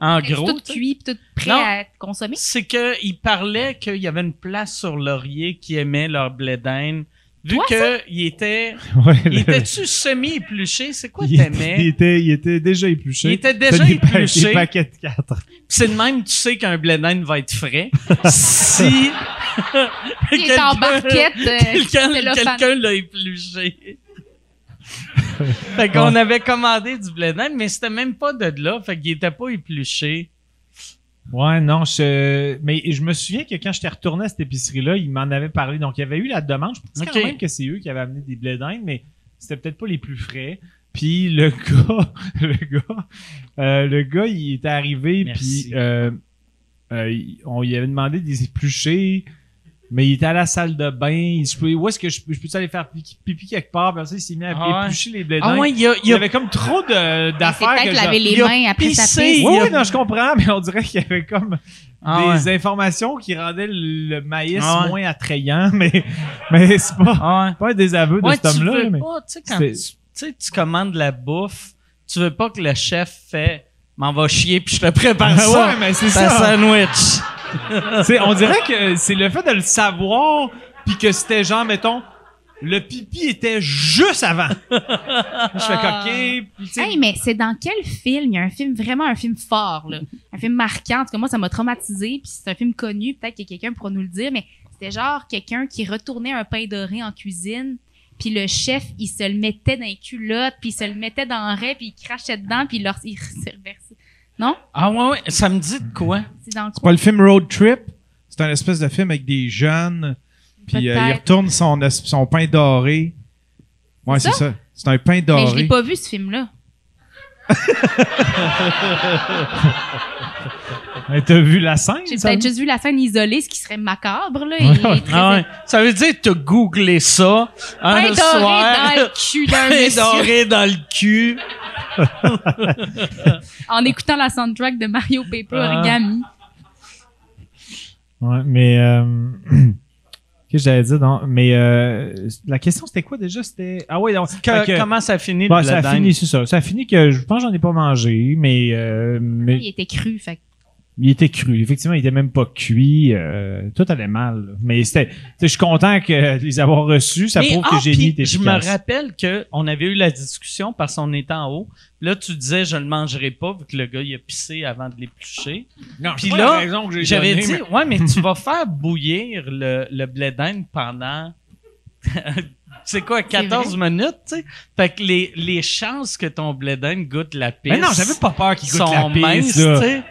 en C'est gros. tout tu sais. cuit, puis tout prêt Non. à être (laughs) consommé. C'est qu'il parlait qu'il y avait une place sur Laurier qui aimait leur blé d'Inde. Vu Toi, qu'il était. (laughs) Ouais, Il le- était-tu semi-épluché? C'est quoi il t'aimais? était- il était, il était déjà épluché. Il était déjà T'as des pa- épluché. des paquets de quatre. Pis c'est de même, tu sais qu'un blé d'Inde va être (laughs) frais. (laughs) si. Il est en barquette. euh, Quelqu'un cellophane. quelqu'un l'a (laughs) épluché. fait qu'on avait commandé du blé d'Inde, mais c'était même pas de là. Fait qu'il était pas épluché. Ouais, non, je... mais je me souviens que quand j'étais retourné à cette épicerie-là, ils m'en avaient parlé. Donc, il y avait eu la demande. Je pense Ok. quand même que c'est eux qui avaient amené des blés d'Inde, mais c'était peut-être pas les plus frais. Puis le (laughs) gars, le gars, euh, le gars, il était arrivé, Merci. puis euh, euh, il- on lui avait demandé des épluchés, mais il était à la salle de bain. Il se pouvait- où est-ce que je, peux- je peux aller faire pipi, pipi quelque part? Puis ça, il s'est mis à Ah ouais. éplucher les blés d'Inde. Ah ouais, il y a, Ah, Il y avait comme trop de- Il s'est d'affaires. que peut-être je- lavé il les a mains après sa pissé, pisse. oui, Il y a- oui, non, je comprends, mais on dirait qu'il y avait comme Ah ouais. des informations qui rendaient le maïs Ah ouais. moins attrayant, (laughs) mais, mais c'est pas, Ah ouais. pas un désaveu de Ouais, cet tu homme-là. veux mais- pas, tu sais, quand c'est- tu, tu sais, tu commandes de la bouffe, tu veux pas que le chef fait m'en va chier puis je te prépare Ah ça, ouais, mais c'est ta ça. sandwich. C'est- on dirait que c'est le fait de le savoir, puis que c'était genre, mettons, le pipi était juste avant. je fais Ah. coquer, puis tu sais, Hey, mais c'est dans quel film? Il y a un film, vraiment un film fort, là. Un film marquant. En tout cas, moi, ça m'a traumatisé. Puis c'est un film connu. Peut-être que quelqu'un pourra nous le dire. Mais c'était genre quelqu'un qui retournait un pain doré en cuisine. Puis le chef, il se le mettait dans les culottes. Puis il se le mettait dans le raie. Puis il crachait dedans. Puis il, leur... il (laughs) se reversait. Non? Ah ouais, ouais, ça me dit de quoi? C'est dans le C'est pas le film Road Trip. C'est un espèce de film avec des jeunes. Puis euh, il Peut-être. retourne son, es- son pain doré. Ouais, c'est C'est ça. C'est un pain Mais je doré. l'ai pas vu, ce film-là. Hey, t'as vu la scène? J'ai ça? peut-être juste vu la scène isolée, ce qui serait macabre, là. Ouais, et ouais. très- Ah ouais. Ça veut dire que t'as googlé ça un Pain doré soir. (laughs) dans le cul d'un pain monsieur. doré dans le cul. En écoutant la soundtrack de Mario Paper Ah. Origami. Ouais, mais. euh, (clears throat) Qu'est-ce que j'allais dire? Non, mais euh, la question, c'était quoi déjà? C'était. Ah oui, donc. Que- fait que- Comment ça finit Bon, le ça a bledin? fini, c'est ça. Ça a fini que je pense que j'en ai pas mangé, mais, euh, Ah, mais Il était cru, fait que il était cru. Effectivement, il était même pas cuit. euh, tout allait mal. là. Mais c'était, tu sais, je suis content que de les avoir reçus. Ça Mais- prouve ah, que j'ai puis mis efficace. Je me rappelle que on avait eu la discussion parce qu'on était en haut. Là, tu disais je ne le mangerai pas vu que le gars il a pissé avant de l'éplucher. Non, Puis là, que J'avais dit ouais mais tu vas faire bouillir le, le blé d'Inde pendant (laughs) c'est quoi 14 minutes, tu sais. Fait que les, les chances que ton blé d'Inde goûte la pisse. Mais non, j'avais pas peur qu'il goûte sont la minces, pisse. tu là. sais.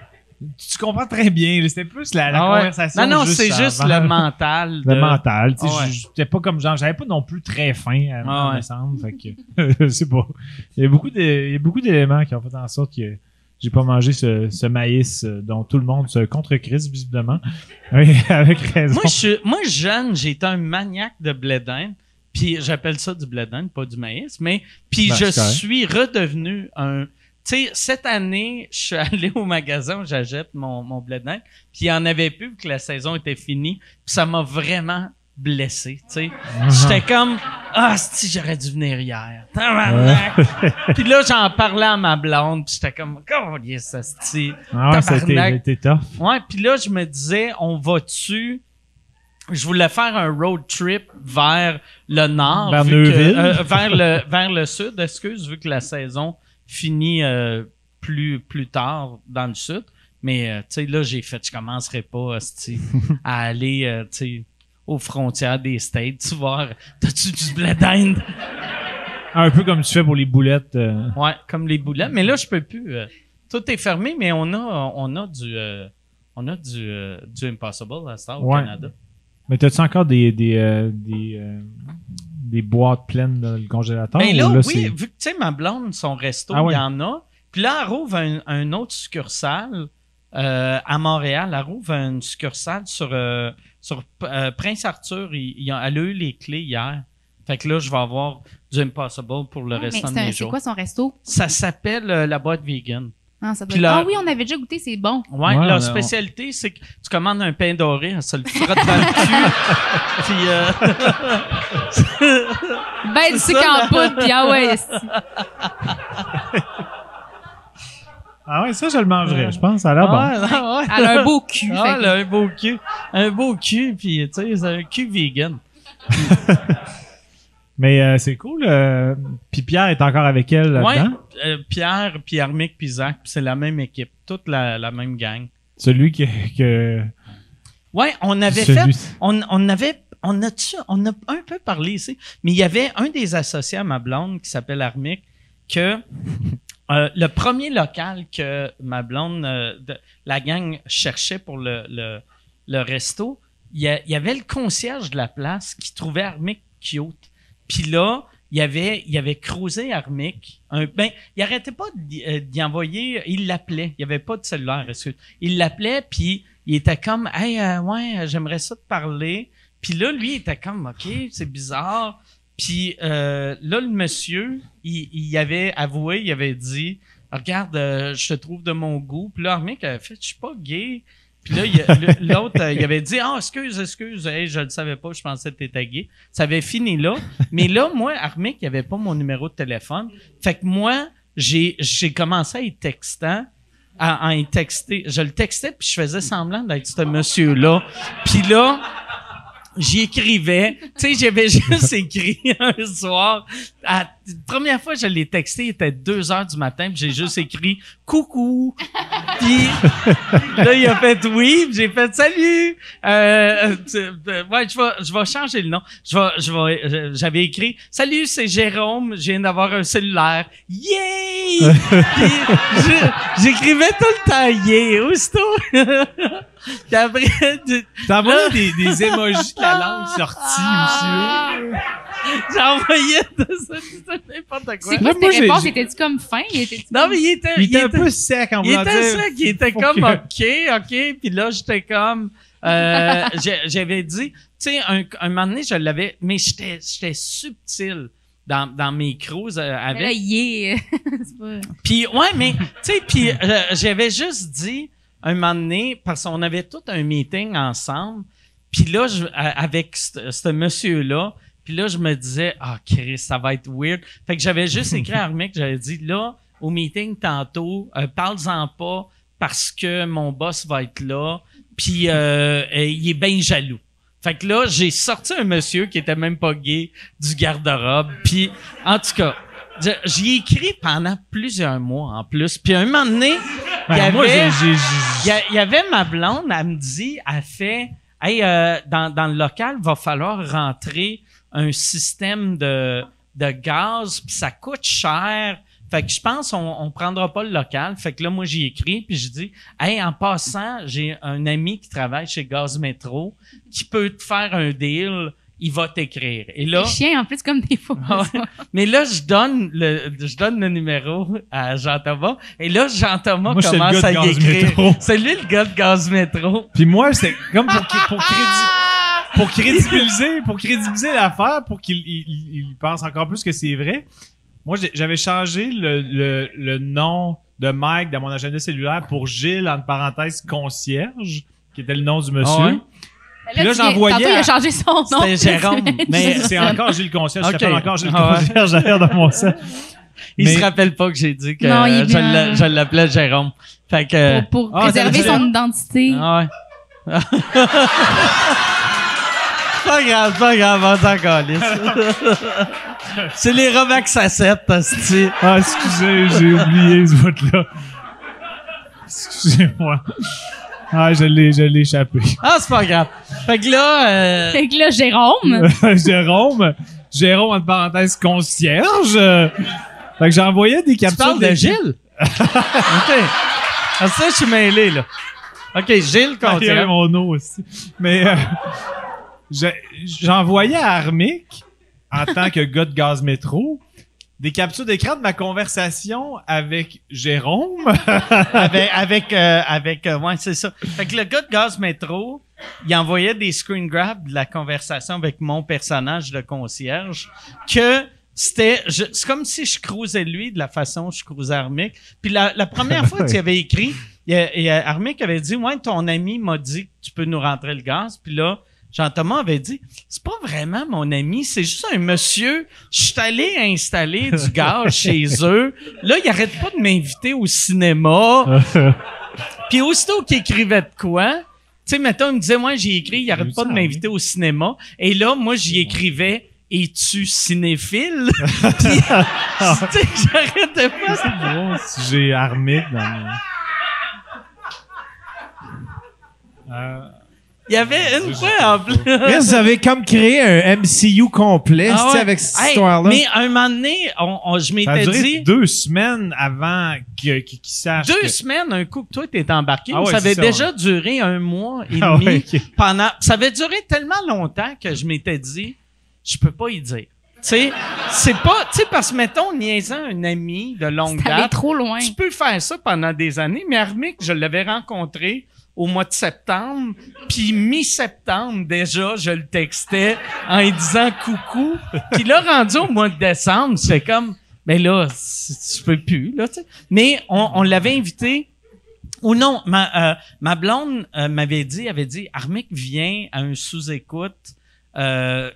Tu comprends très bien. là. C'était plus la, la Ah ouais. conversation. Non, non, c'est juste avant. le mental. Le de- mental, tu sais, Ah ouais. je- j'étais pas comme genre, j'avais pas non plus très faim, à Ah ouais. me semble, fait que, (laughs) je sais pas. Il y a beaucoup de, il y a beaucoup d'éléments qui ont fait en sorte que j'ai pas mangé ce, ce maïs euh, dont tout le monde se contre-crise, visiblement. (laughs) Oui, avec raison. (laughs) Moi, je suis- moi, jeune, j'étais un maniaque de blé d'Inde. Puis j'appelle ça du blé d'Inde, pas du maïs. Mais puis Ben, je c'est correct. suis redevenu un. Tu sais, cette année, je suis (laughs) allé au magasin où j'achète mon, mon blé d'Inde. Puis il n'y en avait plus vu que la saison était finie. Puis ça m'a vraiment blessé. Tu sais, Uh-huh. j'étais comme ah si j'aurais dû venir hier. Tabarnak! (laughs) puis là, j'en parlais à ma blonde. Puis j'étais comme oh yes, asti. Ah ouais, ça a été- tabarnak. été tough. Ouais, puis là, je me disais, on va-tu. Je voulais faire un road trip vers le nord. Vers vu que- Neuville. euh, vers, le, (laughs) vers le sud, excuse, vu que la saison finit euh, plus, plus tard dans le sud. Mais, euh, tu sais, là, j'ai fait, je commencerai pas (laughs) hostie, à aller, euh, tu sais, aux frontières des States, tu vois, t'as-tu du blé d'Inde? Un peu comme tu fais pour les boulettes. euh. Ouais, comme les boulets. Mais là, je peux plus. euh, tout est fermé, mais on a, on a du, euh, on a du, euh, du Impossible à Star au Ouais. Canada. Mais t'as-tu encore des, des, euh, des, euh, des boîtes pleines dans le congélateur? Mais Ben là, ou là, oui, c'est- vu que, tu sais, ma blonde, son resto, Ah ouais. il y en a. Puis là, elle rouvre un, un autre succursale euh, à Montréal. Elle rouvre une succursale sur, euh, sur euh, Prince-Arthur. Il- il a- elle a eu les clés hier. Fait que là, je vais avoir du Impossible pour le Ouais, Ah, mais restant de c'est un- mes C'est jours. quoi son resto? Ça s'appelle euh, la boîte vegan. Ah, ça doit Puis être- la- Ah oui, on avait déjà goûté, c'est bon. Ouais, Ouais, on a- leur spécialité, c'est que tu commandes un pain doré, ça le frotte dans le cul. (laughs) Puis, euh, Ben, du C'est sucre ça, en poudre, puis ah ouais. c'est- Ah ouais, ça, je le mangerais, je pense. Ça a l'air Ah bon. Ah Ouais, non, ouais. Elle a un beau cul. Ah, fait (laughs) elle a un beau cul. Un beau cul, puis tu sais, c'est un cul vegan. Mais euh, c'est cool. euh, Puis Pierre est encore avec elle ouais, là-dedans. euh, Pierre, Pierre Mick, puis Zach, puis c'est la même équipe, toute la, la même gang. Celui que. que Ouais, on avait fait celui- on, on avait on a on a un peu parlé ici, mais il y avait un des associés à ma blonde qui s'appelle Armic que euh, le premier local que ma blonde euh, de- la gang cherchait pour le le, le resto, il y, a- il y avait le concierge de la place qui trouvait Armic cute. Puis là, il y avait il y avait creusé Armic, un ben il arrêtait pas d'y euh, d'y envoyer, il l'appelait, il y avait pas de cellulaire, excuse. Il l'appelait puis il était comme hey euh, ouais euh, j'aimerais ça te parler puis là lui il était comme ok c'est bizarre puis euh, là le monsieur il, il avait avoué il avait dit regarde euh, je te trouve de mon goût puis là le mec avait fait je suis pas gay puis là, il y a- le- l'autre, euh, il avait dit Ah, excuse, excuse, hey, je le savais pas, je pensais que t'étais gay. Ça avait fini là. Mais là, moi, Armic, il n'y avait pas mon numéro de téléphone. Fait que moi, j'ai j'ai commencé à y textant à, à y texter. Je le textais, puis je faisais semblant d'être ce monsieur-là. Puis là, j'y écrivais. Tu sais, j'avais (laughs) juste écrit un soir. À, première fois, je l'ai texté, il était 2 heures du matin, puis j'ai juste écrit « Coucou! » Puis là, il a fait « Oui! » puis j'ai fait « Salut! Euh, tu- euh, ouais, je vais, je vais changer le nom. Je vais, je vais, euh, j'avais écrit « Salut, c'est Jérôme, je viens d'avoir un cellulaire. Yay! » Puis je- j'écrivais tout le temps « Yay! » aussitôt. (laughs) Puis après, tu- T'as Ah. envoyé Ah, des, des émojis de la langue sortie, Ah! J'envoyais de ça, de ça, n'importe quoi. C'est quoi Même moi, tes j'ai- réponses? j'ai- Était-tu comme fin? Il était Non, mais il était, monsieur. Il était un peu sec en il voulant était dire. ça, qui était Faut comme que- OK, OK. Puis là, j'étais comme. (laughs) euh, j'ai- j'avais dit, tu sais, un, un moment donné, je l'avais. Mais j'étais j'étais subtil dans, dans mes crocs euh, Mais là, avec. yeah. (laughs) C'est pas- Puis, ouais, mais, tu sais, puis euh, j'avais juste dit un moment donné, parce qu'on avait tout un meeting ensemble, puis là, je- a- avec ce ce monsieur-là, puis là, je me disais, ah, Chris, ça va être weird. Fait que j'avais juste écrit à Armic, j'avais dit, là, au meeting tantôt, euh, parle-en pas parce que mon boss va être là, puis euh, euh, il est bien jaloux. Fait que là, j'ai sorti un monsieur qui était même pas gay du garde-robe, puis en tout cas, je- J'y ai écrit pendant plusieurs mois en plus. Puis à un moment donné, il y Ben, moi, avait- j'ai- j'ai- il y, j'ai- a- il y avait ma blonde, elle me dit, elle fait, hey, euh, dans, dans le local, va falloir rentrer un système de, de gaz, puis ça coûte cher. Fait que je pense on, on prendra pas le local. Fait que là, moi, j'y écris, puis je dis, hey, en passant, j'ai un ami qui travaille chez Gaz Métro qui peut te faire un deal, il va t'écrire. Et là, C'est chiant, en plus, comme des fois. Ah ouais. Mais là, je donne le, je donne le numéro à Jean-Thomas. Et là, Jean-Thomas Moi, c'est le commence gars à y de Gaz écrire. Métro. (laughs) C'est lui le gars de Gaz Métro. Puis moi, c'était comme pour, cré- pour, crédi- pour crédibiliser, pour crédibiliser l'affaire, pour qu'il il- il- il pense encore plus que c'est vrai. Moi, j'ai- j'avais changé le, le- le nom de Mike dans mon agenda cellulaire pour Gilles, entre parenthèses, concierge, qui était le nom du monsieur. Ah ouais? Mais Là, tu j'en viens- voyais Tantôt, il a à- changé son nom. C'était (laughs) Jérôme. Mais C'est encore Gilles Concierge. Ok. Je t'appelle encore Gilles Ah ouais. Concierge derrière dans mon set. il Mais- se rappelle pas que j'ai dit que Non, il est euh, je bien. l'a- je l'appelais Jérôme. Fait que. Pour, pour Ah, t'as préserver dit- son identité. Ah ouais. (laughs) pas grave, pas grave, on s'en (laughs) calisse. C'est les Romax à 7, hostie. Ah, excusez, j'ai oublié ce bout-là. Excusez-moi. Ah, je l'ai, je l'ai échappé. Ah, c'est pas grave. Fait que là, euh, Fait que là, Jérôme. (laughs) Jérôme, Jérôme, entre parenthèses, concierge. euh, Fait que j'envoyais des Tu captures. parles de d'écran. Gilles? OK. Ah, ça, je suis mêlé, (laughs) là. OK, Gilles Ah, il y avait Contier. mon nom Ah, aussi. Mais euh, je- j'envoyais à Armic, en tant que gars de gaz métro, des captures d'écran de ma conversation avec Jérôme. (laughs) Avec, avec, euh, avec euh, ouais, c'est ça. Fait que le gars de Gaz Métro, il envoyait des screen grabs de la conversation avec mon personnage de concierge que c'était, je- c'est comme si je cruisais lui de la façon que je cruisais Armic. Puis la, la première fois que tu avais écrit, il y a- il y a- Armic avait dit, ouais, ton ami m'a dit que tu peux nous rentrer le gaz. Puis là, Jean-Thomas avait dit C'est pas vraiment mon ami, c'est juste un monsieur. Je suis allé installer du gaz chez eux. Là, il arrête pas de m'inviter au cinéma. Puis aussitôt qu'il écrivait de quoi, tu sais, mettons, il me disait Moi, j'ai écrit, il arrête vu pas ça, de m'inviter au cinéma. Et là, moi, j'y écrivais Es-tu (laughs) cinéphile Puis, tu sais, j'arrêtais pas. Bon, si j'ai armé dans le- Euh, Il y avait une fois en plus. Chris, vous avez comme créé un MCU complet Ah tu sais, ouais. avec cette Hey, histoire-là. Mais un moment donné, on, on- je ça a m'étais duré dit deux semaines avant que- qu'ils sachent. deux que- semaines, un coup que toi t'es embarqué. Ah mais ouais, ça c'est avait déjà ça, duré un mois et (laughs) Ah demi ouais, ok. pendant. Ça avait duré tellement longtemps que je m'étais dit, je peux pas y dire. Tu sais, c'est pas, tu sais, parce que mettons, niaisant un ami de longue T'allais date, trop loin. tu peux faire ça pendant des années, mais Armic, je l'avais rencontré au mois de septembre, puis mi-septembre déjà, je le textais en lui disant coucou. (laughs) Puis là, rendu au mois de décembre, c'est comme, mais là, c- tu peux plus, là, tu sais. Mais on, on l'avait invité, ou non, ma, euh, ma blonde euh, m'avait dit, avait dit, Armic vient à un sous-écoute, euh,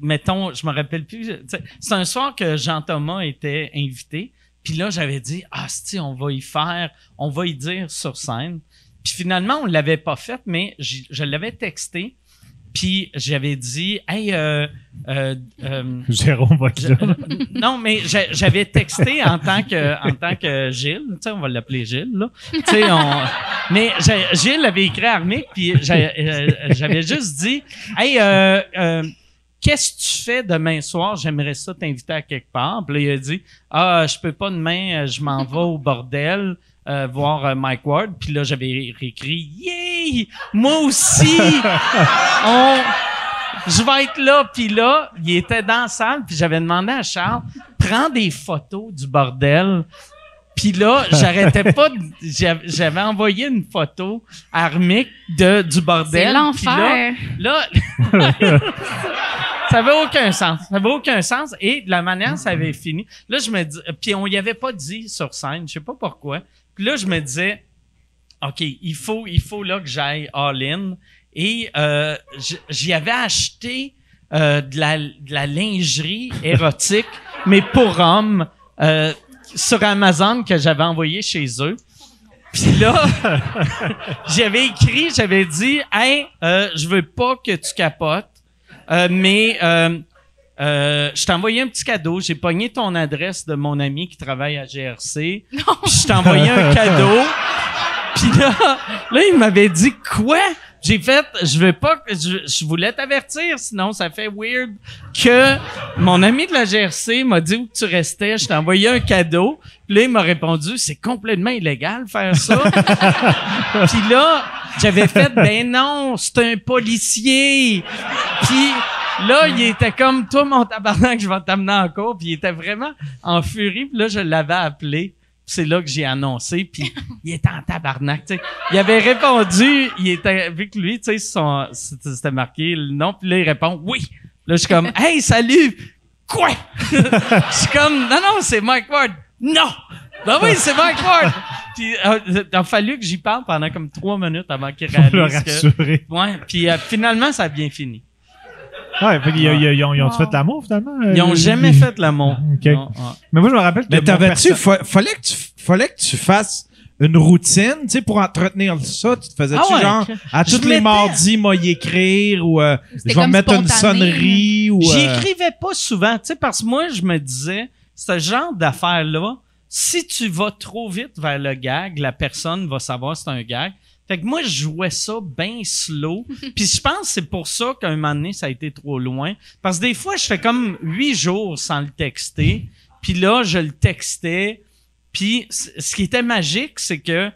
mettons, je me rappelle plus, tu sais, c'est un soir que Jean-Thomas était invité, puis là, j'avais dit, ah, si, on va y faire, on va y dire sur scène. Puis finalement, on l'avait pas fait, mais j'y- je l'avais texté. Puis j'avais dit, hey, euh, euh, euh, Jérôme va je- non, mais j'a- j'avais texté en tant que, en tant que Gilles. Tu sais, on va l'appeler Gilles, là. Tu sais, on- mais j'ai- Gilles avait écrit Armic, puis j'a- euh, j'avais juste dit, hey, euh, euh, qu'est-ce que tu fais demain soir? J'aimerais ça t'inviter à quelque part. Puis là, il a dit, ah, je peux pas demain, euh, je m'en vais au bordel. euh, voir euh, Mike Ward, puis là j'avais réécrit Yay! Moi aussi! on, je vais être là, puis là, il était dans la salle, puis j'avais demandé à Charles, prends des photos du bordel. Puis là, j'arrêtais pas, de- j'av- j'avais envoyé une photo armique de, du bordel. C'est Puis là, l'enfer. Là, (laughs) ça avait aucun sens. Ça avait aucun sens. Et de la manière dont ça avait fini, là, je me dis, puis on y avait pas dit sur scène, je sais pas pourquoi. Puis là, je me disais, OK, il faut, il faut là que j'aille all-in. Et euh, j- j'y avais acheté euh, de, la, de la lingerie érotique, (laughs) mais pour hommes, euh, sur Amazon que j'avais envoyé chez eux. Puis là, j'avais écrit, j'avais dit, hey, euh, je veux pas que tu capotes, euh, mais euh, euh, je t'ai envoyé un petit cadeau. J'ai pogné ton adresse de mon ami qui travaille à GRC. Puis je t'ai envoyé un cadeau. Puis là, là, il m'avait dit quoi? J'ai fait, je veux pas, que- je, je voulais t'avertir, sinon ça fait weird que mon ami de la GRC m'a dit où que tu restais, je t'ai envoyé un cadeau. Puis là, il m'a répondu, c'est complètement illégal faire ça. Puis là, j'avais fait, ben non, c'est un policier. Puis là, il était comme, toi, mon tabarnak, je vais t'amener en cours. Puis il était vraiment en furie. Puis là, je l'avais appelé. Puis c'est là que j'ai annoncé. Puis il était en tabarnak, tu sais. Il avait répondu, il était, vu que lui, tu sais, son- c'était c'était marqué le nom. Puis là, il répond, oui. Là, je suis comme, hey, salut! Quoi? (laughs) je suis comme, non, non, c'est Mike Ward. Non! Ben oui, c'est Mike Ward! Puis, euh, il a fallu que j'y parle pendant comme trois minutes avant (laughs) qu'il Pour le réalise que... rassurer. Ouais, puis euh, finalement, ça a bien fini. Ouais, fait qu'ils- Ah, ils, ils- ils ont- ils ont-tu Wow. fait l'amour finalement? euh, Ils ont les- jamais fait l'amour. Ok. Non, ouais. Mais moi, je me rappelle que. Mais mon t'avais-tu, perso- fa- fallait que tu, fallait que tu fasses une routine, tu sais, pour entretenir ça, tu te faisais-tu Ah ouais. genre, à Je tous mettais- les mardis, moi, y écrire, ou, euh, je vais comme mettre une spontané, sonnerie, ou, euh, J'écrivais pas souvent, tu sais, parce que moi, je me disais, ce genre d'affaires-là, si tu vas trop vite vers le gag, la personne va savoir c'est un gag. Fait que moi, je jouais ça bien slow. Puis je pense que c'est pour ça qu'à un moment donné, ça a été trop loin. Parce que des fois, je fais comme huit jours sans le texter. Puis là, je le textais. Puis c- ce qui était magique, c'est que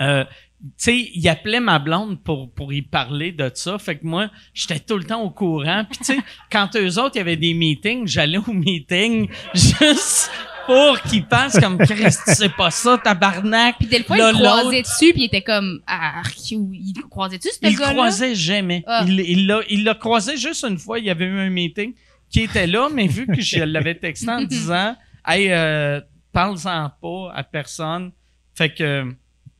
euh, tu sais, il appelait ma blonde pour, pour y parler de ça. Fait que moi, j'étais tout le temps au courant. Puis, tu sais, quand eux autres, il y avait des meetings, j'allais au meeting juste pour qu'ils passent comme Christ, c'est pas ça, tabarnak. Puis des fois, Là, il croisait l'autre- dessus, puis il était comme, ah, il croisait dessus, ce Il gars-là? croisait jamais. Ah. Il il l'a il l'a croisé juste une fois. Il y avait eu un meeting qui était là, mais vu que je l'avais texté en disant, hey, euh, parle-en pas à personne. Fait que.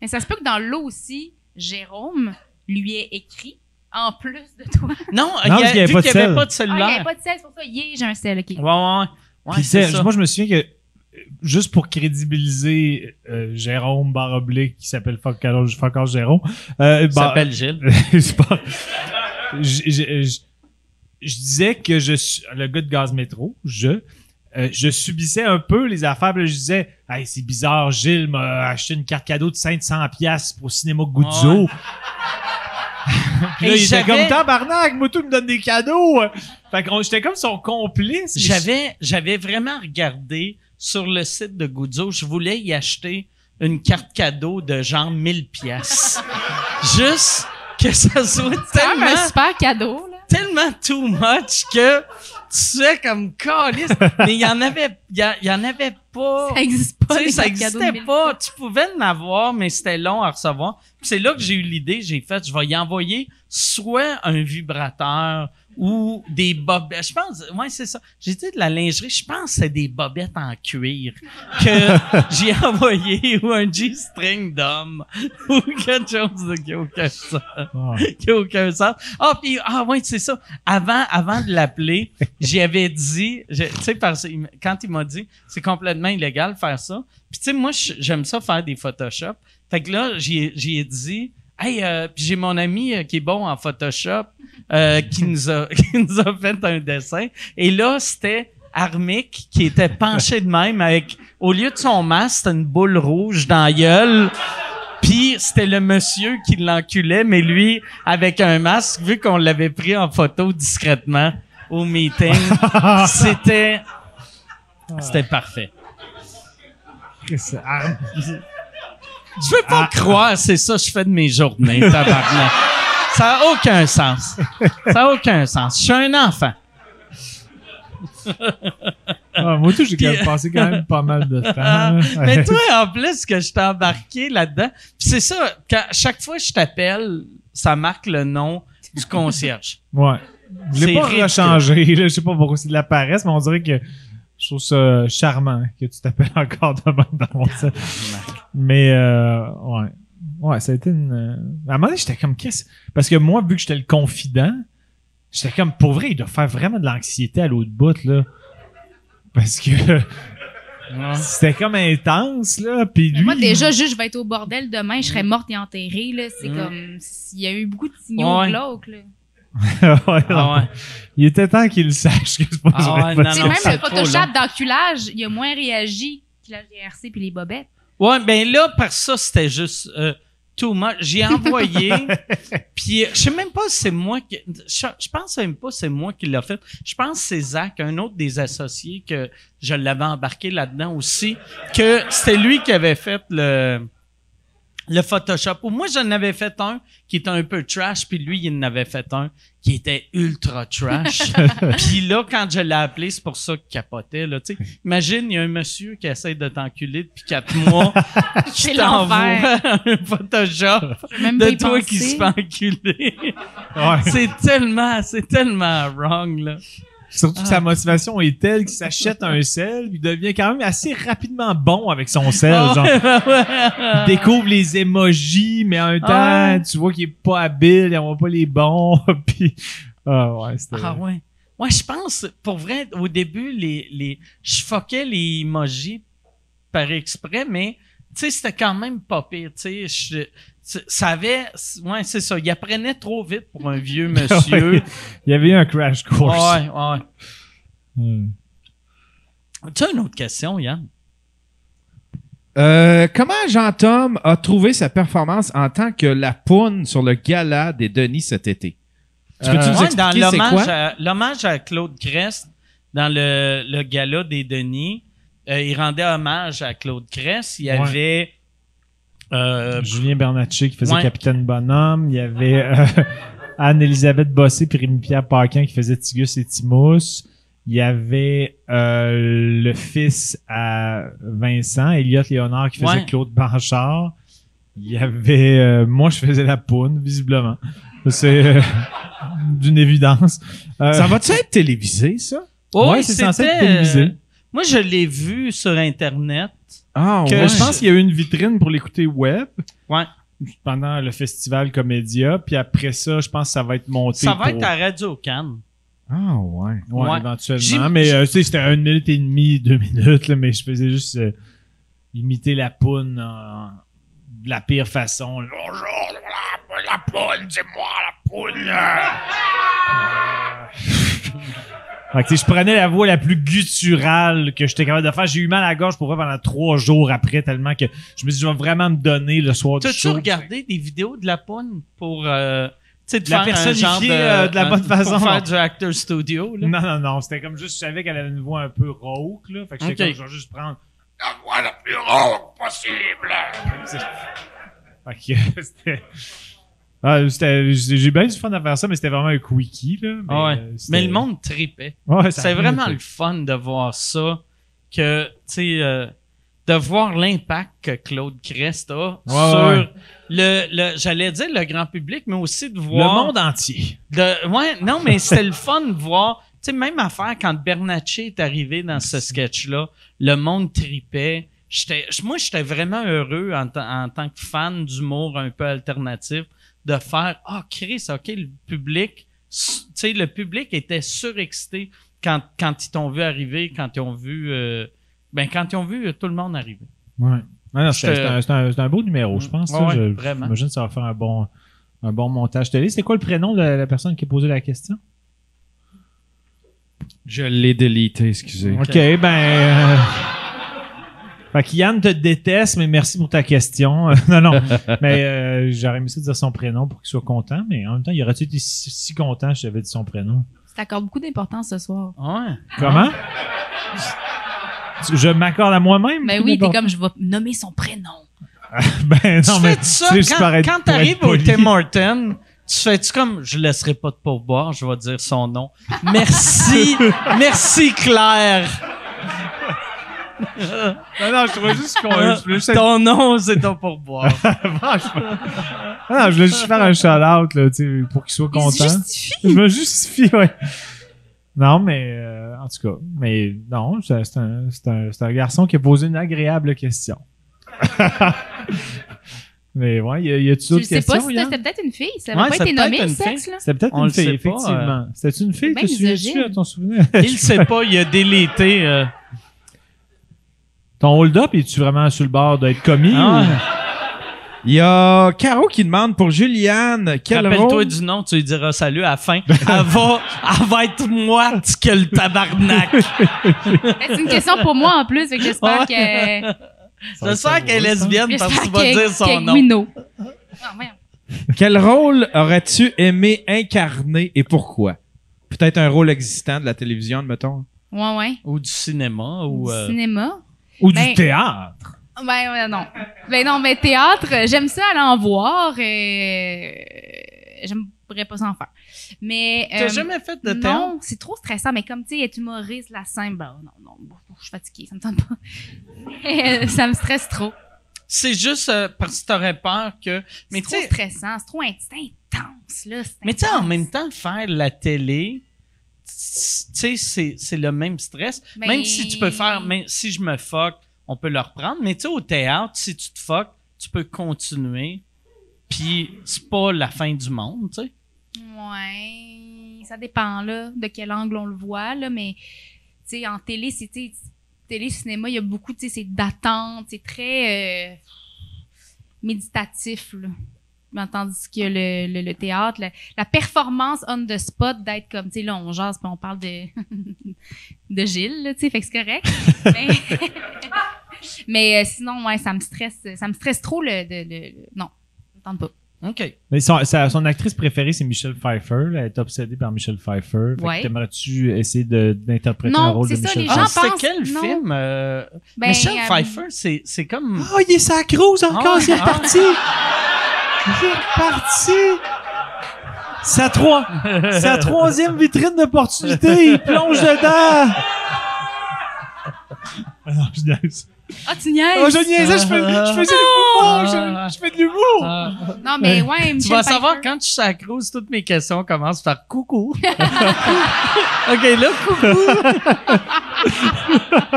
Mais ça se peut que dans l'eau aussi, Jérôme lui ait écrit en plus de toi. Non, il parce y a- qu'il y avait vu pas de qu'il n'y avait sel. pas de Ah, il n'y avait cellulaire. pas de sel, c'est pour ça. Yeah, j'ai un sel, OK. Ouais, ouais, ouais. Ouais, Puis c'est c'est- ça. moi, je me souviens que euh, juste pour crédibiliser euh, Jérôme Baroblé, qui s'appelle Fuck alors, Fuck off Jérôme, euh, Il bah, s'appelle Gilles. (laughs) c'est pas- je, je- je- je disais que je suis le gars de Gaz Métro, je euh, je subissais un peu les affaires. Puis là, je disais, hey, c'est bizarre, Gilles m'a acheté une carte cadeau de 500 pièces pour Cinéma Guzzo. Puis là, Et il était j'avais- comme tabarnak, moi tout me donne des cadeaux. Fait que on- j'étais comme son complice. mais J'avais, j'avais vraiment regardé sur le site de Guzzo, je voulais y acheter une carte cadeau de genre 1000 pièces. Juste que ça soit Ah, C'est quand même tellement, un super cadeau, là. tellement too much que tu sais comme calice, mais il y en avait il y, a- il y en avait pas. Ça existe Oh. Tu pas. sais, les ça cadeaux de n'existait mille pas. fois. Tu pouvais en avoir, mais c'était long à recevoir. Puis c'est là que j'ai eu l'idée. J'ai fait, je vais y envoyer soit un vibrateur ou des bobettes. Je pense, ouais, c'est ça. J'ai dit de la lingerie. Je pense que c'est des bobettes en cuir que (laughs) j'ai envoyé ou un G-string d'homme (laughs) ou quelque chose de- qui n'a aucun sens. Qui a aucun sens. Ah, puis, ah, ouais, c'est ça. Avant, avant de l'appeler, j'y avais dit, je- tu sais, parce il m- quand il m'a dit, c'est complètement illégal de faire ça. Puis, tu sais, moi, je- j'aime ça faire des Photoshop. Fait que là, j'y ai- j'y ai dit, hey, euh, puis j'ai mon ami euh, qui est bon en Photoshop, euh, qui, nous a, (laughs) qui nous a fait un dessin. Et là, c'était Armic qui était penché de même avec, au lieu de son masque, c'était une boule rouge dans la gueule. Puis c'était le monsieur qui l'enculait, mais lui, avec un masque, vu qu'on l'avait pris en photo discrètement au meeting, c'était... C'était parfait. c'est- ah, Je veux pas croire, c'est ça que je fais de mes journées, tabarnak. Ça a aucun sens. Ça a aucun sens. Je suis un enfant. ah, moi tout, j'ai quand Puis- même passé quand même pas mal de temps. Ah, là. mais toi, en plus, que je t'ai embarqué là-dedans, Puis c'est ça, quand, chaque fois que je t'appelle, ça marque le nom du concierge. Ouais. Je C'est l'ai pas ridicule. rechangé. Là. Je sais pas pourquoi c'est de la paresse, mais on dirait que je trouve ça charmant que tu t'appelles encore demain dans mon set. Mais euh, ouais. Ouais, ça a été une. euh, À un moment donné, j'étais comme qu'est-ce. Parce que moi, vu que j'étais le confident, j'étais comme pour vrai, il doit faire vraiment de l'anxiété à l'autre bout, là. Parce que Hein? c'était comme intense, là. Puis Mais lui. Moi, déjà, juste, je vais être au bordel demain, je serais morte et enterrée, là. C'est Mm. comme. Il y a eu beaucoup de signaux Ouais. glauques, là. (laughs) Ouais, Ah ouais. Il était temps qu'il le sache que c'est pas Ah vrai. ouais, non, Tu sais, non, même c'est le trop Photoshop d'enculage, il a moins réagi que la GRC puis les bobettes. Ouais, ben là, par ça, c'était juste euh, too much. J'ai envoyé, puis euh, je sais même pas si c'est moi qui... Je, je pense même pas si c'est moi qui l'a fait. Je pense que c'est Zach, un autre des associés, que je l'avais embarqué là-dedans aussi, que c'était lui qui avait fait le... Le Photoshop. Ou moi, j'en avais fait un qui était un peu trash, puis lui, il en avait fait un qui était ultra trash. puis là, quand je l'ai appelé, c'est pour ça qu'il capotait. Là, tu sais. Imagine, il y a un monsieur qui essaie de t'enculer depuis quatre mois, C'est qui t'envoie un Photoshop Je veux même pas de y toi penser. qui se fait enculer. (laughs) Ouais. c'est tellement, c'est tellement wrong, là. Surtout Ah. que sa motivation est telle qu'il s'achète un sel, il devient quand même assez rapidement bon avec son sel. Ah genre, ouais, ouais, il ouais. découvre les émojis, mais en même temps, Ah ouais. tu vois qu'il est pas habile, il envoie pas les bons, (laughs) puis... Ah ouais, c'était... Ah ouais. Ouais, je pense, pour vrai, au début, les, les, je fuckais les emojis par exprès, mais, tu sais, c'était quand même pas pire, tu sais, je, tu- ça avait, ouais, c'est ça, il apprenait trop vite pour un (laughs) vieux monsieur. Il y avait eu un crash ouais, course. ouais. Ah ouais. Hmm. Tu as une autre question, Yann? Euh, comment Jean-Tom a trouvé sa performance en tant que la poune sur le gala des Denis cet été? Tu peux-tu Euh, nous Ouais, dans expliquer c'est l'hommage quoi? à, l'hommage à Claude Crest, dans le, le gala des Denis, euh, il rendait hommage à Claude Crest. Il y Ouais. avait. euh, Julien Bernatchez qui faisait ouais. Capitaine Bonhomme, il y avait euh, (laughs) Anne-Elisabeth Bossé puis Rémi-Pierre Paquin qui faisait Tigus et Timous. Il y avait euh, le fils à Vincent, Elliot Léonard qui faisait Ouais. Claude Blanchard. Il y avait... euh, moi, je faisais la poune, visiblement. C'est euh, (laughs) d'une évidence. Euh, Ça va-tu être télévisé, ça? oh, ouais, oui, c'est censé être c'était, télévisé. euh, moi, je l'ai vu sur Internet. Ah, que ouais. Je pense qu'il y a eu une vitrine pour l'écouter web. Ouais. pendant le festival Comédia. Puis après ça, je pense que ça va être monté. Ça va pour- être à Radio Cannes. Ah ouais. Ouais, Ouais. J'im- éventuellement. Mais euh, tu sais, c'était une minute et demie, (laughs) deux minutes, là, mais je faisais juste euh, imiter la poune en- de la pire façon. là. Bonjour, la, la poune, c'est moi la poune. Euh. (laughs) Fait que, tu sais, je prenais la voix la plus gutturale que j'étais capable de faire. J'ai eu mal à la gorge pour vrai pendant trois jours après, tellement que je me suis dit, je vais vraiment me donner le soir du T'as-tu show. regardé des vidéos de la poune pour. Euh, tu sais, de La faire un genre de, personnifier, euh, de la un- bonne façon. Pour faire du actor studio, là. Non, non, non. C'était comme juste, je savais qu'elle avait une voix un peu rauque, là. Fait que j'étais Ok. comme, je vais juste prendre. la voix la plus rauque possible. (laughs) Fait que euh, c'était. Ah, c'était- j'ai j'ai bien eu du fun à faire ça, mais c'était vraiment un quickie, là. Ah ouais. euh, c'était- Mais le monde tripait. Ouais, ça C'est arrive, vraiment ça. le fun de voir ça, que, tu sais, euh, de voir l'impact que Claude Crest a Ouais, sur ouais. le, le- j'allais dire le grand public, mais aussi de Le voir... monde entier. de- ouais, non, mais c'était le fun de voir, tu sais, même affaire quand Bernacchi est arrivé dans ce sketch-là, le monde tripait. J'étais, j- moi, j'étais vraiment heureux en, ta- en tant que fan d'humour un peu alternatif de faire Ah, Chris, OK, le public, s- tu sais, le public était surexcité quand, quand ils t'ont vu arriver, quand ils ont vu, euh, ben, quand ils ont vu euh, tout le monde arriver. Ouais. Non, non, J'étais- c'était c'était un, c'était un- c'était un beau numéro, je pense. Ouais, là. ouais, Je- vraiment. J'imagine que ça va faire un bon, un bon montage télé. C'était quoi le prénom de la personne qui posait la question? Je l'ai délité, excusez. OK, ben. euh, Fait que Yann te déteste, mais merci pour ta question. (laughs) non, non. mais euh, j'aurais aimé ça dire son prénom pour qu'il soit content, mais en même temps, il aurait-tu été si, si content si j'avais dit son prénom? Tu t'accordes beaucoup d'importance ce soir. Ouais. Comment? Tu- Je m'accorde à moi-même? Ben oui, t'es comme, je vais nommer son prénom. Ben tu non, mais fais ça tu sais, je quand, parais- quand pour être t'arrives au poli. Tim Horton, tu fais-tu comme je laisserai pas de pourboire, je vais dire son nom. (laughs) Merci, merci Claire. Non, non, je trouvais juste qu'on... je voulais Ah, juste être- ton nom, c'est ton (laughs) pourboire. Franchement. Non, non, je voulais juste faire un shout-out, là, tu sais, pour qu'il soit Il se content. justifie. Je me justifie, ouais. Non, mais euh, en tout cas, mais non, c'est c'est un, c'est un- c'est un garçon qui a posé une agréable question. (laughs) mais ouais, y a- y a-tu Je d'autres sais pas questions? si Yann? c'était peut-être une fille. Ça n'a Ouais, pas ça été peut nommé être le une sexe, là. C'était peut-être On une le fille, sait pas, hein. effectivement. C'était une fille, C'est te bien souviens-tu misogyne. à ton souvenir? Il sait pas, il a délité. euh. Ton hold-up, es-tu vraiment sur le bord d'être commis? Ah ouais. Il y a Caro qui demande pour Juliane quel Rappelle-toi rôle du nom, tu lui diras salut à la (laughs) fin. Elle va, elle va être moite que le tabarnak. Ben, (laughs) C'est une question pour moi en plus, fait que j'espère Ouais. (laughs) que. J'espère qu'elle est lesbienne parce que tu J'espère vas que. dire son que nom. Guino. Ah, voyons. quel rôle aurais-tu aimé incarner et pourquoi Peut-être un rôle existant de la télévision, mettons. Ouais, ouais. Ou du cinéma. Ou, Du euh, Cinéma. Ou du Ben- théâtre? Ben, ouais, non. Ben, non, mais théâtre, euh, j'aime ça aller en voir. Et... euh, J'aimerais pas s'en faire. Mais. T'as euh, jamais fait de théâtre? non, c'est trop stressant, mais comme tu sais, être humoriste, la scène, ben non, non, bon, je suis fatiguée, ça me tente pas. (laughs) ça me stresse trop. C'est juste euh, parce que t'aurais peur que. Mais C'est tu trop sais, stressant, c'est trop in- c'est intense, là. c'est Mais tu sais, en intense. même temps, faire la télé, tu sais, c'est c'est le même stress. Ben- Même si tu peux faire, même si je me fuck, on peut le reprendre. Mais tu sais, au théâtre, si tu te fuck, tu peux continuer. Puis c'est pas la fin du monde, tu sais. Ouais, ça dépend là, de quel angle on le voit, là, mais tu sais, en télé, c'est tu sais, télé, cinéma, il y a beaucoup, tu sais, c'est d'attente, c'est très euh, méditatif, là. Mais Tandis que le, le- le théâtre, la, la performance on the spot d'être comme, tu sais, là, on jase, puis on parle de, (laughs) de Gilles, là, tu sais, fait que c'est correct. mais (laughs) mais, euh, sinon, ouais, ça me stresse, ça me stresse trop le, le- le- le- non, je tente pas. OK. Mais son, sa- son actrice préférée, c'est Michelle Pfeiffer. là. Elle est obsédée par Michelle Pfeiffer. Fait que Ouais. T'aimerais-tu essayer de- d'interpréter Non, un rôle de c'est ça, Michelle les Ah, Pfeiffer? gens- c'était pense- quel non. film? euh, Ben, Michel euh, Pfeiffer, c'est c'est comme. Ah, Oh, il est sacrose encore, il est reparti. Il est reparti! Sa, trois, sa troisième vitrine d'opportunité, il plonge dedans! Ah non, (laughs) je niaise. Ah, tu niaises! Oh, je niaisais, je fais, je faisais de l'humour! Oh, Je, je fais de l'humour! Ah. Non, mais ouais, Tu vas savoir quand tu s'accroses, toutes mes questions commencent par coucou. (laughs) OK, là, coucou.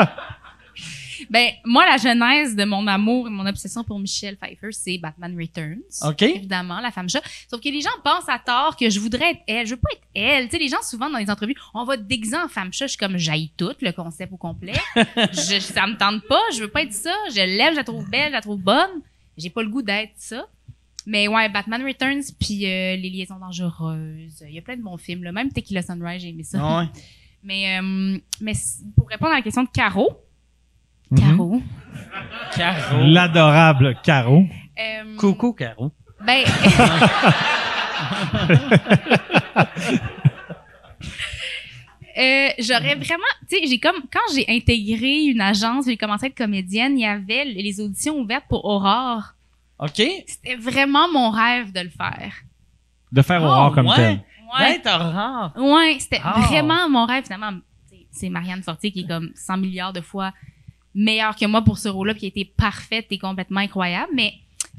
Ben, moi, la genèse de mon amour et mon obsession pour Michelle Pfeiffer, c'est Batman Returns. (laughs) OK. Évidemment, la femme chat. Sauf que les gens pensent à tort que je voudrais être elle. Je veux pas être elle. Tu sais, les gens, souvent, dans les entrevues, on va te déguiser en femme chat. Je suis comme, j'aille toute le concept (laughs) au complet. je, ça me tente pas. Je veux pas être ça. Je l'aime, je la trouve belle, je la trouve bonne. J'ai pas le goût d'être ça. Mais ouais, Batman Returns, puis euh, Les Liaisons Dangereuses. Il y a plein de bons films, là. Même Tequila Sunrise, j'ai aimé ça. Ah ouais. Mais, euh, mais c- pour répondre à la question de Caro, Caro, Caro. L'adorable Caro. euh, Coucou, Caro. Ben. (laughs) Euh, j'aurais vraiment, tu sais, j'ai comme quand j'ai intégré une agence, j'ai commencé à être comédienne, il y avait les auditions ouvertes pour Aurore. OK? C'était vraiment mon rêve de le faire. Oh, De faire Oh, Ah, horreur comme ouais. tel. Ouais, t'as rare. Ouais, c'était Ah. vraiment mon rêve finalement. C'est- C'est Marianne Fortier qui est comme 100 milliards de fois meilleure que moi pour ce rôle-là, qui a été parfaite et complètement incroyable. Mais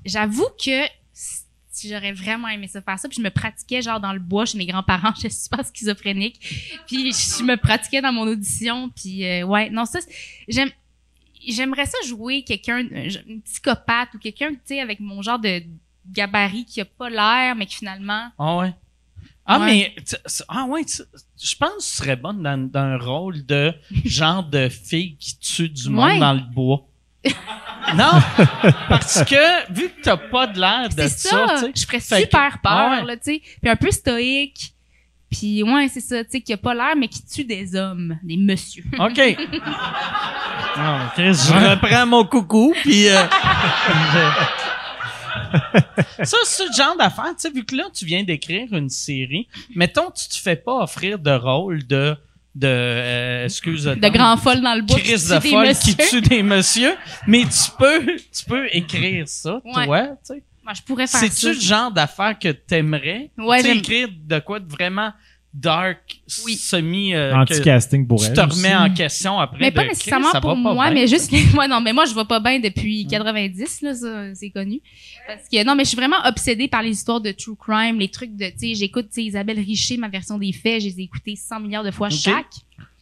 j'avoue que s- j'aurais vraiment aimé ça faire ça. Puis je me pratiquais genre dans le bois chez mes grands-parents. (laughs) J'étais super schizophrénique. Puis je me pratiquais dans mon audition. Puis euh, ouais, non, ça, c'est- j'aime. J'aimerais ça jouer quelqu'un, un, un psychopathe ou quelqu'un, tu sais, avec mon genre de gabarit qui a pas l'air, mais qui finalement Ah ouais. Ah, Ouais. mais. tu- c- Ah ouais, tu- je pense que tu serais bonne dans, dans un rôle (laughs) de genre de fille qui tue du monde Ouais. dans le (laughs) bois. non, parce que vu que t'as pas de l'air de C'est ça, ça, tu sais, je ferais Fait que- super peur, Ah ouais. là, tu sais. Puis un peu stoïque. Puis ouais, c'est ça, tu sais, qui a pas l'air, mais qui tue des hommes, (laughs) des messieurs. OK. Ah, Chris, je reprends mon coucou, puis... euh, je- (laughs) Ça, c'est le genre d'affaire, tu sais, vu que là, tu viens d'écrire une série, mettons, tu te fais pas offrir de rôle de... de euh, excuse De grands folles dans le bois. Chris qui de tuent des folle qui messieurs. tue des messieurs, mais tu peux, tu peux écrire ça, Ouais. toi, tu sais. Moi, je pourrais faire C'est-tu ça. le genre d'affaire que t'aimerais? Ouais, Tu sais, j'aime- écrire de quoi de vraiment dark, Oui. semi... euh, que- Anti-casting pour tu elle. te aussi. remets en question après. Mais de pas Chris, nécessairement ça va pour pas moi, bien. mais juste (laughs) que moi, non, mais moi, je vais pas bien depuis 90, là, ça, c'est connu. Parce que, non, mais je suis vraiment obsédée par les histoires de true crime, les trucs de, tu sais, j'écoute, tu sais, Isabelle Richer, ma version des faits, je les ai écoutées 100 milliards de fois Ok. chaque.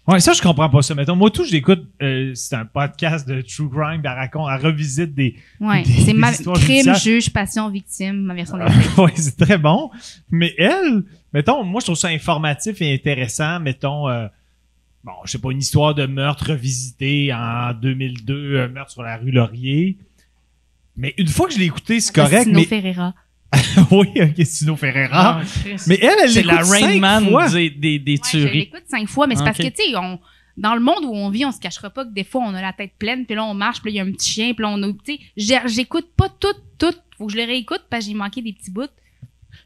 Ouais, ça, je comprends pas ça. Mettons, moi, tout, je l'écoute. euh, c'est un podcast de True Crime. Elle raconte, elle revisite des. Ouais. Des- C'est des ma histoires crime, judiciaires. juge, passion, victime, ma (laughs) version des (laughs) faits. ouais, c'est très bon. Mais elle, mettons, moi, je trouve ça informatif et intéressant. Mettons, euh, bon, je sais pas, une histoire de meurtre revisité en 2002, un meurtre sur la rue Laurier. Mais une fois que je l'ai écouté, c'est correct. Sino Mais... Ferreira. (laughs) oui, ok, Sino Ah, Ferreira. Chris. Mais elle, elle c'est l'écoute la Rain cinq Man fois. des, des, des Ouais, je tueries. l'écoute cinq fois, mais c'est Ah, parce ok. que, tu sais, on- dans le monde où on vit, on se cachera pas que des fois, on a la tête pleine, puis là, on marche, puis là, il y a un petit chien, puis là, on a, tu sais, j'ai- j'écoute pas tout, tout. Faut que je le réécoute, parce que j'ai manqué (laughs) des petits bouts.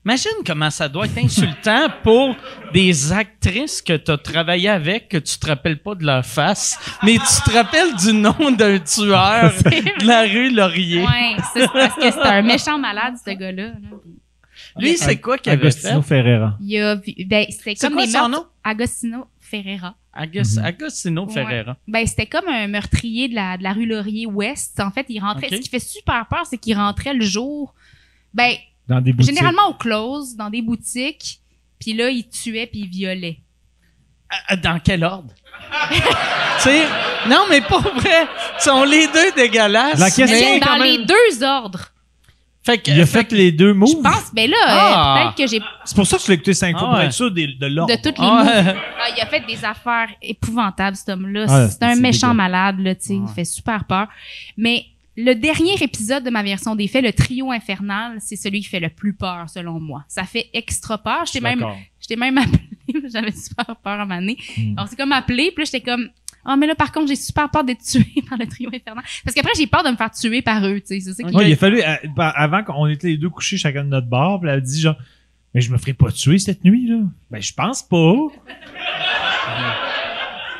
Imagine comment ça doit être insultant pour des actrices que tu as travaillé avec, que tu te rappelles pas de leur face, mais tu te rappelles du nom d'un (laughs) tueur de la rue Laurier. Ouais, ça, c'est parce que c'est un méchant malade, ce gars-là. là. Lui, c'est quoi qu'il avait fait? Agostino Ferreira. Il a, vu- ben, c'était C'est comme quoi des son meurtres. nom? Agostino Ferreira. Agus- Mhm. Agostino Ouais. Ferreira. Ben, c'était comme un meurtrier de la, de la rue Laurier-Ouest. En fait, il rentrait. Ok. Ce qui fait super peur, c'est qu'il rentrait le jour. Ben, Dans des boutiques. Généralement au close, dans des boutiques. Puis là, il tuait puis il violait. Ah, Dans quel ordre? (laughs) Tu sais, non, mais pas vrai. Ils sont les deux dégueulasses. La question- mais Mais quand dans même- les deux ordres. Fait que, Il a fait les deux moves. Je pense, ben là, Ah. euh, peut-être que j'ai C'est pour ça que je l'ai écouté cinq Ah fois pour ouais. être sûr des- de l'ordre. de toutes les Ah, moves. ouais. Ah, il a fait des affaires épouvantables, cet homme-là. Ah, c'est un c'est méchant dégueu. malade, là, tu sais. Ouais. Il fait super peur. Mais le dernier épisode de ma version des faits, le trio infernal, c'est celui qui fait le plus peur, selon moi. Ça fait extra peur. J'étais même, D'accord. j'étais même (laughs) appelée. J'avais super peur à un moment donné. Mm. On s'est comme appelé, puis là, j'étais comme, ah, mais là, par contre, j'ai super peur d'être tuée (laughs) par le trio infernal. Parce qu'après, j'ai peur de me faire tuer par eux, tu sais. C'est ça qui Ouais, il a fallu, à- ben, avant qu'on était les deux couchés chacun de notre bar, puis elle a dit genre, mais je me ferai pas tuer cette nuit, là. Ben, je pense (laughs) pas.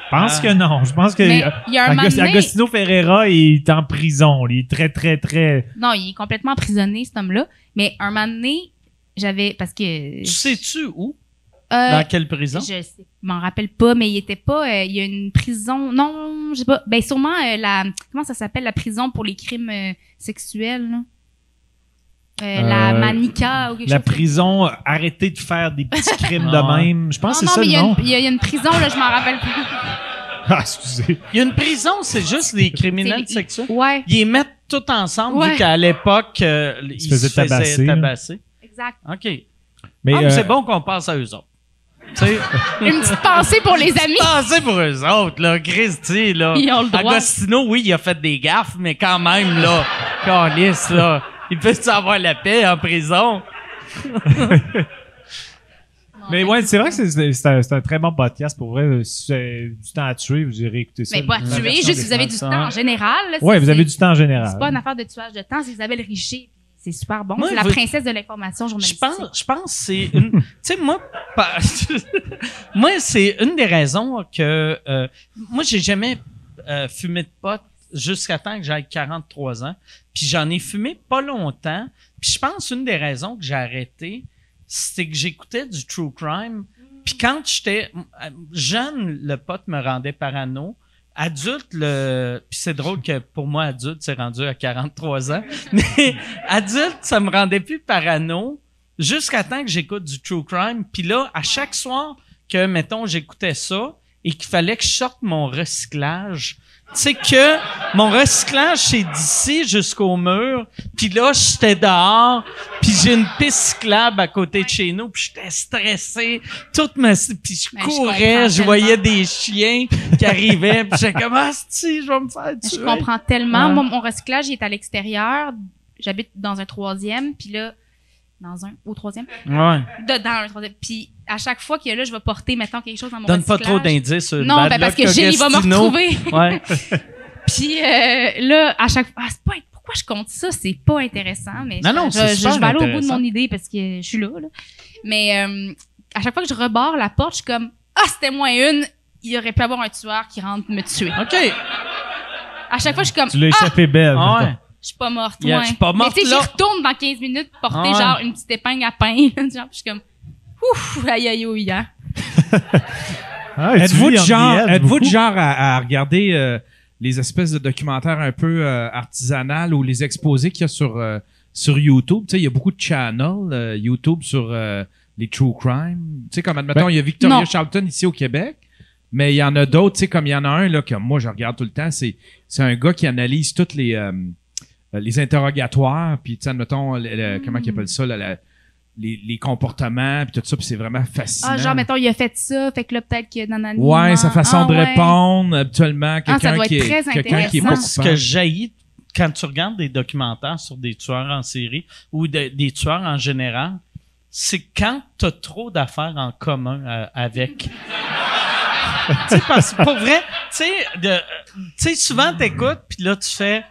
Je pense Ah. que non. Je pense que Mais il y a un moment Agos- donné- Agostino Ferreira il est en prison. Il est très, très, très. Non, il est complètement emprisonné, cet homme-là. Mais un moment donné, j'avais, parce que. Tu sais-tu où? Euh, Dans quelle prison? Je sais- m'en rappelle pas, mais il était pas. euh, il y a une prison. Non, je sais pas. Ben sûrement euh, la. Comment ça s'appelle la prison pour les crimes euh, sexuels là? Euh, La Euh, manica ou quelque La chose. prison, euh, arrêtez de faire des petits crimes Ah ouais. de même. Je pense non, que non, c'est ça mais le il y a nom. une- il y, a- il y a une prison là, je m'en rappelle pas. (laughs) Ah, excusez. Il y a une prison, c'est juste les criminels C'est- sexuels. Ouais, Ils les mettent tout ensemble, vu Ouais. qu'à l'époque, euh, ils se faisaient faisaient tabasser. tabasser, là. exact. OK. Mais, ah, mais euh, c'est bon qu'on passe à eux autres. Tu sais, (laughs) Une petite pensée pour les amis. (laughs) pensez pour eux autres, là. Christy, là. Ils ont le droit. Agostino, oui, il a fait des gaffes, mais quand même, là, (laughs) Carlis, là, il peut avoir la paix en prison. Mais ouais, c'est vrai que c'est- c'est c'est un, c'est un très bon podcast pour vrai. Euh, Si vous avez du temps à tuer, vous irez écouter ça. Mais pas à La tuer, version juste des vous avez du Français. temps en général. là, Ouais, c'est- vous avez du temps en C'est pas une général. affaire de tuage de temps, c'est Isabelle Richer. C'est super bon. Moi, c'est la vous- princesse de l'information Je journalistique. pense, je pense que c'est une. tu sais, moi, par- (laughs) moi, c'est une des raisons que. euh, moi, j'ai jamais euh, fumé de pot jusqu'à temps que j'aille 43 ans. Puis j'en ai fumé pas longtemps. Puis je pense une des raisons que j'ai arrêté, c'était que j'écoutais du true crime. Puis quand j'étais euh, jeune, le pote me rendait parano. Adulte, le... puis c'est drôle que pour moi, adulte, c'est rendu à 43 (laughs) ans. Mais adulte, ça me rendait plus parano jusqu'à temps que j'écoute du true crime. Puis là, à chaque soir que, mettons, j'écoutais ça et qu'il fallait que je sorte mon recyclage, tu sais que mon recyclage, c'est d'ici jusqu'au mur. Puis là, j'étais dehors. Puis j'ai une piste cyclable à côté de chez nous. Puis j'étais stressé. Toute ma... Puis je Ben, je courais, je, comprends voyais tellement. des chiens qui arrivaient. Puis j'étais comme, ah, si, je vais me faire Je tuer. comprends tellement. Ouais. Moi, mon recyclage, il est à l'extérieur. J'habite dans un troisième, puis là, dans un, au troisième, Ouais. dedans un troisième. Puis à chaque fois que là, je vais porter, mettons, quelque chose dans mon Donne pas recyclage. trop d'indices sur Non, Bad ben, parce Luck que Gilles, il va me Agostino. retrouver. Ouais. Puis euh, là, à chaque fois, ah, c'est pas, pourquoi je compte ça? C'est pas intéressant, mais Non, je- non, je, c'est je- super je vais aller au bout de intéressant. mon idée parce que je suis là. là. Mais euh, à chaque fois que je rebarre la porte, je suis comme, ah, c'était moins une, il aurait pu avoir un tueur qui rentre me tuer. OK. À chaque fois, je suis comme, Tu l'as ah, échappé belle. Ah mettons. ouais. je suis pas morte. Yeah, ouais. je suis pas morte, Mais tu sais, là. j'y retourne dans 15 minutes porter Ah ouais. genre une petite épingle à pain. (laughs) là, genre, puis je suis comme, ouf, aïe, aïe, aïe, hein. hier. Ah, tu Êtes-vous vis du en genre, diète êtes-vous beaucoup? du genre à, à regarder euh, les espèces de documentaires un peu euh, artisanales ou les exposés qu'il y a sur, euh, sur YouTube? Tu sais, il y a beaucoup de channels euh, YouTube sur euh, les true crime. Tu sais, comme admettons, Ben, il y a Victoria non. Charlton ici au Québec. Mais il y en a d'autres, tu sais, comme il y en a un là, que moi je regarde tout le temps, c'est c'est un gars qui analyse toutes les euh, les interrogatoires, puis tu sais, admettons, le- le- comment Mm. ils appellent ça, là, la- les, les comportements, puis tout ça, puis c'est vraiment fascinant. Ah, genre, mettons, il a fait ça, fait que là, peut-être que nanani. Ouais, sa façon Ah, de ouais. Ah, répondre, habituellement, quelqu'un doit qui, être est, très quelqu'un qui est intéressant. pas Moi, ce que coupable. jaillit quand tu regardes des documentaires sur des tueurs en série ou de- des tueurs en général, c'est quand t'as trop d'affaires en commun euh, avec. (laughs) tu sais, parce que pour vrai, tu sais, de- tu sais, souvent t'écoutes, puis là, tu fais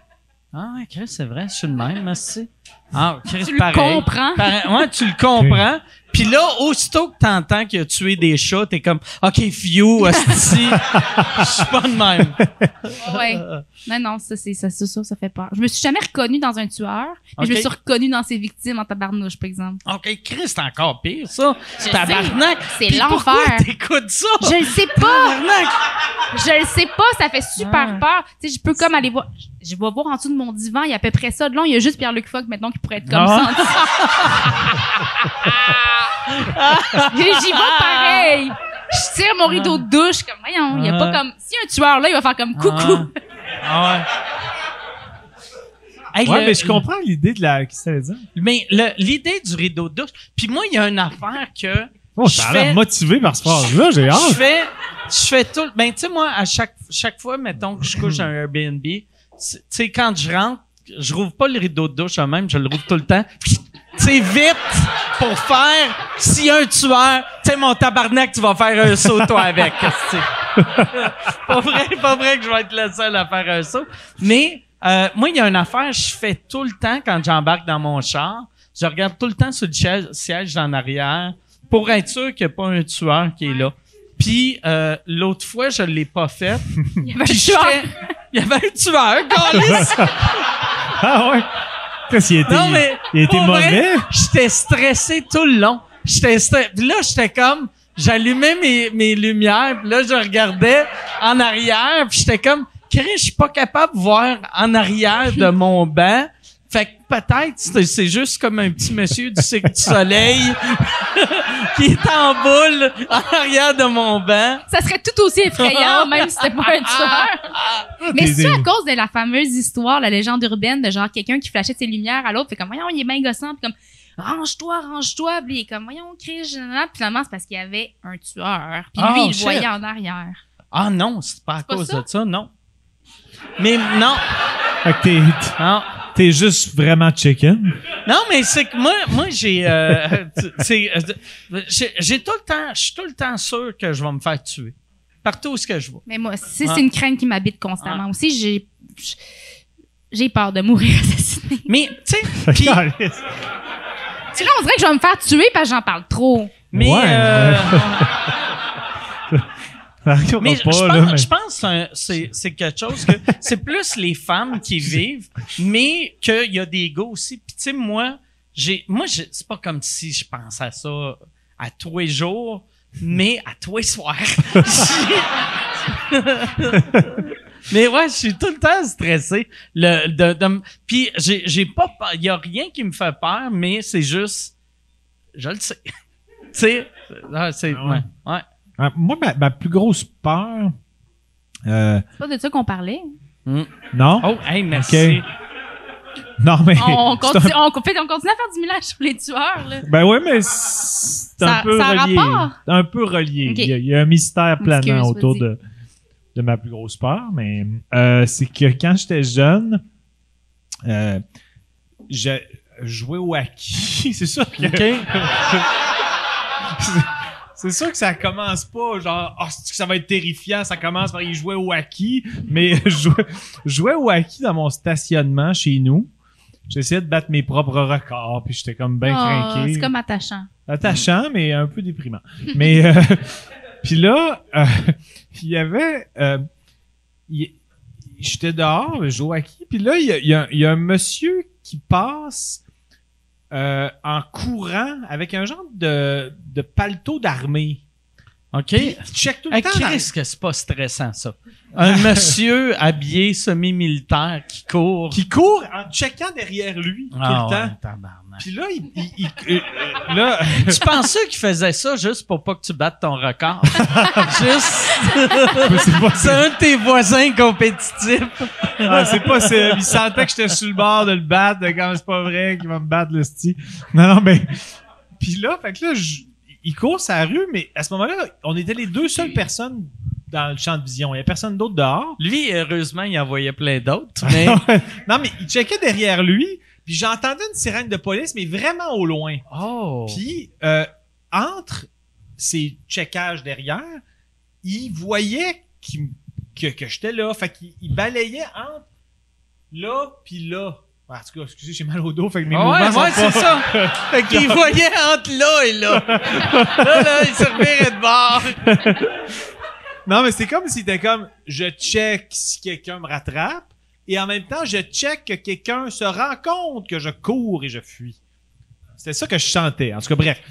Ah, ouais, Chris, c'est vrai, je suis le même, merci. Ah, Chris, Tu le pareil. comprends. Pareil. Ouais, tu le comprends. Puis là, aussitôt que t'entends qu'il a tué des chats, t'es comme, OK, Fio, hostie, je suis pas de même. (laughs) Ah Ouais. Non, non, ça, c'est ça, ça, ça, ça fait peur. Je me suis jamais reconnue dans un tueur, mais je Ok. me suis reconnue dans ses victimes en tabarnouche, par exemple. OK, Chris, c'est encore pire, ça. Je Tabarnak. C'est Puis Pourquoi l'enfer. t'écoutes ça? Je le sais pas, Tabarnak. je le sais pas, ça fait super peur. Tu sais, je peux comme aller voir, je- je vais voir en dessous de mon divan, il y a à peu près ça de long, il y a juste Pierre-Luc Fock maintenant qui pourrait être comme ça. Ah. en (laughs) dessous. Et J'y vais pareil. Je tire mon rideau de douche, comme, voyons, il y a pas Ah. comme, si un tueur là, il va faire comme coucou. (laughs) Ah ouais. Hey, Ouais, le- mais je comprends l'idée de la. Qu'est-ce que ça veut dire? Mais le- l'idée du rideau de douche. Puis moi, il y a une affaire que. Bon, Je ça a l'air fais- motivé par ce phrase-là, j'ai Je hâte. fais, je fais tout. le- Ben, tu sais, moi, à chaque, chaque fois, mettons que je couche dans un Airbnb, c'est- tu sais, quand je rentre, je rouvre pas le rideau de douche moi-même, je le rouvre tout le temps. Tu sais, vite, pour faire, s'il y a un tueur, tu sais, mon tabarnak, tu vas faire un saut, toi, avec. (laughs) esti. pas vrai, pas vrai que je vais être le seul à faire un saut. Mais, euh, moi, il y a une affaire, je fais tout le temps quand j'embarque dans mon char. Je regarde tout le temps sur le siège, siège en arrière pour être sûr qu'il n'y a pas un tueur qui est là. Puis euh, l'autre fois, je l'ai pas fait. Il y avait un Puis tueur. j'étais- Il y avait un tueur, câlisse! Ah ouais. Qu'est-ce qu'il était, Non, mais il était pour vrai, mauvais? J'étais stressé tout le long. J'étais stre- Puis là, j'étais comme... J'allumais mes, mes lumières, puis là, je regardais en arrière, puis j'étais comme... Chris, je suis pas capable de voir en arrière (laughs) de mon banc. Fait que peut-être c'est c'est juste comme un petit monsieur du Cirque du Soleil (laughs) qui qui est en boule en arrière de mon banc. Ça serait tout aussi (laughs) effrayant, même si c'était pas un tueur. Mais c'est à cause de la fameuse histoire, la légende urbaine de genre quelqu'un qui flashait ses lumières à l'autre, fait comme, voyons, il est bien gossant, puis comme, range-toi, range-toi, puis il est comme, voyons, crée, puis finalement, c'est parce qu'il y avait un tueur, puis Oh, lui, il le shit. voyait en arrière. Ah non, c'est pas à pas cause ça? de ça, non. Mais non, Fait que t'es- non. t'es juste vraiment chicken. Non, mais c'est que moi, moi j'ai, euh, tu- c'est, euh, j'ai, j'ai tout le temps, je suis tout le temps sûr que je vais me faire tuer. Partout où ce que je vais. Mais moi, si Ouais. c'est une crainte qui m'habite constamment aussi, j'ai, j'ai peur de mourir (laughs) assassinée. Mais, tu (laughs) sais, Fait puis- que, Alice, Mais là, on dirait que je vais me faire tuer parce que j'en parle trop. mais, Ouais. euh, arrêtez, on mais je parle pas, pense, là, mais- je pense que c'est un- c'est, c'est quelque chose (laughs) que c'est plus les femmes qui vivent, mais qu'il y a des gars aussi. Puis, tu sais, moi, j'ai, moi, j'ai- c'est pas comme si je pensais à ça à tous les jours, mais à tous les soirs. (laughs) Mais ouais, je suis tout le temps stressé. Le, de, de, puis j'ai, j'ai pas peur. Il y a rien qui me fait peur, mais c'est juste. Je le sais. (laughs) tu sais, ah, c'est. Ah Ouais. ouais. Euh, Moi, ma, ma plus grosse peur. euh, C'est pas de ça (laughs) qu'on parlait. non? Oh, hey, merci. Ok. Non, mais. On, c'est on un- continue, on, fait- on continue à faire du millage sur les tueurs, là. Ben ouais, mais c'est Ça- un peu ça a relié. rapport? Un peu relié. Ok. Il, y a, il y a un mystère planant Excuse, autour vas-y. de, de ma plus grosse peur, mais euh, c'est que quand j'étais jeune, euh, je jouais au hockey. (laughs) c'est sûr que. (laughs) (laughs) C'est sûr que ça commence pas genre oh, c'est-tu que ça va être terrifiant, ça commence par il jouait au hockey, mais (laughs) je jouais- je jouais au hockey dans mon stationnement chez nous. J'essayais de battre mes propres records, puis j'étais comme ben Oh, craqué c'est comme attachant. attachant, Mm. mais un peu déprimant. (laughs) mais euh, (laughs) puis là, euh, (laughs) il y avait, euh, il- j'étais dehors, je jouais à qui, puis là il y a, il y a un- il y a un monsieur qui passe euh, en courant avec un genre de, de paletot d'armée. OK. Puis il check tout le Hey, temps. dans- Chris, que c'est pas stressant, ça. (laughs) Un monsieur habillé semi-militaire qui court. Qui court en checkant derrière lui Ah tout le ouais, temps. tabarnak. Puis là, il, il- il- euh, euh, (laughs) là, (laughs) tu pensais qu'il faisait ça juste pour pas que tu battes ton (laughs) record? juste. c'est pas c'est un de tes voisins compétitifs. Ah, c'est pas c'est- Il sentait que j'étais sur le bord de le battre, de quand c'est pas vrai qu'il va me battre le sti. Non, non, mais. Puis là, fait que là, je- il court sa rue, mais à ce moment-là, on était les deux seules personnes dans le champ de vision. Il y a personne d'autre dehors. Lui, heureusement, il en voyait plein d'autres, (laughs) mais. non, mais il checkait derrière lui, puis j'entendais une sirène de police, mais vraiment au loin. Oh! Puis, euh, entre ces checkages derrière, il voyait qu'il- que, que j'étais là. Fait qu'il il balayait entre là puis là. En tout cas, excusez, j'ai mal au dos, fait que mes Ah ouais, mouvements ouais, sont c'est pas... ça. (laughs) fait qu'il voyait entre là et là. là, là, il se revirait de bord. Non, mais c'est comme s'il était comme, je check si quelqu'un me rattrape, et en même temps, je check que quelqu'un se rend compte que je cours et je fuis. C'était ça que je chantais. En tout cas, bref.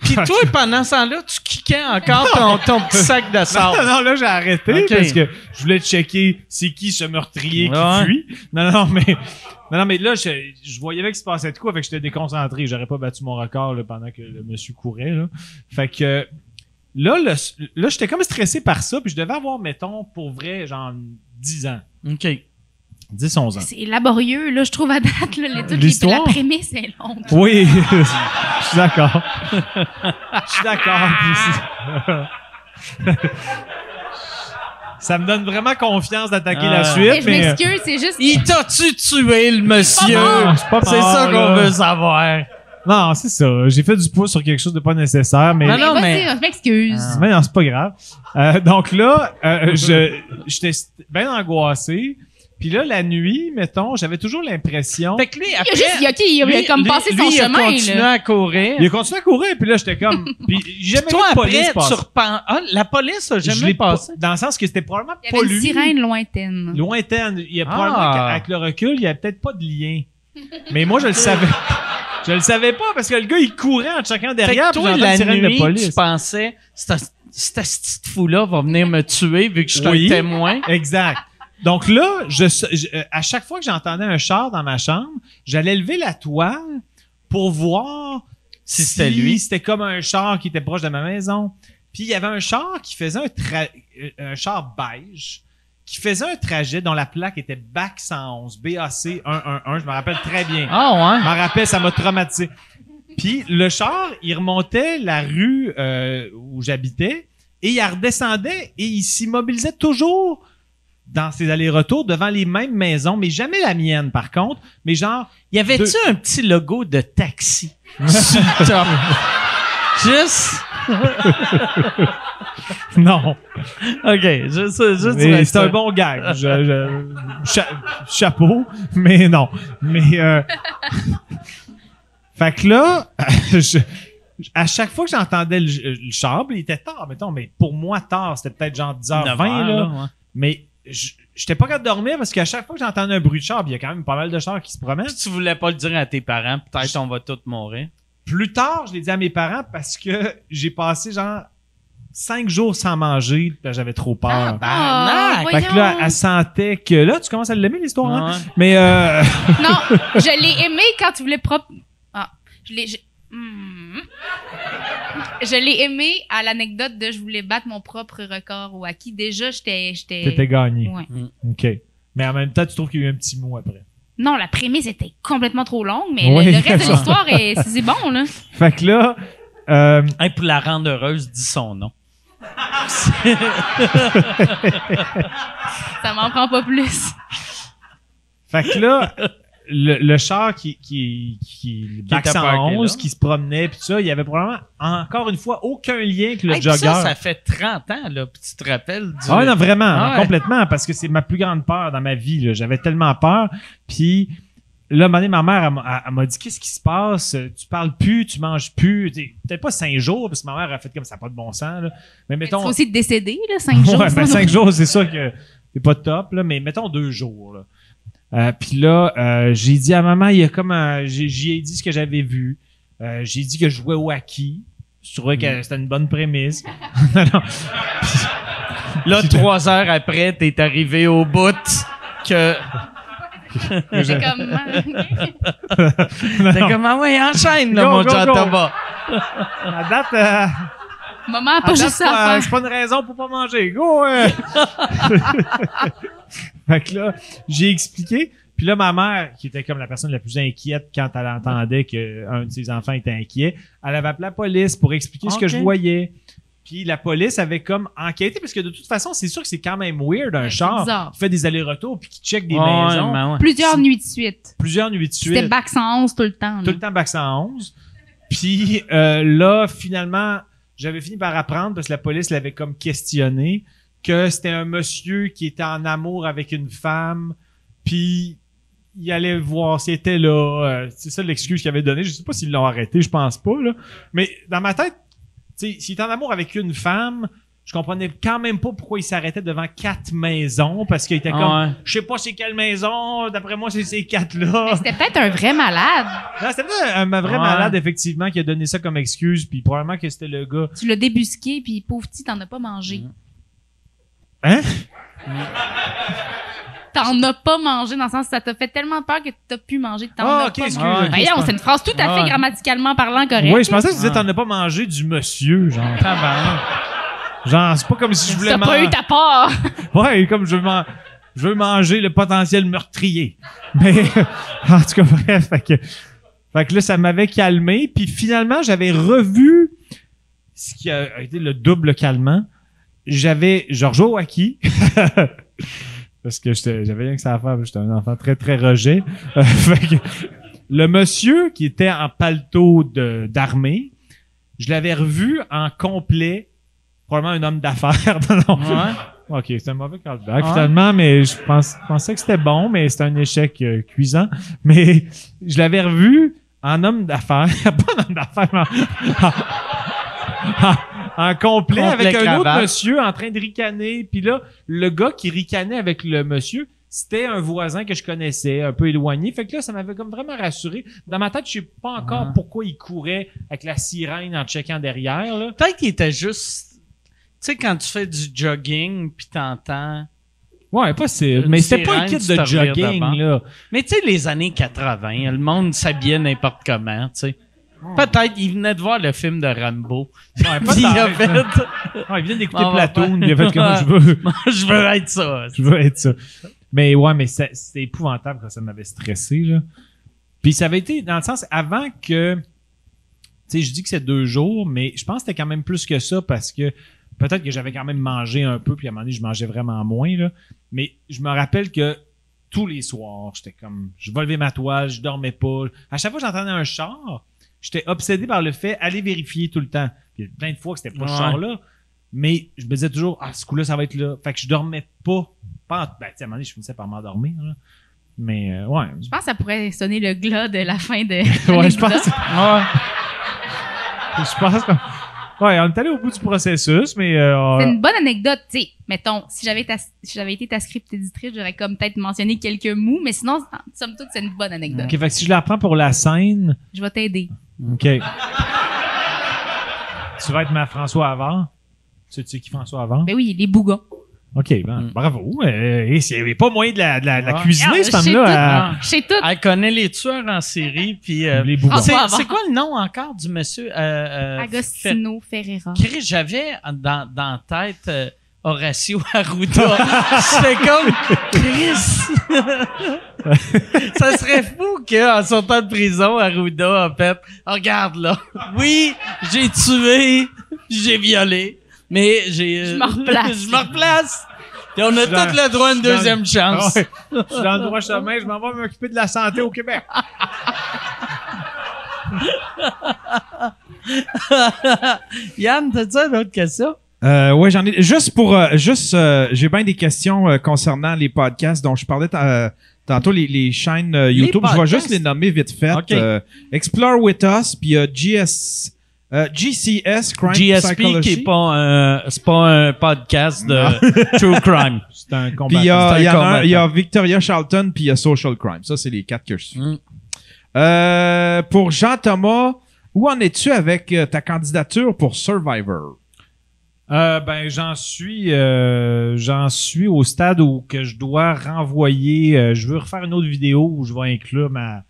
Puis toi, pendant ce temps-là, tu kickais encore ton, ton petit sac de Non, (laughs) sable. non, là, j'ai arrêté Ok. parce que je voulais checker c'est qui ce meurtrier qui Ouais. fuit. Non, non, mais, non, non, mais là, je, je voyais bien qu'il se passait de quoi, fait que j'étais déconcentré. J'aurais pas battu mon record là, pendant que le monsieur courait. Là. Fait que là, le- là j'étais comme stressé par ça, puis je devais avoir, mettons, pour vrai, genre 10 ans. OK. 10, 11 ans. C'est laborieux, là, je trouve, à date. Là, les, toutes les, L'histoire? la prémisse est longue. Oui, (laughs) je suis d'accord. Je suis d'accord. puis c'est- Ça me donne vraiment confiance d'attaquer Ah. la Mais suite, je mais... euh, m'excuse, c'est juste... Il t'a-tu tué, le monsieur? Ah, je suis pas C'est mort, ça qu'on là. veut savoir. Non, c'est ça. J'ai fait du poids sur quelque chose de pas nécessaire, mais, Ah Mais non, vas-y, mais- je m'excuse. Ah. mais non, c'est pas grave. Euh, donc là, euh, je j'étais bien angoissé. Puis là, la nuit, mettons, j'avais toujours l'impression. Fait que lui, Il après... a juste... Il a, OK, il a lui- comme lui- passé lui, son il a chemin, continué là. à courir. Il a continué à courir, puis là, (laughs) j'étais comme. Puis j'ai jamais Toi, vu de police après, tu passer. repens... Ah, la police a Je l'ai jamais pas- passé. Dans le sens que c'était probablement Il y pas avait une lui. sirène lointaine. Lointaine. Il y a Ah. probablement qu'avec le recul, il y a peut-être pas de lien. Mais moi, je le savais. Je le savais pas parce que le gars, il courait en checkant Fait derrière. que puis toi, j'entends une la sirène de nuit, tu police. pensais... Cette cette petite fou-là va venir me tuer vu que je suis Oui. un témoin. Exact. Donc là, je, je- euh, à chaque fois que j'entendais un char dans ma chambre, j'allais lever la toile pour voir Si c'était lui. C'était comme un char qui était proche de ma maison. Puis il y avait un char qui faisait un, tra- euh, un char beige qui faisait un trajet dont la plaque était BAC 111, BAC 111, je me rappelle très bien. Ah Je m'en rappelle, ça m'a traumatisé. Puis le char, il remontait la rue euh, où j'habitais et il redescendait et il s'immobilisait toujours dans ses allers-retours devant les mêmes maisons, mais jamais la mienne par contre, mais genre Y avait-tu Deux. un petit logo de taxi sur le (laughs) top? Juste. (laughs) non. OK. Juste, juste Mais rester- c'est un bon gag. Je- je- cha- chapeau, mais non. Mais euh, (laughs) fait que là, (laughs) je- à chaque fois que j'entendais le, le char, il était tard, mettons, mais pour moi tard, c'était peut-être genre 10h20 9 là. heures, là, ouais. Mais je- j'étais pas capable de dormir parce qu'à chaque fois que j'entendais un bruit de char, puis il y a quand même pas mal de chars qui se promènent. Puis tu voulais pas le dire à tes parents, peut-être on va tous mourir. Plus tard, je l'ai dit à mes parents parce que j'ai passé genre cinq jours sans manger, puis j'avais trop peur. Ah, Oh, fait que là, voyons. elle sentait que là, tu commences à l'aimer l'histoire. hein? Ouais. Mais euh, Non, je l'ai aimé quand tu voulais propre. Ah, je l'ai. Je... Hmm. Je l'ai aimé à l'anecdote de je voulais battre mon propre record au hockey. Déjà, j'étais. t'étais j'étais... gagné. Ouais. Mm. OK. Mais en même temps, tu trouves qu'il y a eu un petit mot après. Non, la prémisse était complètement trop longue, mais le- Oui. le, reste de l'histoire, est... c'est c'est bon, là. Fait que là, euh, Hey, Hein, pour la rendre heureuse, dis son nom. Ça m'en prend pas plus. fait (laughs) que là le, le char qui, qui, qui, le Bac était parké 111 là. qui se promenait, puis tout ça, il y avait probablement, encore une fois, aucun lien avec le Hey, puis jogger. ça, ça fait 30 ans, là, puis tu te rappelles du... Ah ouais, non, vraiment, Ah ouais. complètement, parce que c'est ma plus grande peur dans ma vie. là. J'avais tellement peur. Puis là, un moment donné, ma mère, elle m'a- elle m'a dit Qu'est-ce qui se passe Tu parles plus, tu manges plus. Tu sais, Peut-être pas cinq jours, parce que ma mère a fait comme ça, n'a pas de bon sens. là. Mais Il faut mettons. aussi te décéder, là, cinq jours. (laughs) Ouais, ben, sinon- cinq jours, c'est sûr que c'est pas top, là, mais mettons deux jours. Là. Euh, Puis là, euh, j'ai dit à maman, il y a comme un- j'ai- j'y ai dit ce que j'avais vu. Euh, j'ai dit que je jouais au hockey. Je trouvais Mm. que c'était une (laughs) bonne prémisse. non, non. Là, trois heures après, t'es arrivé au bout que... (laughs) J'étais comme. hein, non, T'es non. comme, ah ouais, enchaîne, là, Go, mon go, John go. Thomas. À date, euh, Maman, pas à date, juste ça euh, à c'est faire. pas une raison pour pas manger. Go! (laughs) euh. fait que là, j'ai expliqué. Puis là, ma mère, qui était comme la personne la plus inquiète quand elle entendait qu'un de ses enfants était inquiet, elle avait appelé la police pour expliquer ce que Ok. je voyais. Puis la police avait comme enquêté, parce que de toute façon, c'est sûr que c'est quand même weird un Ouais, c'est char bizarre. qui fait des allers-retours puis qui check des Ouais, maisons. ben ouais. Plusieurs nuits de suite. Plusieurs nuits de suite C'était bac 111 tout le temps. tout là. le temps bac 111. Puis euh, là, finalement, j'avais fini par apprendre parce que la police l'avait comme questionné que c'était un monsieur qui était en amour avec une femme, puis il allait voir s'il était là. euh, c'est ça l'excuse qu'il avait donnée. Je sais pas s'ils l'ont arrêté, je pense pas là. Mais dans ma tête, tu sais, s'il est en amour avec une femme, je comprenais quand même pas pourquoi il s'arrêtait devant quatre maisons parce qu'il était comme, Ah ouais. je sais pas c'est quelle maison. D'après moi, c'est ces quatre là. Mais C'était peut-être un vrai malade. Non, c'était peut-être un, un vrai Ouais. malade, effectivement, qui a donné ça comme excuse, puis probablement que c'était le gars. Tu l'as débusqué, puis pauvre petit, t'en as pas mangé. Mm. Hein? T'en as pas mangé, dans le sens que ça t'a fait tellement peur que t'as pu manger que t'en Ah, as ok, pas excuse. mangé. ok, Voyons, c'est une phrase tout à Ah. fait grammaticalement parlant correcte. Oui, je pensais que tu disais Ah. t'en as pas mangé du monsieur, genre. Tabarnak. Genre, c'est pas comme si je voulais T'as pas manger. eu ta part. Ouais, comme je veux, man- je veux manger le potentiel meurtrier. Mais, (laughs) en tout cas, bref, fait que, fait que là, ça m'avait calmé. Puis finalement, j'avais revu ce qui a été le double calmant. J'avais Giorgio Waki. (laughs) Parce que j'étais- j'avais rien que ça à faire, j'étais un enfant très, très rejet. Euh, (laughs) fait que le monsieur qui était en paletot de- d'armée, je l'avais revu en complet, probablement un homme d'affaires. (laughs) Non, non. Ouais. OK, c'est un mauvais callback Ouais. finalement, mais je pense, pensais que c'était bon, mais c'était un échec euh, cuisant. Mais je l'avais revu en homme d'affaires, (laughs) pas en homme d'affaires, mais en, en- en- en complet, Complet avec un autre cravate. monsieur en train de ricaner. Puis là, le gars qui ricanait avec le monsieur, c'était un voisin que je connaissais, un peu éloigné. Fait que là, ça m'avait comme vraiment rassuré. Dans ma tête, je sais pas encore Ouais. pourquoi il courait avec la sirène en checkant derrière. Là. Peut-être qu'il était juste... Tu sais, quand tu fais du jogging, puis t'entends... Ouais, possible. Une Mais c'était pas un sirène, kit tu te de revires jogging, devant. là. Mais tu sais, les années 80, le monde s'habillait n'importe comment, tu sais. Peut-être, il venait de voir le film de Rambo. Ouais, Puis pas (laughs) il tard. a fait, Ouais, il vient d'écouter Ah, ouais, Platoon, ouais. il a fait comme je veux, je veux être ça. je veux être (laughs) ça. Mais ouais, mais ça- c'était épouvantable quand ça m'avait stressé, là. Puis ça avait été, dans le sens, avant que. Tu sais, je dis que c'est deux jours, mais je pense que c'était quand même plus que ça parce que peut-être que j'avais quand même mangé un peu, puis à un moment donné, je mangeais vraiment moins, là. Mais je me rappelle que tous les soirs, j'étais comme. Je vais lever ma toile, je dormais pas. À chaque fois que j'entendais un char, j'étais obsédé par le fait aller vérifier tout le temps. Puis il y a plein de fois que c'était pas ce Ouais. char-là. Mais je me disais toujours, ah, ce coup-là, ça va être là. Fait que je dormais pas. pas en- ben, tu sais, à un moment donné, je finissais par m'endormir, là. Mais, euh, ouais. Je pense que ça pourrait sonner le glas de la fin de. (laughs) Ouais, je l'anecdote. pense. Ah Ouais. Je pense que. Ouais, on est allé au bout du processus, mais. euh, C'est on- une bonne anecdote, tu sais. Mettons, si j'avais ta- si j'avais été ta script éditrice, j'aurais comme peut-être mentionné quelques mots, mais sinon, en- somme toute, c'est une bonne anecdote. Ok, fait que si je la prends pour la scène. Je vais t'aider. Ok. tu vas être ma François Avant. Tu sais qui François Avant? Ben oui, les bougons. Ok, ben, Mm. bravo. Euh, et s'il n'y avait pas moyen de la, de la, de la Ah. cuisiner, Ah, cette je sais femme-là. Ah. Je sais tout. Elle connaît les tueurs en série, puis... à- euh, Les bougons. Ah, c'est, bon, avant. c'est quoi le nom encore du monsieur? euh, euh, Agostino Ferreira. Chris, j'avais dans, dans la tête euh, Horacio Arruda. (laughs) J'étais comme Chris. (laughs) ça serait fou qu'en sortant de prison, Arruda, en fait, Oh, regarde là. Oui, j'ai tué, j'ai violé, mais j'ai. euh, Je me replace. (laughs) je me replace. Puis on a suis dans- tout le droit à une je suis dans- deuxième chance. Ah ouais. Je suis dans le droit chemin, je m'en vais m'occuper de la santé au Québec. (laughs) Yann, t'as-tu une autre question? Euh, ouais, j'en ai. Juste pour. euh, juste, euh, j'ai bien des questions euh, concernant les podcasts dont je parlais t- euh, tantôt, les, les chaînes euh, YouTube. Je vais podcasts? juste les nommer vite fait. Ok. Euh, Explore With Us, puis euh, GS, euh, GCS, Crime GSP, qui Psychology. est pas un, c'est pas un podcast (laughs) de True Crime. C'est un Puis combat. il y, a- C'est il y en a un un- il y a Victoria Charlton, puis il y a Social Crime. Ça, c'est les quatre que je suis. Mm. Euh, pour Jean-Thomas, où en es-tu avec euh, ta candidature pour Survivor? Euh, ben j'en suis euh, j'en suis au stade où que je dois renvoyer euh, je veux refaire une autre vidéo où je vais inclure ma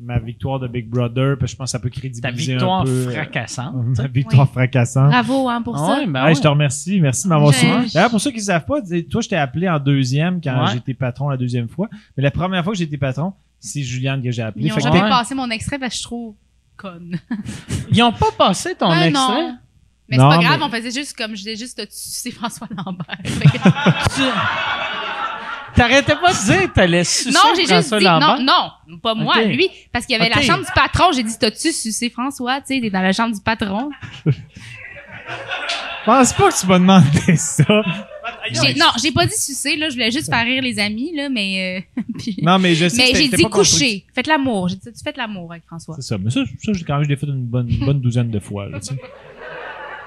ma victoire de Big Brother parce que je pense que ça peut Ta crédibiliser victoire un peu euh, fracassante. (laughs) ma victoire fracassante. Bravo hein, pour ça. Ouais, ben Hey, ouais. je te remercie, merci de m'avoir Je- suivi. D'ailleurs, pour ceux qui ne savent pas, dis- toi, je t'ai appelé en deuxième quand Ouais. j'étais patron la deuxième fois. Mais la première fois que j'étais patron, c'est Juliane que j'ai appelé. Ils n'ont Fait que jamais ouais. passé mon extrait parce que je suis trop conne. Ils ont pas passé ton Ben extrait? non. Mais c'est Non, pas grave, mais- on faisait juste comme je disais juste tu sais François Lambert. Fait que- Tu- T'arrêtais pas de dire que t'allais sucer non, j'ai juste François dit Lambert? non, non, pas moi, Ok. lui, parce qu'il y avait Ok. la chambre du patron, j'ai dit t'as-tu sucé François, tu sais, t'es dans la chambre du patron. Je pense pas que tu m'as demandé (laughs) ça. J'ai- non, j'ai pas dit sucer là, je voulais juste faire rire les amis là, mais euh, (laughs) puis- Non, mais je sais mais que j'ai c'était dit pas constructif. coucher, faites l'amour, j'ai dit tu fais l'amour avec François. C'est ça. Mais ça, ça j'ai quand même je l'ai fait une bonne, une bonne douzaine de fois. Là, tu sais.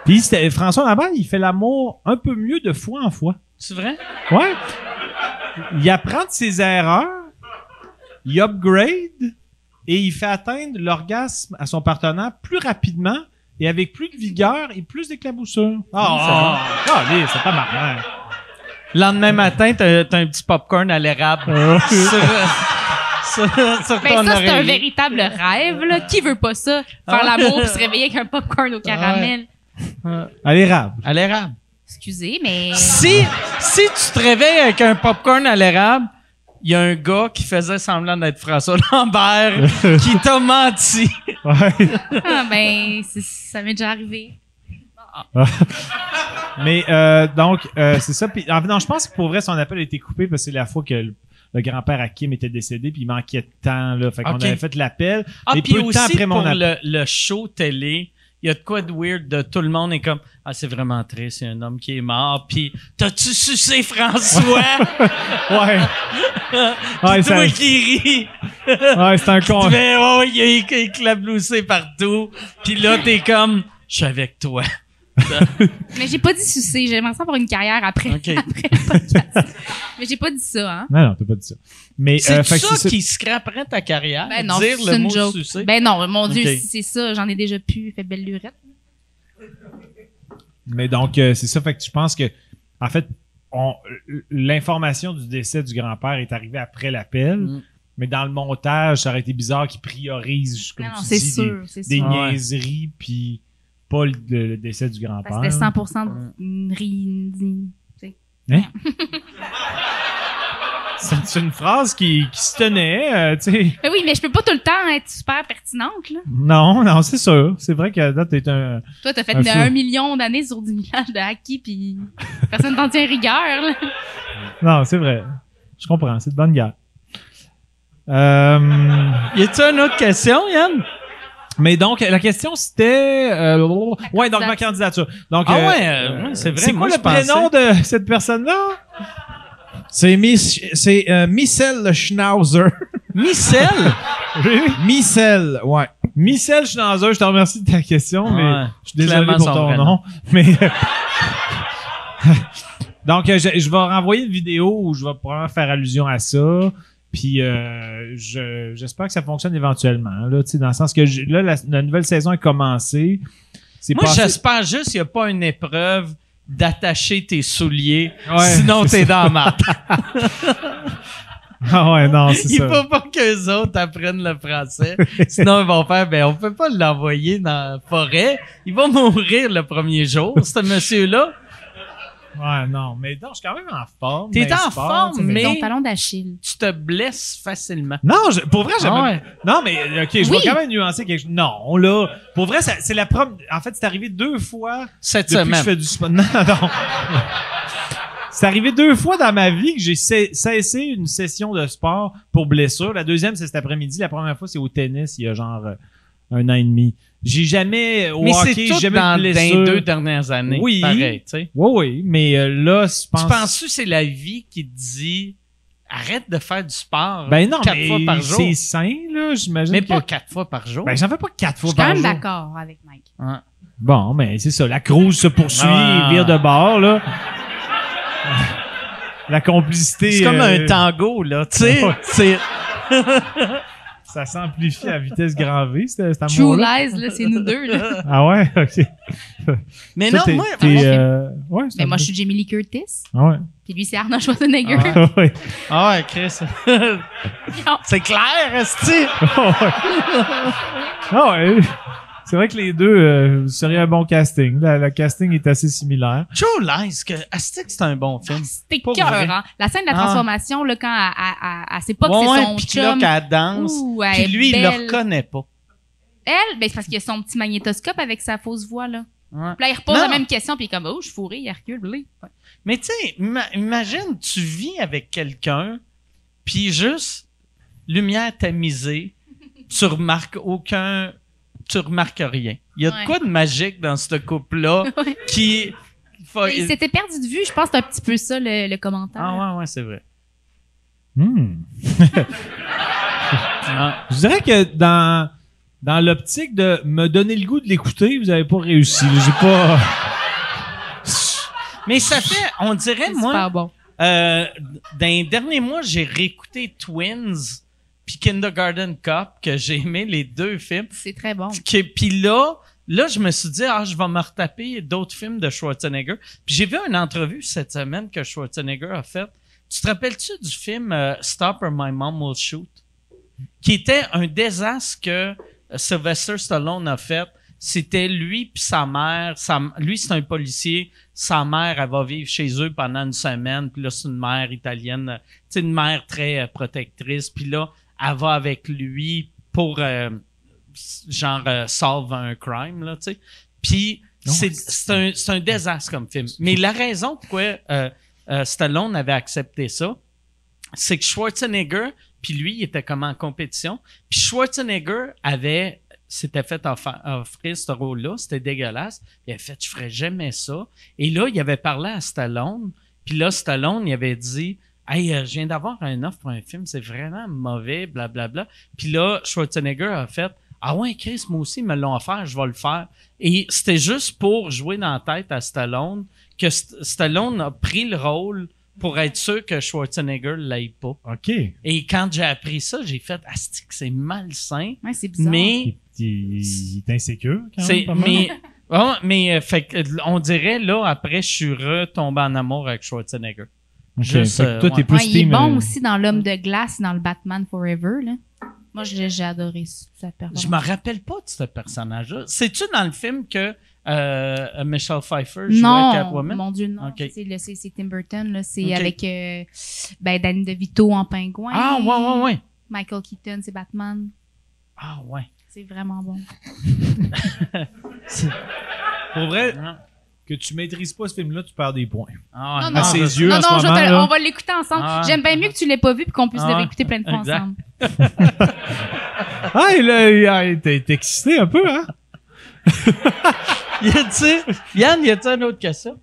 Puis c'était- François Lambert, il fait l'amour un peu mieux de fois en fois. C'est vrai? Ouais. Il apprend de ses erreurs, il upgrade et il fait atteindre l'orgasme à son partenaire plus rapidement et avec plus de vigueur et plus d'éclaboussure. Ah, ah, ah, allez, c'est pas marrant. Le lendemain matin, t'as t'as un petit popcorn à Euh. l'érable sur, (laughs) sur, sur Ben ton ça c'est un oreiller. véritable rêve là, qui veut pas ça, faire Ah. l'amour puis se réveiller avec un popcorn au caramel. À l'érable. À l'érable. Excusez, mais Si, si tu te réveilles avec un popcorn à l'érable, il y a un gars qui faisait semblant d'être François (laughs) Lambert qui t'a menti. Ouais. ah, ben c'est- ça m'est déjà arrivé. Mais euh, donc, euh, c'est ça. Puis, en fait, non, je pense que pour vrai, son appel a été coupé parce que c'est la fois que le, le grand-père à Kim était décédé, puis il manquait de temps. Là. Fait qu'on Ok. avait fait l'appel. (laughs) Ah, Mais puis peu de temps aussi après mon pour app- le, le show télé, il y a de quoi de weird de tout le monde est comme ah c'est vraiment triste, c'est un homme qui est mort. Puis t'as-tu sucé François? (laughs) Ouais. ouais, Puis c'est un, toi qui ris. ouais, c'est un con. Mais oh, il est éc- éclaboussé partout. Puis là t'es comme je suis avec toi. Mais j'ai pas dit sucer, j'aimerais ça avoir une carrière après, Ok. (laughs) après le podcast. Mais j'ai pas dit ça, hein. Non, non, t'as pas dit ça. Mais, C'est euh, fait que ça, c'est ça. qui scraperait ta carrière. Ben non, dire c'est le une mot joke. sucé. Ben non, mon Dieu, Ok. si c'est ça, j'en ai déjà pu, fait belle lurette. Mais donc, euh, c'est ça. Fait que je pense que, en fait, on- l'information du décès du grand-père est arrivée après l'appel. Mm. Mais dans le montage, ça aurait été bizarre qu'ils priorisent, comme Non, non, tu c'est dis, sûr, c'est des, des sûr. Ouais. niaiseries, puis pas le, le- le décès du grand-père. Parce que c'était 100% de ri- C'est une phrase qui, qui se tenait, euh, tu sais. Mais oui, mais je peux pas tout le temps être super pertinente, là. Non, non, c'est sûr. C'est vrai qu'à date, t'es un... Toi, t'as fait Ah, Un de flou. 1 million d'années sur 10 000 âges de hockey, puis personne t'en tient rigueur, là. Non, c'est vrai. Je comprends, c'est de bonne guerre. Euh, Y a-tu une autre question, Yann? mais donc, la question, c'était... euh, ouais, donc ma candidature. Donc, Ah euh, ouais, euh, ouais, c'est vrai, C'est moi, quoi je le prénom de cette personne-là? C'est Miss- c'est, euh, Michel (laughs) Schnauzer. Micelle? (laughs) Michel, ouais. Michel Schnauzer, je te remercie de ta question, mais Ouais. je suis désolé Clairement pour son ton vrai nom. nom. Mais euh, (laughs) donc, euh, je, je vais renvoyer une vidéo où je vais probablement faire allusion à ça. Puis euh, je- j'espère que ça fonctionne éventuellement. Là, tu sais, dans le sens que j'ai- là, la, la nouvelle saison est commencée. C'est Moi, passé- j'espère juste qu'il n'y a pas une épreuve d'attacher tes souliers, Ouais, sinon (laughs) c'est t'es dans la marde. (laughs) Ah ouais, non, c'est Il ça. faut pas que les autres apprennent le (laughs) français, sinon ils vont faire, ben on peut pas l'envoyer dans la forêt, il va mourir le premier jour, ce monsieur-là. Ouais, non, mais non, je suis quand même en forme. T'es dans le en sport, forme, tu sais, Mais- Ton talon d'Achille. Tu te blesses facilement. Non, je- pour vrai, j'avais. Ah ouais. Non, mais euh, OK, je Oui. vais quand même nuancer quelque chose. Non, là. Pour vrai, ça- c'est la prom... En fait, c'est arrivé deux fois Cette depuis que je semaine. fais du sport. (laughs) Non, non. c'est arrivé deux fois dans ma vie que j'ai cé- cessé une session de sport pour blessure. La deuxième, c'est cet après-midi. La première fois, c'est au tennis, il y a genre euh, un an et demi. J'ai jamais. Au Mais hockey, c'est j'ai tout jamais eu dans, de dans les blessure. deux dernières années. Oui. Pareil, tu sais. Oui, oui, mais euh, là, je pense. Tu penses-tu que c'est la vie qui te dit arrête de faire du sport Ben non, quatre mais fois par jour? c'est sain, là, j'imagine. Mais que- pas quatre fois par jour. Ben, j'en fais pas quatre Je fois suis par quand même jour. d'accord avec Mike. Hein. Bon, mais c'est ça. La cruise se poursuit Ah. et vire de bord, là. La complicité. C'est comme euh, un tango, là. Tu sais, Ouais. c'est- Ça s'amplifie à vitesse grand V, cet cet True amour-là. Lies, là, c'est nous deux, là. Ah ouais, ok. Mais Toi, non, t'es- moi, t'es, moi- euh, ouais, c'est Mais un moi, peu- je suis Jamie Lee Curtis, Ah ouais. puis lui, c'est Arnold Schwarzenegger. Ah ouais. Ah ouais, Chris. Non. (laughs) c'est clair, Esti. Ah ouais. Ah ouais. C'est vrai que les deux, euh, vous seriez un bon casting. La- le casting est assez similaire. True Lies, que Asti, que c'est un bon film. C'était Pas Ah, cœur, vrai. hein. La scène de la Ah. transformation, là, quand elle, elle, elle- elle sait pas Ouais, que c'est ouais, son puis que là, chum. qu'elle danse. Ouh, elle Puis est lui, il le belle. reconnaît pas. Elle, ben, c'est parce qu'il a son petit magnétoscope avec sa fausse voix, là. Ouais. Puis là, il repose Non. la même question, puis il est comme, oh, je suis fourré, il recule, blé. Ouais. Mais tu sais, ima- imagine, tu vis avec quelqu'un, puis juste, lumière tamisée, tu remarques aucun... Tu remarques rien. Il y a Ouais. de quoi de magique dans ce couple-là Ouais. qui... faut- (laughs) Mais Il s'était perdu de vue, je pense, c'est un petit peu ça, le, le commentaire. Ah ouais, ouais, c'est vrai. Hmm. Ah. Je dirais que dans, dans l'optique de me donner le goût de l'écouter, vous avez pas réussi. J'ai pas. Mais ça fait, on dirait, C'est moi, super bon. euh, dans les derniers mois, j'ai réécouté Twins puis Kindergarten Cop, que j'ai aimé les deux films. C'est très bon. Que- Puis là, là, je me suis dit, ah, je vais me retaper d'autres films de Schwarzenegger. Puis j'ai vu une entrevue cette semaine que Schwarzenegger a faite. Tu te rappelles-tu du film euh, Stop or My Mom Will Shoot? Qui était un désastre que euh, Sylvester Stallone a fait. C'était lui puis sa mère. Sa- lui, c'est un policier. Sa mère, elle va vivre chez eux pendant une semaine. Puis là, c'est une mère italienne. euh, Tu sais, une mère très euh, protectrice. Puis là, elle va avec lui pour... euh, genre euh, solve un crime là, tu sais. Puis Non, c'est c'est un c'est un désastre comme film. Mais la raison pourquoi euh, euh, Stallone avait accepté ça, c'est que Schwarzenegger puis lui il était comme en compétition. Puis Schwarzenegger avait s'était fait offa- offrir ce rôle-là, c'était dégueulasse. Il avait fait je ferais jamais ça. Et là il avait parlé à Stallone. Puis là Stallone il avait dit Hey, euh, je viens d'avoir un offre pour un film, c'est vraiment mauvais, blablabla. Puis là, Schwarzenegger a fait Ah ouais, Chris, moi aussi, ils me l'ont offert, je vais le faire. Et c'était juste pour jouer dans la tête à Stallone que St- Stallone a pris le rôle pour être sûr que Schwarzenegger l'aille pas. OK. Et quand j'ai appris ça, j'ai fait Asti, que c'est malsain. Ouais, c'est bizarre. Mais Il, il- il est insécure, quand même. c'est pas mal. mais (laughs) ah, mais euh, fait que, euh, on dirait là après je suis retombé en amour avec Schwarzenegger. Ok, Juste, fait que toi, euh, t'es ouais. plus Ouais, il est team, bon euh, aussi dans L'homme de glace, dans le Batman Forever. Là. Moi, j'ai j'ai adoré ça, sa Je performance. me rappelle pas de ce personnage-là. C'est-tu dans le film que euh, Michelle Pfeiffer jouait Non, Catwoman? mon Dieu, non. Ok. C'est le- C'est c'est Tim Burton, là. c'est Ok. avec euh, ben, Danny DeVito en pingouin. Ah, ouais, ouais, ouais. Michael Keaton, c'est Batman. Ah, ouais. C'est vraiment bon. Pour vrai, Ah, que tu maîtrises pas ce film-là, tu perds des points. ouais. Euh, Ah, Non, À non, ses je- yeux, non, en non, ce je moment, te- là. on va l'écouter ensemble. Ah. J'aime bien mieux que tu l'aies pas vu puis qu'on puisse Ah. le réécouter plein de fois Exact. ensemble. Ah, il a- il a- t'es t'es excité un peu, hein? (laughs) Y a-tu- Yann, y a-tu une autre question?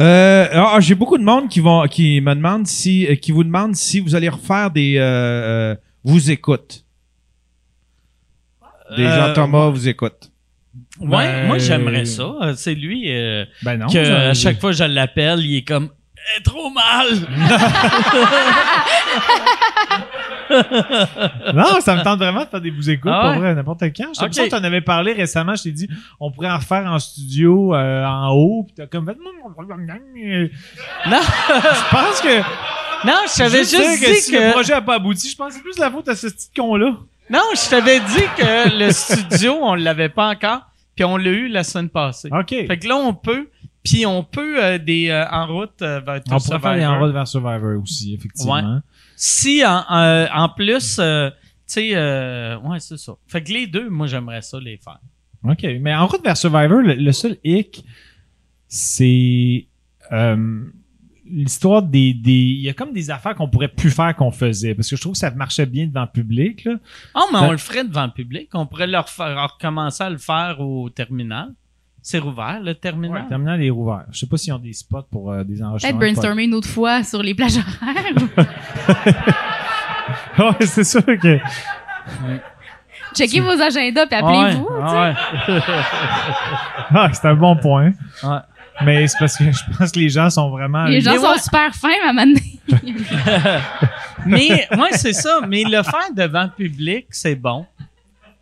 Euh, ah, J'ai beaucoup de monde qui vont qui me demande si euh, qui vous demande si vous allez refaire des euh, euh, vous écoute. Des Euh, gens Thomas vous écoute. Ouais, Ben- moi, j'aimerais ça. Euh, C'est lui euh, Ben non. que je- à (laughs) chaque fois que je l'appelle, il est comme Eh, trop mal. Non, ça me tente vraiment de faire des vous écoutes Ah ouais? pour vrai, n'importe quand. Je Ok. sais que tu en avais parlé récemment, je t'ai dit, on pourrait en refaire en studio, euh, en haut, pis t'as comme fait, non, Non. (laughs) je pense que, Non, je t'avais juste juste, dire que dit si que. le projet a pas abouti, je pense que c'est plus la faute à ce petit con-là. Non, je t'avais dit que le studio, on l'avait pas encore, puis on l'a eu la semaine passée. Ah, OK. Fait que là, on peut, puis on peut euh, des euh, en route euh, vers on Tour pourrait faire les Survivor. en route vers Survivor aussi, effectivement. Si en, en- en plus, euh, tu sais, euh, ouais, c'est ça. Fait que les deux, moi, j'aimerais ça les faire. OK. Mais en route vers Survivor, le, le seul hic, c'est euh, l'histoire des, des. Il y a comme des affaires qu'on pourrait plus faire qu'on faisait. Parce que je trouve que ça marchait bien devant le public. Là. Oh, mais Ben- on le ferait devant le public. On pourrait leur faire, leur commencer à le faire au terminal. C'est rouvert, le terminal. Le terminal est rouvert. Je sais pas s'ils ont des spots pour euh, des Peut-être enregistrements. brainstormer une autre fois sur les plages horaires. (laughs) ouais, c'est sûr que. Checkez vos agendas puis appelez-vous. Ouais, tu sais. ouais. Ah, c'est un bon point. Ouais. Mais c'est parce que je pense que les gens sont vraiment. Les gens Mais sont ouais. super fins à m'amener. Mais moi, c'est ça. Mais le faire devant le public, c'est bon.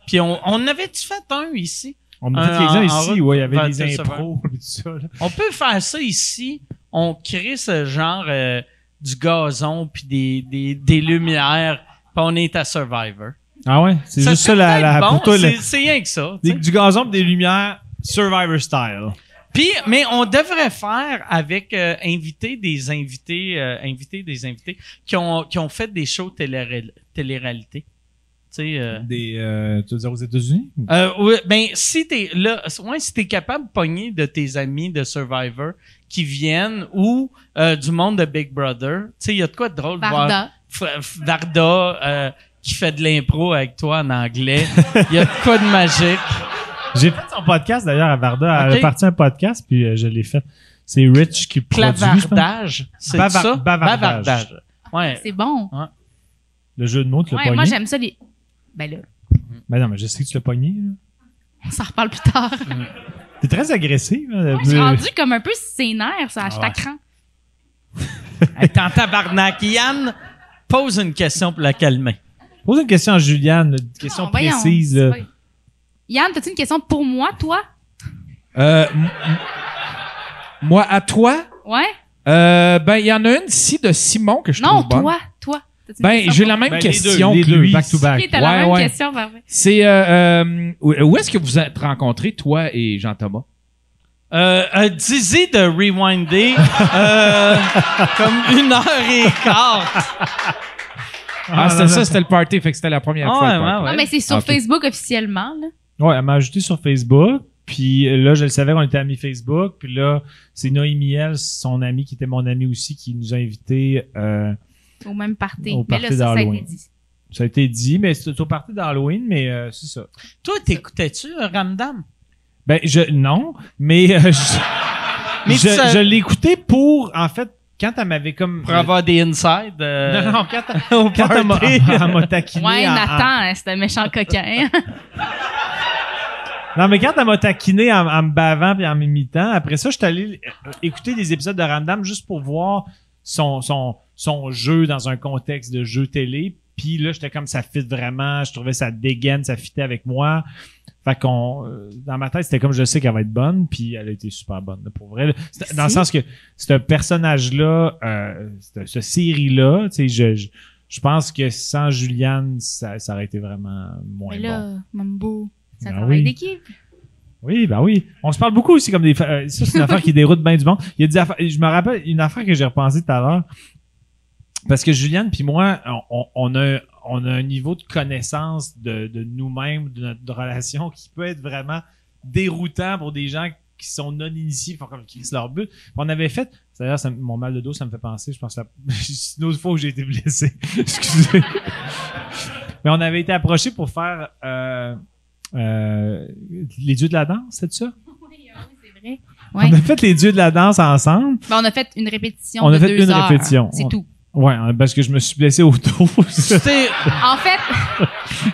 Puis on, on avait-tu fait un ici? On a fait Euh, quelques-uns en- en ici, route ouais, il y avait vers des Tour impros et tout ça. là. On peut faire ça ici. On crée ce genre euh, du gazon puis des, des, des lumières. Puis on est à Survivor. Ah ouais? C'est Ça juste ça serait la, la- peut-être bon, pour toi. le- c'est, c'est rien que ça. tu des- sais. du gazon pis des lumières, Survivor style. Puis, mais on devrait faire avec euh, inviter des invités, euh, inviter des invités qui ont, qui ont fait des shows télé- télé-réalité. Tu sais, euh, Des, euh, tu veux dire aux États-Unis? Euh, oui, ben, si t'es là, ouais, si t'es capable de pogner de tes amis de Survivor qui viennent ou euh, du monde de Big Brother, tu sais, il y a de quoi de drôle de voir Varda. F- F- Varda euh, qui fait de l'impro avec toi en (laughs) anglais. Il y a de quoi de magique. J'ai fait son podcast d'ailleurs à Varda. Elle Ok. a parti un podcast, puis euh, je l'ai fait. C'est Rich qui produit. je pense. Clavardage, c'est Bavard- ça? bavardage. Ouais. C'est bon. Le jeu de mots, tu l'as Ouais, pogné. moi, j'aime ça. Les... Ben là, Ben non, mais je sais que tu l'as pogné. là. on s'en reparle plus tard. T'es très agressif. hein, Moi, je suis euh, rendu comme un peu sénère, ça. Je Ah ouais. t'accran. Attends, tabarnak. Yann, pose une question pour la calmer. Pose une question à Juliane, là, une question Non, Ah, voyons, précise. c'est là. pas- Yann, t'as-tu une question pour moi, toi? Euh, m- m- moi à toi. Ouais? Euh, ben il y en a une ici de Simon que je Non, trouve bonne. toi, toi. T'as-tu une Ben question j'ai pour- la même Ben, les deux, question les que deux, lui. back to back. Ok, t'as la Ouais, même ouais. question, parfait. C'est euh, euh, où où est-ce que vous êtes rencontrés toi et Jean Thomas? Euh, euh, Dizzy de rewinder (laughs) euh, comme une heure et quart. Ah, Ah, c'était non, ça, non. c'était le party, fait que c'était la première Ah, fois. le ouais, party. ouais, Non, mais c'est sur Ok. Facebook officiellement, là. Ouais, elle m'a ajouté sur Facebook. Puis euh, là, je le savais qu'on était amis Facebook. Puis là, c'est Noémie Elle, son amie qui était mon amie aussi, qui nous a invités. euh, Au même party. Au mais party là, ça, ça a été d'Halloween. dit. ça a été dit, mais c'est au parti d'Halloween, mais euh, c'est ça. Toi, t'écoutais-tu euh, Ramdam? Ben, je, non, mais, euh, je, Mais je, tu sais- je l'ai écouté pour, en fait, quand elle m'avait comme. Pour avoir des insides euh, Non, non, (laughs) quand, au quand elle m'a- party. elle m'a taquiné. Ouais, en- en- Nathan, hein, c'est un (laughs) méchant coquin. non, mais quand elle m'a taquiné en, en me bavant puis en m'imitant, après ça, je suis allé euh, écouter des épisodes de Random juste pour voir son, son, son jeu dans un contexte de jeu télé. Puis là, j'étais comme ça fit vraiment, je trouvais ça dégaine, ça fitait avec moi. Fait qu'on euh, dans ma tête, c'était comme je sais qu'elle va être bonne, puis elle a été super bonne là, pour vrai. C'était- Dans le sens que ce personnage là, euh, cette, cette série là, tu sais je, je je pense que sans Juliane, ça, ça aurait été vraiment moins Mais bon. là, Mambo, ça Ben travaille oui. d'équipe. Oui, ben oui. On se parle beaucoup aussi comme des. fa- euh, ça, c'est une affaire qui déroute bien du monde. Il y a des affaires. Je me rappelle une affaire que j'ai repensée tout à l'heure. Parce que Juliane puis moi, on, on- on a, on a un niveau de connaissance de, de nous-mêmes, de notre relation qui peut être vraiment déroutant pour des gens qui sont non initiés, font comme Chris leur but. On avait fait. D'ailleurs, ça me- mon mal de dos, ça me fait penser. Je pense que la- (laughs) c'est une autre fois où j'ai été blessé. (laughs) Excusez. Mais on avait été approché pour faire. euh, euh, les dieux de la danse, c'est ça? (laughs) Oui, oui, c'est vrai. Ouais. On a fait les dieux de la danse ensemble. Ben, on a fait une répétition. On de a fait deux une heures. répétition. C'est On- (laughs) tout. Ouais, hein, parce que je me suis blessé au dos. (laughs) C'était- En fait,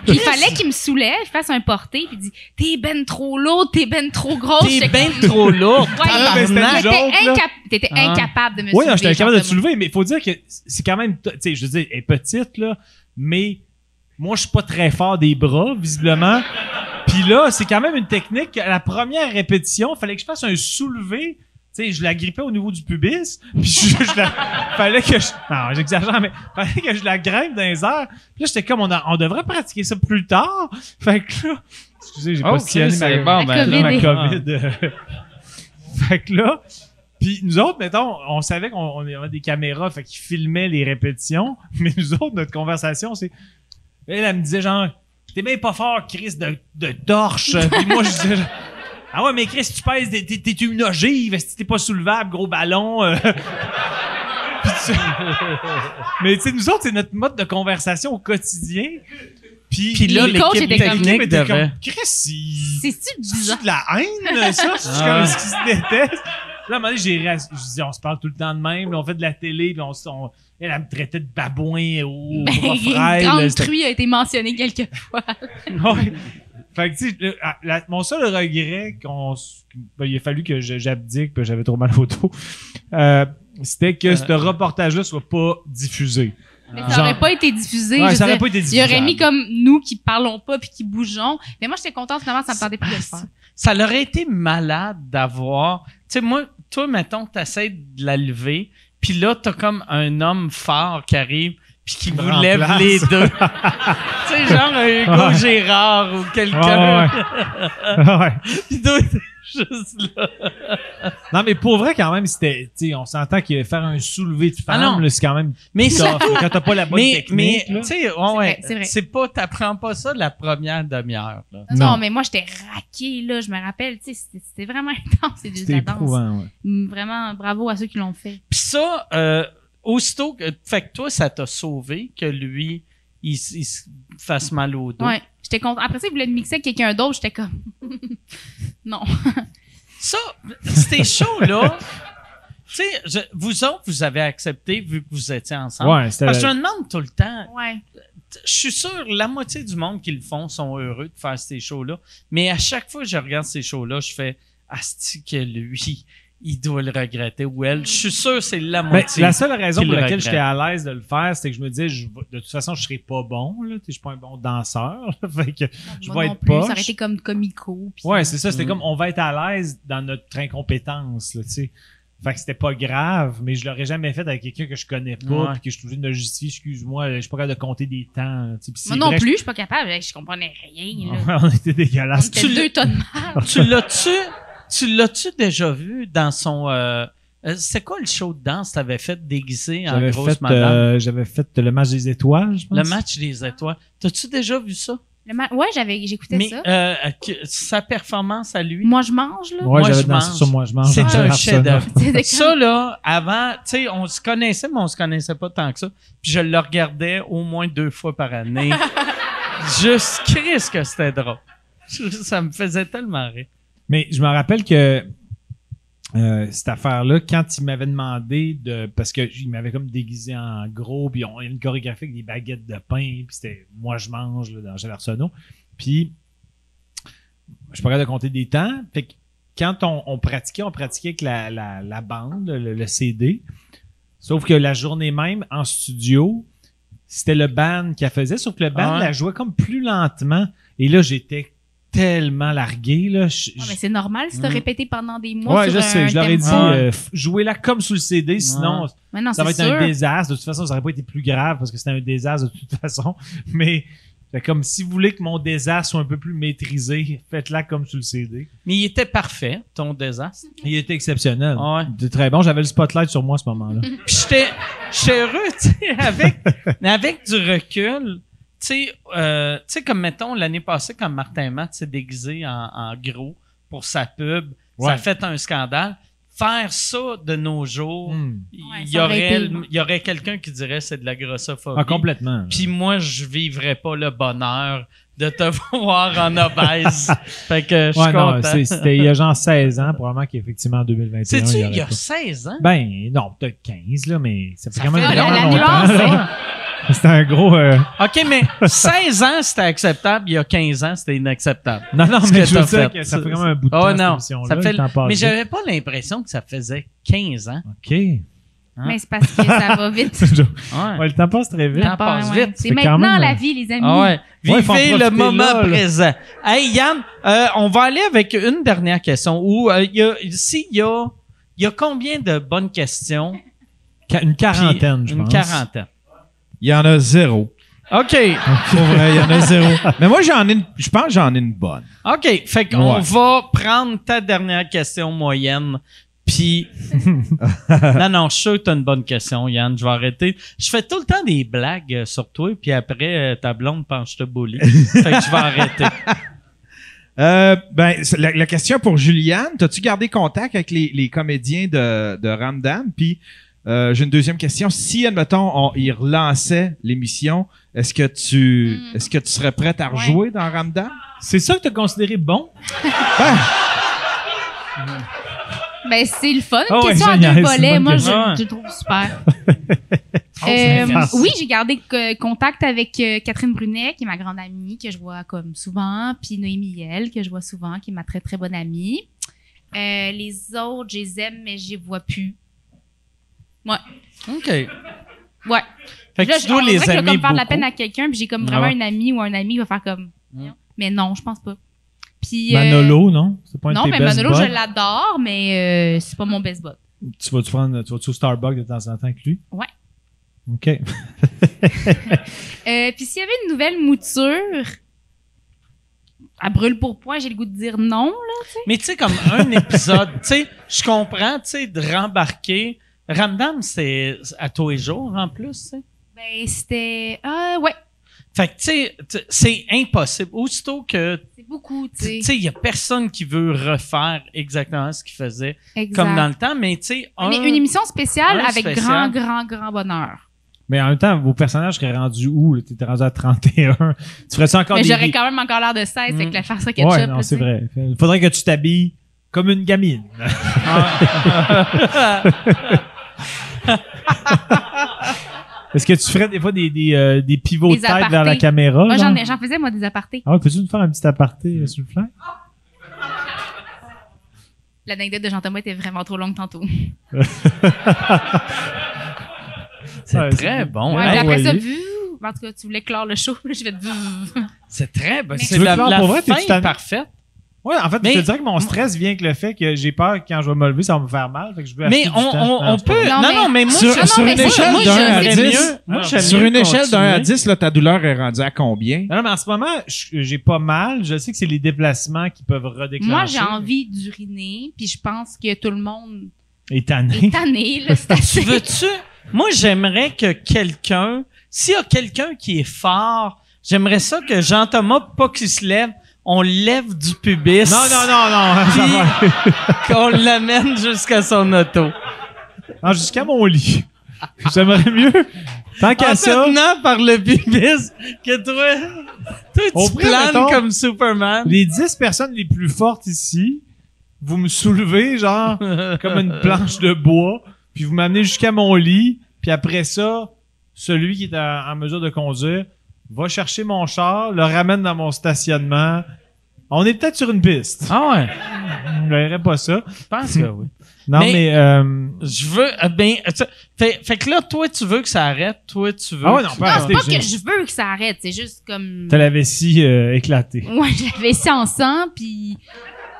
il fallait qu'il me soulève, il fasse un porté, puis il dit T'es ben trop lourd, t'es ben trop Ah, ben, grosse. T'es J'étais bien comme- trop lourd. Ouais, mais c'était tabarnak. une T'étais joke, là. incap- t'étais Ah. incapable de me Hein? oui, soulever. non, j'étais genre capable de de- te soulever, mais il faut dire que c'est quand même. Tu sais, je veux dire, elle est petite, là, mais moi, je suis pas très fort des bras, (laughs) visiblement. Puis là, c'est quand même une technique. À la première répétition, fallait que je fasse un soulevé. Tu sais, je la grippais au niveau du pubis, (laughs) puis je, je la- fallait que je... Non, j'exagère, mais fallait que je la grimpe dans les airs. Puis là, j'étais comme, on, a- on devrait pratiquer ça plus tard. Fait que là... Excusez, j'ai Oh, pas sillonné ma... c'est bon, La ben, Là, COVID. ma Bébé. COVID. euh, (laughs) fait que là, puis nous autres, mettons, on savait qu'on on avait des caméras, fait qu'ils filmaient les répétitions, (laughs) mais nous autres, notre conversation, c'est. Elle, elle me disait genre, t'es bien pas fort, Chris, de, de torche. puis moi, je disais genre, Ah ouais, mais Chris, tu pèses, des- t'es t'es une ogive, si t'es pas soulevable, gros ballon. euh. (laughs) Puis tu- mais tu sais, nous autres, c'est notre mode de conversation au quotidien. Puis, Puis là, Les coachs l'équipe étaient comme- technique était comme, devait... Chris, il- C'est-tu (laughs) bizarre? c'est de la haine, ça? C'est Ah. comme ce qui se déteste. Là, à un moment donné, j'ai ra- je dis, on se parle tout le temps de même, là, on fait de la télé, puis on, s- on- elle, elle me traitait de babouin au (laughs) Ben, bras frêle, là, grande c'était- truie a été mentionnée quelques fois. Ouais. Fait que, tu sais, le- à- la- mon seul regret, qu'on, s- ben, il a fallu que je- j'abdique, puis j'avais trop mal au dos, euh, c'était que Euh. ce reportage-là soit pas diffusé. Mais Genre- ça aurait pas été diffusé. Ouais, je ça aurait veux pas été dire, Il diffusé. (laughs) aurait mis comme nous qui parlons pas puis qui bougeons. Mais moi, j'étais contente finalement, ça me tardait plus de le faire. Ça leur aurait été malade d'avoir... Tu sais, moi, toi, mettons, t'essaies de la lever, puis là, t'as comme un homme fort qui arrive puis qui me vous lève remplace. (laughs) les deux. tu sais, genre un Hugo Ouais. Gérard ou quelqu'un. (laughs) Ouais, ouais. Ah Ouais. Puis toi, t'es juste là. Non, mais pour vrai, quand même, c'était, tu sais, on s'entend que faire un soulevé de Ah femme, non. là, c'est quand même Mais ça... tough. quand t'as pas la bonne Mais, mais technique, tu là. sais, ouais, ouais, vrai, c'est vrai. c'est pas, t'apprends pas ça la première demi-heure. là. Non, Non. mais moi, j'étais raquée, là. Je me rappelle, tu sais, c'était- c'était vraiment (laughs) intense, les dieux de C'était la danse. éprouvant, ouais. Mm, Vraiment, bravo à ceux qui l'ont fait. Puis ça, euh, aussitôt que, fait que toi, ça t'a sauvé que lui, il, s- il se fasse mal au dos. Ouais, j'étais contente. Après ça, ils voulaient me mixer avec quelqu'un d'autre, j'étais comme (laughs) non. Ça, c'était chaud, là. tu sais, je- vous autres, vous avez accepté vu que vous étiez ensemble. Ouais, c'était. Parce que je me demande tout le temps, Ouais. je suis sûr, la moitié du monde qui le font sont heureux de faire ces shows-là. Mais à chaque fois que je regarde ces shows-là, je fais Asti que lui, il doit le regretter ou elle. Je suis sûr, c'est la Ben, moitié. la seule raison qu'il pour laquelle regrette. j'étais à l'aise de le faire, c'était que je me disais, je vais- de toute façon, je serais pas bon, là. Tu sais, Je suis pas un bon danseur. là. (laughs) fait que, je Moi vais non être plus, ça poche. aurait été comme comico. puis- ouais, c'est ça. C'était Mm. comme, on va être à l'aise dans notre incompétence, là, tu sais. Fait que c'était pas grave, mais je l'aurais jamais fait avec quelqu'un que je connais Ouais. pas, puis que je suis obligé de me justifier, excuse-moi, je suis pas capable de compter des temps. tu sais. Puis c'est Moi non vrai que- plus, je suis pas capable, je comprenais rien. (laughs) Là. on était On dégueulasses. était tu- deux tonnes. (laughs) tu l'as-tu, tu l'as-tu déjà vu dans son. euh, euh, c'est quoi le show de danse t'avais fait déguisé en J'avais grosse fait, madame? euh, j'avais fait le match des étoiles, je pense. Le match des étoiles. T'as-tu déjà vu ça? Le ma- Ouais, j'avais j'écoutais Mais ça. euh, que- sa performance à lui, Moi je mange (laughs) là. Ouais, Moi, j'avais je dansé mange. sur moi, je mange. c'est J'avais un fait ça. chef-d'œuvre. C'était Ça, là, avant, tu sais, on se connaissait, mais on se connaissait pas tant que ça. Puis je le regardais au moins deux fois par année. Juste, Chris, que c'était drôle. Ça me faisait tellement rire. Mais je me rappelle que euh, cette affaire-là, quand il m'avait demandé de. Parce qu'il m'avait comme déguisé en gros, puis on, il y avait une chorégraphie avec des baguettes de pain, puis c'était Moi, je mange là, dans Gilles Arsenault. Puis, je suis pas capable de compter des temps. Fait que quand on, on pratiquait, on pratiquait avec la, la- la bande, le, le CD. Sauf que la journée même, en studio, c'était le band qui la faisait, sauf que le band Ah ouais. la jouait comme plus lentement. Et là, j'étais tellement largué. Là, Je- Ah, je- mais c'est normal si t'as Mm. répété pendant des mois. ouais, sur je un sais, je leur ai thème. dit, Ah ouais. euh, f- jouez-la comme sous le CD, sinon Mais non, ça va c'est être un sûr. désastre. De toute façon, ça aurait pas été plus grave parce que c'était un désastre de toute (laughs) façon. Mais c'est comme si vous voulez que mon désastre soit un peu plus maîtrisé, faites-la comme sous le CD. Mais il était parfait, ton désastre. Il était exceptionnel. Ah ouais. Il était très bon. J'avais le spotlight sur moi à ce (laughs) moment-là. Puis j'étais j'étais heureux, tu sais, avec, mais avec du recul. Tu sais, euh, tu sais, comme mettons, l'année passée, quand Martin Matt s'est déguisé en, en gros pour sa pub, ça Ouais. a fait un scandale. Faire ça de nos jours, Hmm. il Ouais, y ça aurait aurait, été- il y aurait quelqu'un qui dirait c'est de la grossophobie. Ah, complètement. Puis moi, je vivrais pas le bonheur de te (laughs) voir en obèse. fait que je suis Ouais, non, content. c'est- c'était il y a genre 16 ans, probablement qu'effectivement en 2021. Sais-tu, il y il y aurait a pas. 16 ans? Ben, non, peut-être 15, là, mais ça fait Ça quand même fait- Ah, la- vraiment la longtemps. nuance, hein? (laughs) C'était un gros. euh, (laughs) OK, mais 16 ans, c'était acceptable. Il y a 15 ans, c'était inacceptable. Non, non, Ce mais que je veux t'as dire fait. que ça fait quand même un bout de temps. Oh cette non, émission-là, ça fait... le temps passe mais vite. j'avais pas l'impression que ça faisait 15 ans. OK. Hein? Mais c'est parce que ça (laughs) va vite. Ouais. (laughs) Ouais, le temps passe très vite. Ça passe Ouais, ouais. vite, C'est c'est quand maintenant même- la vie, les amis. Ah ouais. Ouais, faut en Vivez le profiter moment là, là. présent. Hey Yann, euh, on va aller avec une dernière question. Ou euh, il y a- s'il y a, il y a combien de bonnes questions? Ca- Une quarantaine, Puis je une pense. quarantaine. Il y en a zéro. OK. Pour vrai, il y en a zéro. Mais moi, j'en ai une- je pense que j'en ai une bonne. OK. Fait qu'on Ouais. va prendre ta dernière question moyenne. (laughs) Puis. non, non, je suis sûr que t'as une bonne question, Yann. Je vais arrêter. Je fais tout le temps des blagues euh, sur toi, puis après, euh, ta blonde pense que je te bully. fait que je vais arrêter. Euh, ben, c'est la, la question pour Juliane, t'as-tu gardé contact avec les, les comédiens de, de Ramdam? Puis euh, j'ai une deuxième question. Si, admettons, on, ils relançaient l'émission, est-ce que tu Mm. est-ce que tu serais prête à Ouais. rejouer dans Ramdam? (laughs) C'est ça que tu as considéré bon? Ben, c'est le fun. Une Ah ouais, question à génial, deux c'est une volets. bonne Moi, je, question. je le trouve super. (laughs) c'est Euh, intense. oui, j'ai gardé euh, contact avec euh, Catherine Brunet, qui est ma grande amie, que je vois comme souvent, puis Noémie Yel, que je vois souvent, qui est ma très, très bonne amie. Euh, les autres, je les aime, mais je les vois plus. OK. Ouais. Fait que Là, tu je- dois on les dirait que je vais aimer comme faire de la beaucoup. peine à quelqu'un, puis j'ai comme Ah vraiment ouais. un ami ou un ami qui va faire comme... Mm. Mais non, je pense pas. Puis, euh, Manolo, non? C'est pas un non, de tes mais best Manolo, buds? je l'adore, mais euh, c'est pas mon best bud. Tu vas-tu prendre, tu vas-tu au Starbucks de temps en temps avec lui? Ouais. OK. Euh, puis s'il y avait une nouvelle mouture, à brûle pour point, j'ai le goût de dire non. là. Mais tu sais, comme un épisode, tu sais, je comprends, tu sais, de rembarquer. Ramdam, c'est à tous les jours en plus, tu sais. Ben, c'était. Ah, ouais, Fait que, tu sais, tu- c'est impossible. Aussitôt que, tu c'est beaucoup, tu tu sais. sais, il y a personne qui veut refaire exactement ce qu'il faisait Exact. comme dans le temps, mais tu sais, un... Mais une émission spéciale un avec spécial. grand, grand, grand bonheur. mais en même temps, vos personnages seraient rendus où? Tu étais rendu à 31. Tu ferais ça encore Mais des j'aurais ri- quand même encore l'air de 16 Mm. avec la farce à ketchup. Ouais, là, non, tu c'est sais. vrai. Il faudrait que tu t'habilles comme une gamine. (laughs) Est-ce que tu ferais des fois des, des, euh, des pivots Des de tête apartés. vers la caméra? Moi, j'en, genre? ai- j'en faisais, moi, des apartés. Ah ouais, peux-tu nous faire un petit aparté euh, sur le flanc? L'anecdote de Jean-Thomas était vraiment trop longue tantôt. c'est Ouais, très bon. Ouais, hein. puis après ça, voyez. vuh, en tout cas, tu voulais clore le show, (laughs) je vais te vuh. C'est très bon. Mais- C'est Tu veux la, que je parle la pour vrai? T'es-tu fin tanné? parfaite. Ouais, en fait, Mais- je te dirais que mon stress vient avec le fait que j'ai peur que quand je vais me lever, ça va me faire mal. Fait que je vais acheter Mais du on, temps. on, Non, on c'est pas peut... vrai. Non, Non, non, mais moi, Sur- je- non, sur mais une ça, échelle moi, d'un je- à j'aimerais dix. mieux- Moi, Ah, j'aimerais Sur mieux une échelle d'un à continuer. 10, là, ta douleur est rendue à combien? Non, non, mais en ce moment, je- j'ai pas mal. Je sais que c'est les déplacements qui peuvent redéclencher. Moi, j'ai envie d'uriner, puis je pense que tout le monde Et tanné. est tanné, (laughs) là, c'est Tu assez. veux-tu? Moi, j'aimerais que quelqu'un, s'il y a quelqu'un qui est fort, j'aimerais ça que Jean-Thomas, pas qu'il se lève, on le lève du pubis. Non, non, non, non. ça va. Puis (laughs) qu'on l'amène jusqu'à son auto. Non, Jusqu'à mon lit. (laughs) J'aimerais mieux. Tant qu'à En ça. tenant par le pubis que toi, toi On tu pourrait, planes mettons, comme Superman. les 10 personnes les plus fortes ici, vous me soulevez genre comme une (laughs) planche de bois, puis vous m'amenez jusqu'à mon lit, puis après ça, celui qui est en, en mesure de conduire va chercher mon char, le ramène dans mon stationnement, On est peut-être sur une piste. Ah ouais. Je verrais pas ça. Je pense que oui. Ah, Non, Mais- mais... euh, Je veux. euh, Ben, tu sais, fait, fait que là, toi, tu veux que ça arrête. Toi, tu veux. Ah ouais, que non, tu- pas Non, c'est pas arrêter, que je veux que ça arrête. C'est juste comme. (laughs) T'as la vessie euh, éclatée. Moi, je l'avais ici en sang, puis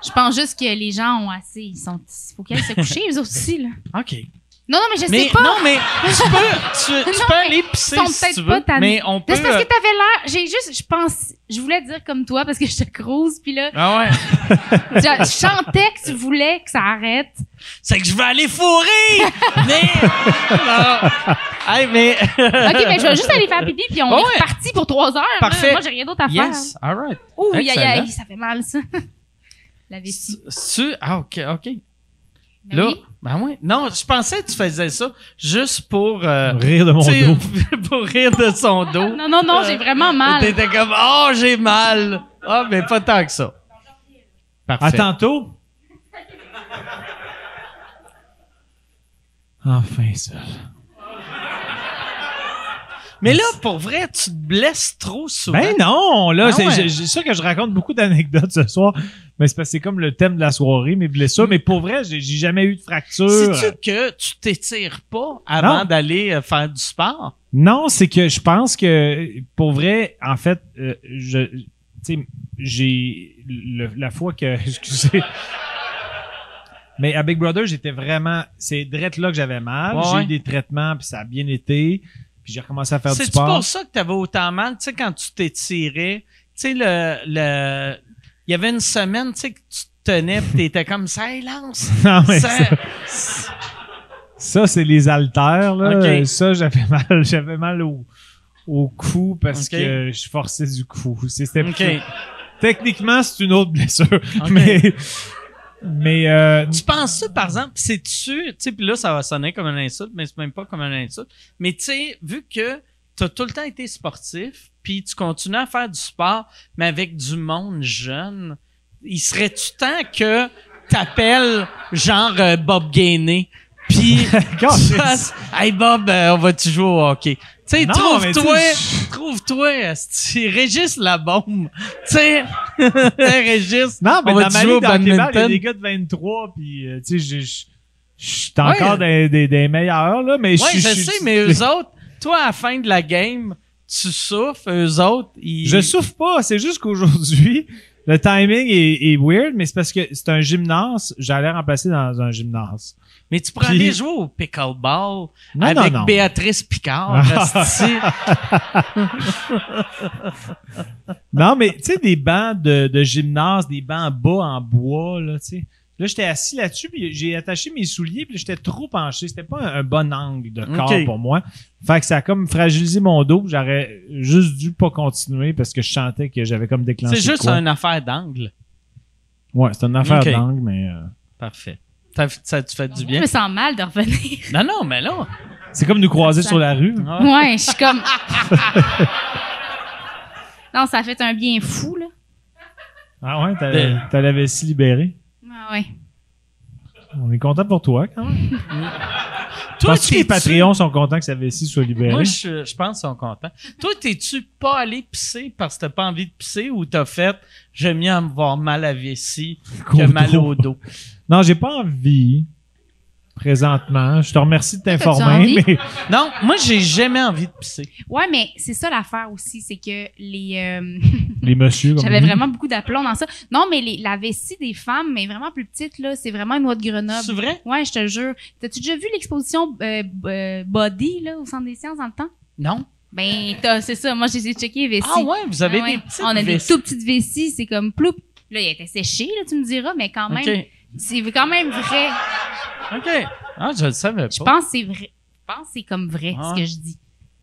je pense juste que les gens ont assez. Ils sont. Il (laughs) faut qu'elles se coucher, eux aussi, là. OK. Non, non, mais je Mais sais pas. non, mais tu (laughs) peux, tu, tu Non, peux mais aller pisser ils sont si peut-être tu veux. pas tannés. Mais on peut. Mais C'est parce euh, que t'avais l'air. J'ai juste. Je pense. Je voulais dire comme toi parce que je te crouse, puis là. Ah ouais. Je, je chantais que tu voulais que ça arrête. C'est que je vais aller (laughs) fourrer! mais. Non. Hey, mais. OK, mais je vais juste aller faire pipi, puis on Ah est ouais. reparti pour trois heures. là. Parfait. Moi, j'ai rien d'autre à (laughs) faire. Yes, alright. Ouh, aïe, aïe, Excellent. aïe, ça fait mal, ça. (laughs) La vessie. Tu. Ah, OK, OK. Ben Là. oui. Ben ouais. Non, je pensais que tu faisais ça juste pour. euh, Rire de mon tu sais, dos. (laughs) pour rire de son dos. Non, non, non, j'ai Euh, vraiment mal. T'étais comme, oh, j'ai mal. Ah, mais pas tant que ça. Parfait. À tantôt. Enfin, ça. Mais là, pour vrai, tu te blesses trop souvent. Ben non, là, Ah c'est ouais. je- je- sûr que je raconte beaucoup d'anecdotes ce soir, mais c'est parce que c'est comme le thème de la soirée, mes blessures. Mm. Mais pour vrai, j'ai j'ai jamais eu de fracture. Sais-tu que tu t'étires pas avant Non. d'aller euh, faire du sport? Non, c'est que je pense que pour vrai, en fait, euh, je, tu sais, j'ai le- la fois que, (laughs) excusez. Mais à Big Brother, j'étais vraiment, c'est drette là que j'avais mal. Ouais, j'ai ouais. eu des traitements, puis ça a bien été. Puis j'ai recommencé à faire du C'est-tu sport. pour ça que t'avais autant mal, tu sais, quand tu t'étirais? Tu sais, le, le, il y avait une semaine, tu sais, que tu te tenais pis t'étais comme, ça hey, (laughs) lance! Non, mais ça- ça, ça, c'est les haltères. Là. Ok. Euh, Ça, j'avais (laughs) mal, j'avais mal au, au cou parce Ok. que je forçais du cou. C'était OK. Techniquement, c'est une autre blessure, (laughs) mais (laughs) mais euh, Tu penses ça, par exemple, c'est-tu, tu sais, puis là, ça va sonner comme un insulte, mais c'est même pas comme un insulte. Mais tu sais, vu que tu as tout le temps été sportif, puis tu continues à faire du sport, mais avec du monde jeune, il serait-tu temps que t'appelles genre euh, Bob Gainé, puis tu God, fasses « Hey Bob, euh, on va-tu jouer au hockey? » Tu sais, Non, mais trouve-toi, tu- trouve-toi, esti, Régis la bombe. Tu sais, Régis, non, mais on dans ma va-tu jouer au ligue de hockey-ball, il y a badminton? des gars de 23 puis euh, tu sais je- je je suis Ouais. encore des, des, des meilleurs là, mais Ouais, je, je je- sais, mais eux autres, toi, à la fin de la game, tu souffles, eux autres, ils... Je souffre pas, c'est juste qu'aujourd'hui, (laughs) le timing est, est weird, mais c'est parce que c'est un gymnase, j'allais remplacer dans un gymnase. Mais tu pourrais Puis- aller jouer au pickleball Non, avec non, non. Béatrice (laughs) Picard. esti. Non, mais tu sais, des bancs de, de gymnase, des bancs bas en bois, là, tu sais. Là, j'étais assis là-dessus, puis j'ai attaché mes souliers, puis j'étais trop penché. C'était pas un, un bon angle de corps Ok. pour moi. Fait que ça a comme fragilisé mon dos. puis J'aurais juste dû pas continuer parce que je sentais que j'avais comme déclenché. C'est juste quoi. une affaire d'angle. Ouais, c'est une affaire Ok. d'angle, mais. euh, Parfait. Ça, ça te fait du Je bien. me sens mal de revenir. (laughs) Non, non, mais là... C'est comme nous croiser sur la rue. ah, Ouais, je suis comme. (laughs) non, ça a fait un bien fou, là. Ah ouais, t'as Ben. t'as la vessie libérée. Ah ouais. On est content pour toi, quand même. ah, Toi, Penses-tu que les t'es-tu- Patreons sont contents que sa vessie soit libérée? Moi, je, je pense qu'ils sont contents. Toi, t'es-tu pas allé pisser parce que t'as pas envie de pisser ou t'as fait « J'aime mieux avoir mal à vessie que Au mal dos. au dos Non, j'ai pas envie présentement. Je te remercie de T'as-tu t'informer, envie? mais ». (laughs) Non, moi, j'ai jamais envie de pisser. Ouais, mais c'est ça l'affaire aussi, c'est que les. euh, les messieurs. comme J'avais on dit. vraiment beaucoup d'aplomb dans ça. Non, mais les- la vessie des femmes, mais vraiment plus petite, là, c'est vraiment une noix de Grenoble. C'est vrai? Ouais, je te jure. T'as-tu déjà vu l'exposition euh, b- euh, Body, là, au Centre des sciences, dans le temps? Non. Ben, t'as- c'est ça. Moi, j'ai checké les vessies. Ah ouais, vous avez Ah ouais. des petites On a des vestes. tout petites vessies, c'est comme ploup. Là, il était séché, là, tu me diras, mais quand même, OK. c'est quand même vrai. OK. Ah, je le savais Oh. Je pas. pense que c'est vrai. Je pense que c'est comme vrai, Ah. ce que je dis.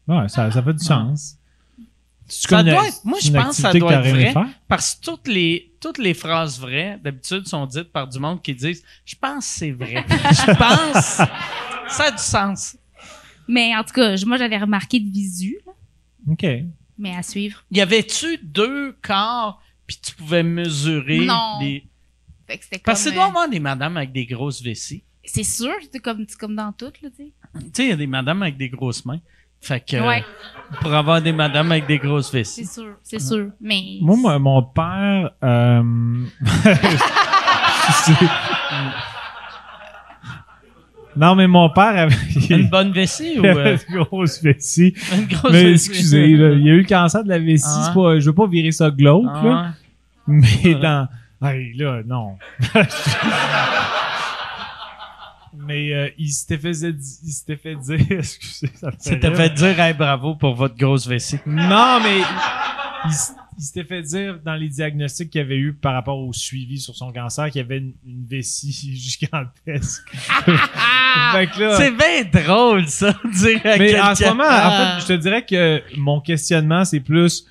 Ouais, ça, ça fait du sens. Tu Ça connais- doit être- moi, c'est je une pense que ça activité doit t'aurais être aimé vrai. faire? Parce que toutes les, toutes les phrases vraies, d'habitude, sont dites par du monde qui disent « Je pense que c'est (laughs) vrai. Je pense. » Ça a du sens. Mais en tout cas, je- moi, j'avais remarqué de visu, là, OK. mais à suivre. Y avait-tu deux corps puis tu pouvais mesurer Non. les... Fait que c'était Parce que comme, c'est doit y euh, avoir des madames avec des grosses vessies. c'est sûr, c'est comme, c'est comme dans tout, là, tu sais. Tu sais, il y a des madames avec des grosses mains. Fait que, Ouais. pour avoir des madames avec des grosses C'est fesses. sûr, c'est sûr. Mais. Ah. Moi, mon- (laughs) mon père. euh, (laughs) c'est- non, mais mon père avait. Une bonne vessie ou il avait (laughs) euh, une grosse vessie. une grosse Mais vessie? excusez, là, il y a eu le cancer de la vessie. Ah c'est pas, je veux pas virer ça glauque, Ah, là, ouais. mais dans. Hey, là, non. mais euh, il s'était fait, di- il s'était fait dire. (laughs) Excusez, ça me fait C'était rire. fait dire, hey, bravo pour votre grosse vessie. Non, mais il, s- il s'était fait dire dans les diagnostics qu'il avait eu par rapport au suivi sur son cancer qu'il y avait une, une vessie (laughs) gigantesque. Ah! Fait que là- C'est bien drôle, ça, de dire à Ah. mais quelqu'un. en ce moment, Ah. en fait, je te dirais que mon questionnement, c'est plus.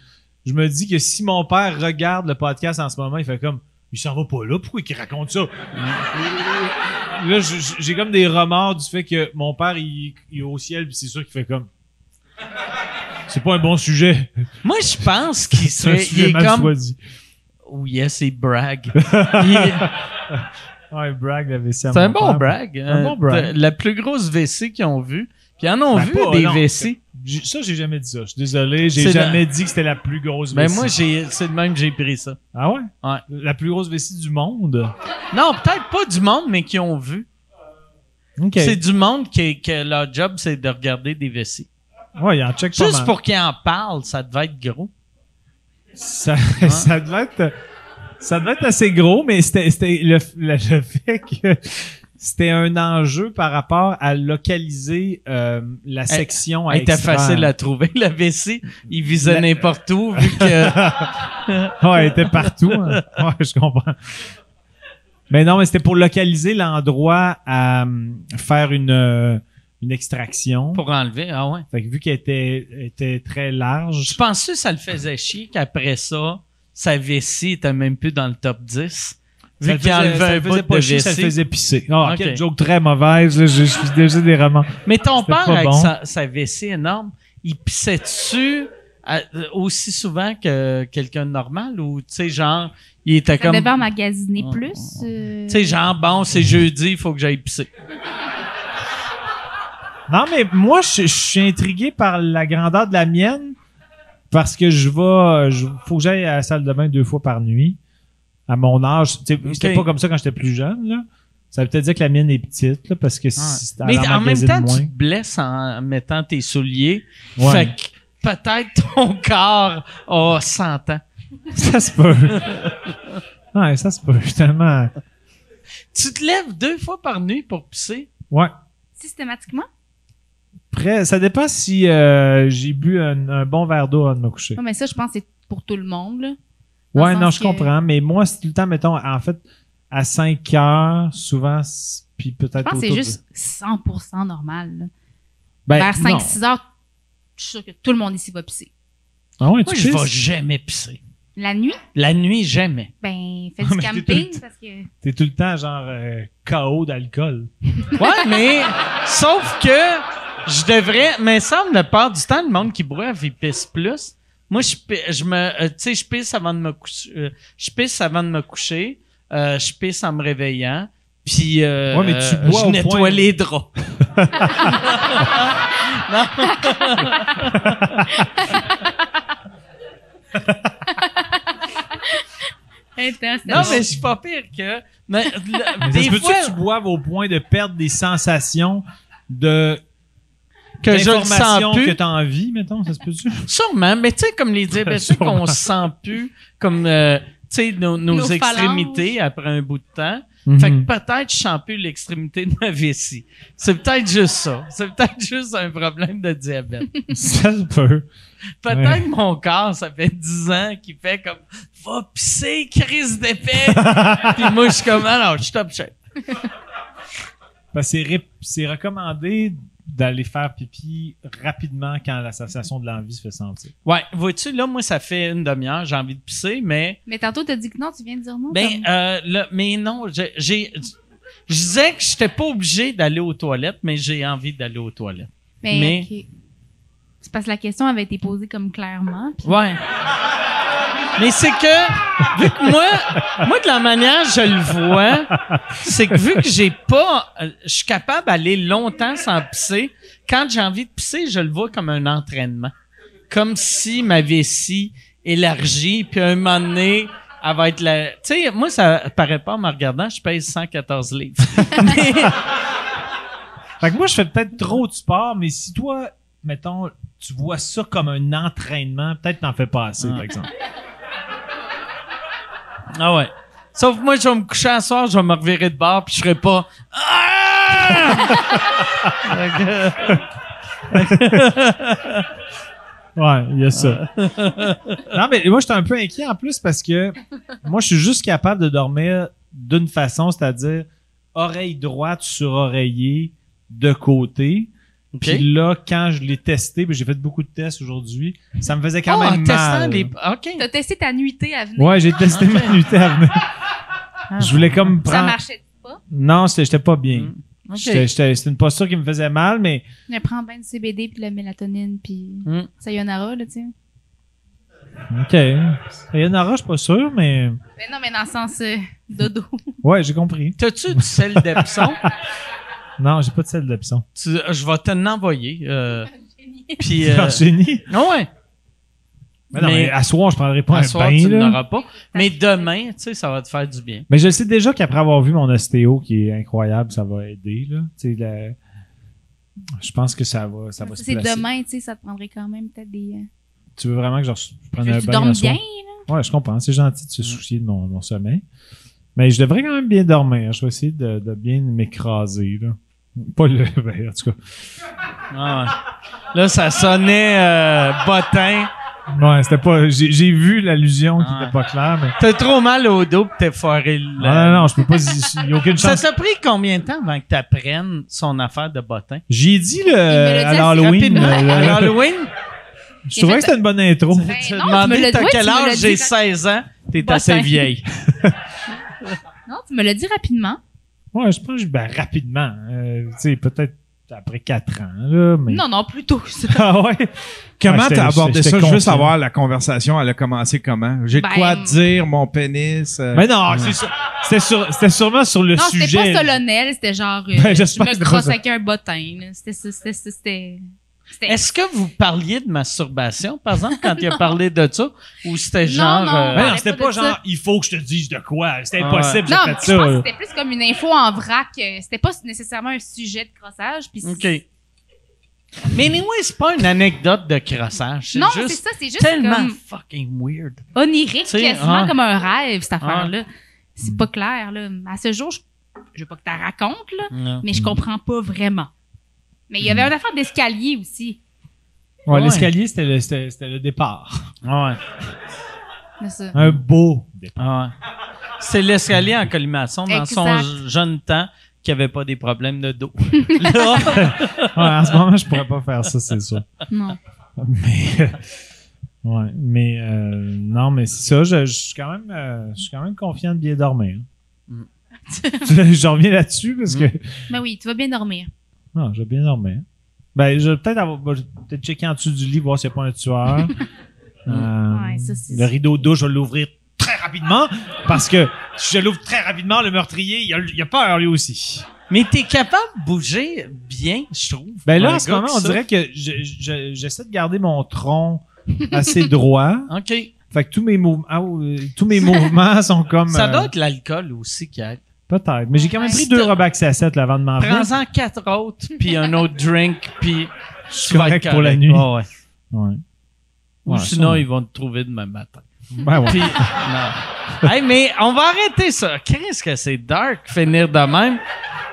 Je me dis que si mon père regarde le podcast en ce moment, il fait comme. Il s'en va pas là, pourquoi il raconte ça? là, je- je- j'ai comme des remords du fait que mon père, il, il est au ciel, puis c'est sûr qu'il fait comme. C'est pas un bon sujet. Moi, je pense qu'il C'est un serait, il sujet est mal comme, choisi. oh yes, il (laughs) brag. Il- Ouais, brag la vessie. à C'est un Ah, mon bon père. brag. hein. Un bon brag. La plus grosse vessie qu'ils ont vue. Puis ils en ont Ben, vu pas- des non, vessies. J'ai- Ça, j'ai jamais dit ça. Je suis désolé, j'ai C'est jamais dit que c'était la plus grosse Mais vessie. Ben, moi, j'ai, c'est de même que j'ai pris ça. Ah ouais? Ouais. La plus grosse vessie du monde. Non, peut-être pas du monde, mais qui ont vu. OK. C'est du monde qui, que leur job, c'est de regarder des vessies. Ouais, il en check pas Juste mal. pour qu'ils en parlent, ça devait être gros. Ça, Hein? (laughs) ça devait être... Ça devait être assez gros, mais c'était c'était le, le, le fait que c'était un enjeu par rapport à localiser euh, la section à Elle était extraire. facile à trouver. (laughs) La vessie, ils visaient La- n'importe où, vu que... Ouais, elle était partout. hein. (laughs) Ouais, je comprends. Mais non, mais c'était pour localiser l'endroit à euh, faire une, euh, une extraction. pour enlever, ah ouais. Fait que vu qu'elle était, était très Je large, pensais que ça le faisait chier qu'après ça, sa vessie était même plus dans le top 10. ça Vu le qu'il faisait- enlevait ça un le bout faisait de pas chier, ça le vessie. faisait pisser. Ah, Ok. quelle joke très mauvaise. là, je, je suis déjà des romans. Mais ton C'était père, pas avec bon. sa, sa vessie énorme, il pissait dessus aussi souvent que quelqu'un de normal ou, tu sais, genre, il était Ça comme. devait emmagasiner Ah, plus. euh, Tu sais, genre, bon, c'est jeudi, il faut que j'aille pisser. Non, mais moi, je, je suis intrigué par la grandeur de la mienne parce que je vais. Je, faut que j'aille à la salle de bain deux fois par nuit. À mon âge, tu sais, c'était Ok. pas comme ça quand j'étais plus jeune. Là. Ça veut peut-être dire que la mienne est petite là, parce que si c'est Mais elle en même emmagasine temps, moins. tu te blesses en mettant tes souliers. Ouais. Fait que peut-être ton (laughs) corps a 100 ans. Ça se peut. ouais, ça se peut, tellement. Tu te lèves deux fois par nuit pour pisser. Ouais. Systématiquement? Après, ça dépend si euh, j'ai bu un, un bon verre d'eau avant de me coucher. Non, mais ça, je pense que c'est pour tout le monde, là. Dans Ouais, le non, sens je que- comprends, mais moi, c'est tout le temps, mettons, en fait, à 5 heures, souvent, c'est- puis Je peut-être pense que c'est autour de- juste 100% normal. là. Ben, Vers non. 5-6 heures, je suis sûre que tout le monde ici va pisser. Ah ouais, Moi, tu je vais pisses? jamais pisser. La nuit, La nuit, jamais. ben, fais (laughs) Ah, mais du t'es tout camping parce que. T'es tout le temps, genre, euh, KO d'alcool. Ouais, mais sauf que je devrais. Mais semble la part du temps, le monde qui boive, il pisse plus. Moi, je, pi- je me, euh, tu sais, je pisse avant de me coucher. euh, je pisse avant de me coucher. euh, je pisse en me réveillant. Puis, euh, Ouais, mais tu euh, bois je au nettoie point- les draps. Attends, Non, mais je suis pas pire que. Mais, le- (laughs) Mais ça se des peut-tu fois, que tu boives au point de perdre des sensations de que je le sens d'informations plus. que t'as envie, mettons, ça se peut-tu? Sûrement, mais tu sais, comme (laughs) les diabétiques, Sûrement. on se sent plus, comme, euh, tu sais, nos, nos Nos extrémités après un bout de temps. Fait que peut-être je sens plus l'extrémité de ma vessie. C'est peut-être juste ça. C'est peut-être juste un problème de diabète. (laughs) ça se peut. Peut-être Ouais. que mon corps, ça fait 10 ans qu'il fait comme « Va pisser, crise d'épée! » Puis moi, je suis comme « Ah non, je suis top shape. Parce que c'est ré- c'est recommandé d'aller faire pipi rapidement quand la sensation de l'envie se fait sentir. » Ouais, vois-tu, là, moi, ça fait une demi-heure, j'ai envie de pisser, mais... Mais tantôt, t'as dit que non, tu viens de dire non. Ben, comme- euh, là, mais non, j'ai... j'ai- Je disais que j'étais pas obligé d'aller aux toilettes, mais j'ai envie d'aller aux toilettes. mais. mais- ok. C'est parce que la question avait été posée comme clairement. puis- Ouais. Mais c'est que, vu que moi, moi, de la manière que je le vois, c'est que vu que j'ai pas, euh, je suis capable d'aller longtemps sans pisser, quand j'ai envie de pisser, je le vois comme un entraînement. Comme si ma vessie élargie, puis à un moment donné, elle va être la... Tu sais, moi, ça paraît pas en me regardant, je pèse 114 livres. (laughs) Mais- Fait que moi, je fais peut-être trop de sport, mais si toi, mettons, tu vois ça comme un entraînement, peut-être t'en fais pas assez, par exemple. Ah ouais. Sauf que moi, je vais me coucher à soir, je vais me revirer de bord, puis je serai pas. Ah! Fait que- Ouais, il y a ça. (laughs) non, mais moi, j'étais un peu inquiet en plus parce que moi, je suis juste capable de dormir d'une façon, c'est-à-dire oreille droite sur oreiller de côté. Puis là, quand je l'ai testé, puis j'ai fait beaucoup de tests aujourd'hui, ça me faisait quand Oh, en même testant mal. les. OK. T'as testé ta nuitée à venir. Ouais, j'ai testé Ok. Ah. ma nuitée à venir. Je voulais comme ça prendre... marchait pas. Non, c'était- j'étais pas bien. Mm. OK. J'étais- j'étais- C'était une posture qui me faisait mal, mais Je prends bien du CBD puis de la mélatonine puis Hmm. sayonara, là, tu sais. OK. Sayonara, je suis pas sûr, mais. Mais non, mais dans le sens euh, dodo. (laughs) Ouais, j'ai compris. T'as-tu du sel d'Epsom? Non, j'ai pas de sel d'Epsom. Tu- je vais t'en envoyer. euh, (laughs) Puis. euh, C'est un génie. ah ouais. Mais, non, mais à soir, je prendrai à pas un soir, bain, tu là. n'auras pas. Mais demain, tu sais, ça va te faire du bien. Mais je le sais déjà qu'après avoir vu mon ostéo qui est incroyable, ça va aider, là. Tu sais, la- Je pense que ça va, ça va Ça, se c'est placer. demain, tu sais, ça te prendrait quand même peut-être des. euh, Tu veux vraiment que je, re- je prenne que un tu bain à dormes soir? bien. Ouais, je comprends. C'est gentil de se soucier de mon, mon sommeil. Mais je devrais quand même bien dormir. Je vais essayer de, de bien m'écraser, là. Pas le (laughs) verre, en tout cas. Ah ouais. Là, ça sonnait euh, bottin. Ouais, c'était pas. J'ai j'ai vu l'allusion qui Ah. n'était pas claire, mais. T'as trop mal au dos, puis t'es foiré. le- Ah, non, non, je peux pas. Il n'y a aucune Ça chance. t'a pris combien de temps avant que t'apprennes son affaire de bottin? J'ai dit le, me l'a à dit l'Halloween. Rapidement. euh, le- À Halloween, Je trouvais que c'était une bonne intro. Ben tu non, as tu me demandé l'as- t'as ouais, quel tu me l'as âge, dit j'ai ra- 16 ans, t'es Bottin. assez vieille. ben. Non, tu me l'as dit rapidement. Ouais, je pense que ben, rapidement. euh, tu sais, peut-être après 4 ans, là. Mais... Non, non, plutôt ça. (laughs) Ah ouais. Ouais, Comment j'étais- t'as abordé j'étais ça? Je veux confiant. savoir la conversation, elle a commencé comment? J'ai de Ben, quoi te dire, mon pénis. euh, Mais non, c'est sûr- c'était sur- c'était sûrement sur le non, c'était sujet. pas solennel, c'était genre. euh, Ben, je j'espère que me c'était pas crosse ça. avec un bottin, là. C'était ça, c'était ça, c'était. c'était- Est-ce que vous parliez de masturbation, par exemple, quand il a parlé de ça? Ou c'était Non, genre... non. ben, euh, Mais non, parlait c'était pas pas, de genre, ça. il faut que je te dise de quoi. C'était Ah (laughs) impossible, Non, j'ai mais fait je ça. pense que là. c'était plus comme une info en vrac. euh, C'était pas nécessairement un sujet de crossage. Puis OK. Mais anyway, c'est pas une anecdote de crossage. C'est Non, c'est juste ça, c'est juste tellement comme fucking weird. onirique, Tu sais, quasiment ah. comme un rêve, cette affaire-là. C'est pas clair, là. À ce jour, je, je veux pas que tu racontes, là, mais je comprends pas vraiment. Mais il y avait une affaire d'escalier aussi. Ouais, Ouais. L'escalier, c'était le, c'était- c'était le départ. Ah ouais. de ça. Un beau départ. Ah ouais. C'est l'escalier en collimation dans son Exact. je- jeune temps qui avait pas des problèmes de dos. (laughs) Là, Ouais, en ce moment, je pourrais pas faire ça, c'est sûr. Non. Mais, (laughs) ouais, mais euh, non, mais c'est ça. Je, je suis quand même, euh, je suis quand même confiant de bien dormir. (laughs) Mm. J'en reviens là-dessus Mm. parce que Mais oui, tu vas bien dormir. non, j'ai bien dormi. Ben, je vais peut-être avoir- ben, je vais peut-être checker en dessous du lit voir s'il n'y a pas un (laughs) tueur. Euh, Ouais, ça, c'est- le rideau de douche, je vais l'ouvrir très rapidement parce que si je l'ouvre très rapidement, le meurtrier, il a, il a peur lui aussi. mais t'es capable de bouger bien, je trouve. Ben là, Un en ce gars moment, qui on ça- dirait que je- je- j'essaie de garder mon tronc assez droit. OK. Fait que tous mes mouvements, ah, euh, (laughs) tous mes mouvements sont comme. Ça euh, doit être l'alcool aussi qui aide. Peut-être. Mais j'ai quand même pris Si deux t'as- Robax à 7 là, avant de m'en venir. Prends-en quatre autres, (laughs) puis un autre drink, puis Je suis correct pour la nuit. Ah ouais. Ouais. Ou Ouais, sinon, ça, ils vont te trouver demain matin. Ouais, ouais. Puis, non. Hey, mais on va arrêter ça. Qu'est-ce que c'est dark, finir de même.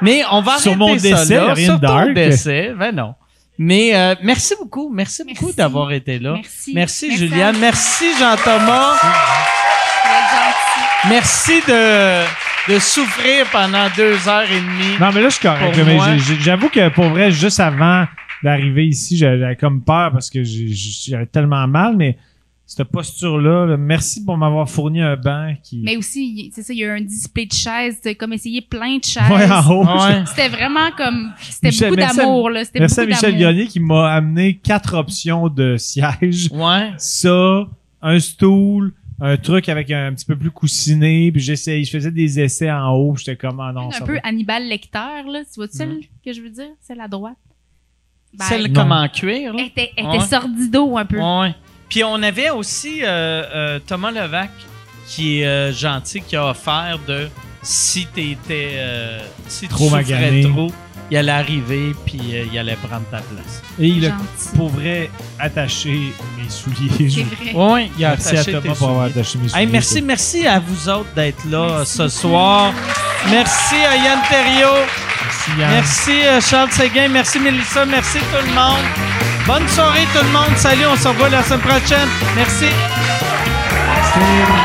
Mais on va Sur arrêter mon ça décès, là. rien Sur de ton dark. décès, ben non. Mais euh, merci beaucoup. Merci, beaucoup Merci. d'avoir été là. Merci. Merci, Merci Julien. à vous. Merci, Jean-Thomas. Vous êtes gentils. Merci de, de souffrir pendant deux heures et demie. Non, mais là, je suis correct. Pour là, mais moi- j'ai- j'ai- J'avoue que pour vrai, juste avant d'arriver ici, j'avais comme peur parce que j'ai- j'ai- j'avais tellement mal, mais cette posture-là, là, merci pour m'avoir fourni un banc qui. Mais aussi, il- c'est ça, il y a eu un display de chaises, t'as comme essayer plein de chaises. (laughs) Ouais, en haut. Ah ouais. C'était vraiment comme. C'était Michel- beaucoup merci à- d'amour, là. C'était Merci à beaucoup Michel d'amour. Grenier qui m'a amené quatre options de sièges. Ouais. ça, un stool, un truc avec un, petit peu plus coussiné, puis j'essayais, je faisais des essais en haut, puis j'étais comme, ah non, un ça peu va. Hannibal Lecter, là. Tu vois Mm-hmm. celle que je veux dire? Celle à droite. Ben, Celle Non. comme en cuir, là. Elle était, elle Ouais. était sordido un peu. Ouais. Puis on avait aussi euh, euh, Thomas Levac, qui est euh, gentil, qui a offert de si t'étais euh, si Trop tu souffrais magané. trop, il allait arriver puis euh, il allait prendre ta place. Et il a, Gentil. pour vrai, attaché mes souliers. C'est Je- vrai. Oui, il a Merci à attaché tes Thomas pour avoir souliers. attaché mes souliers. Hey, merci, merci à vous autres d'être là euh, Merci ce beaucoup. soir. Merci à Yann Terriot. Merci, Yann. Merci euh, Charles Seguin. Merci Mélissa. Merci tout le monde. Bonne soirée tout le monde. Salut, on se revoit la semaine prochaine. Merci. Merci.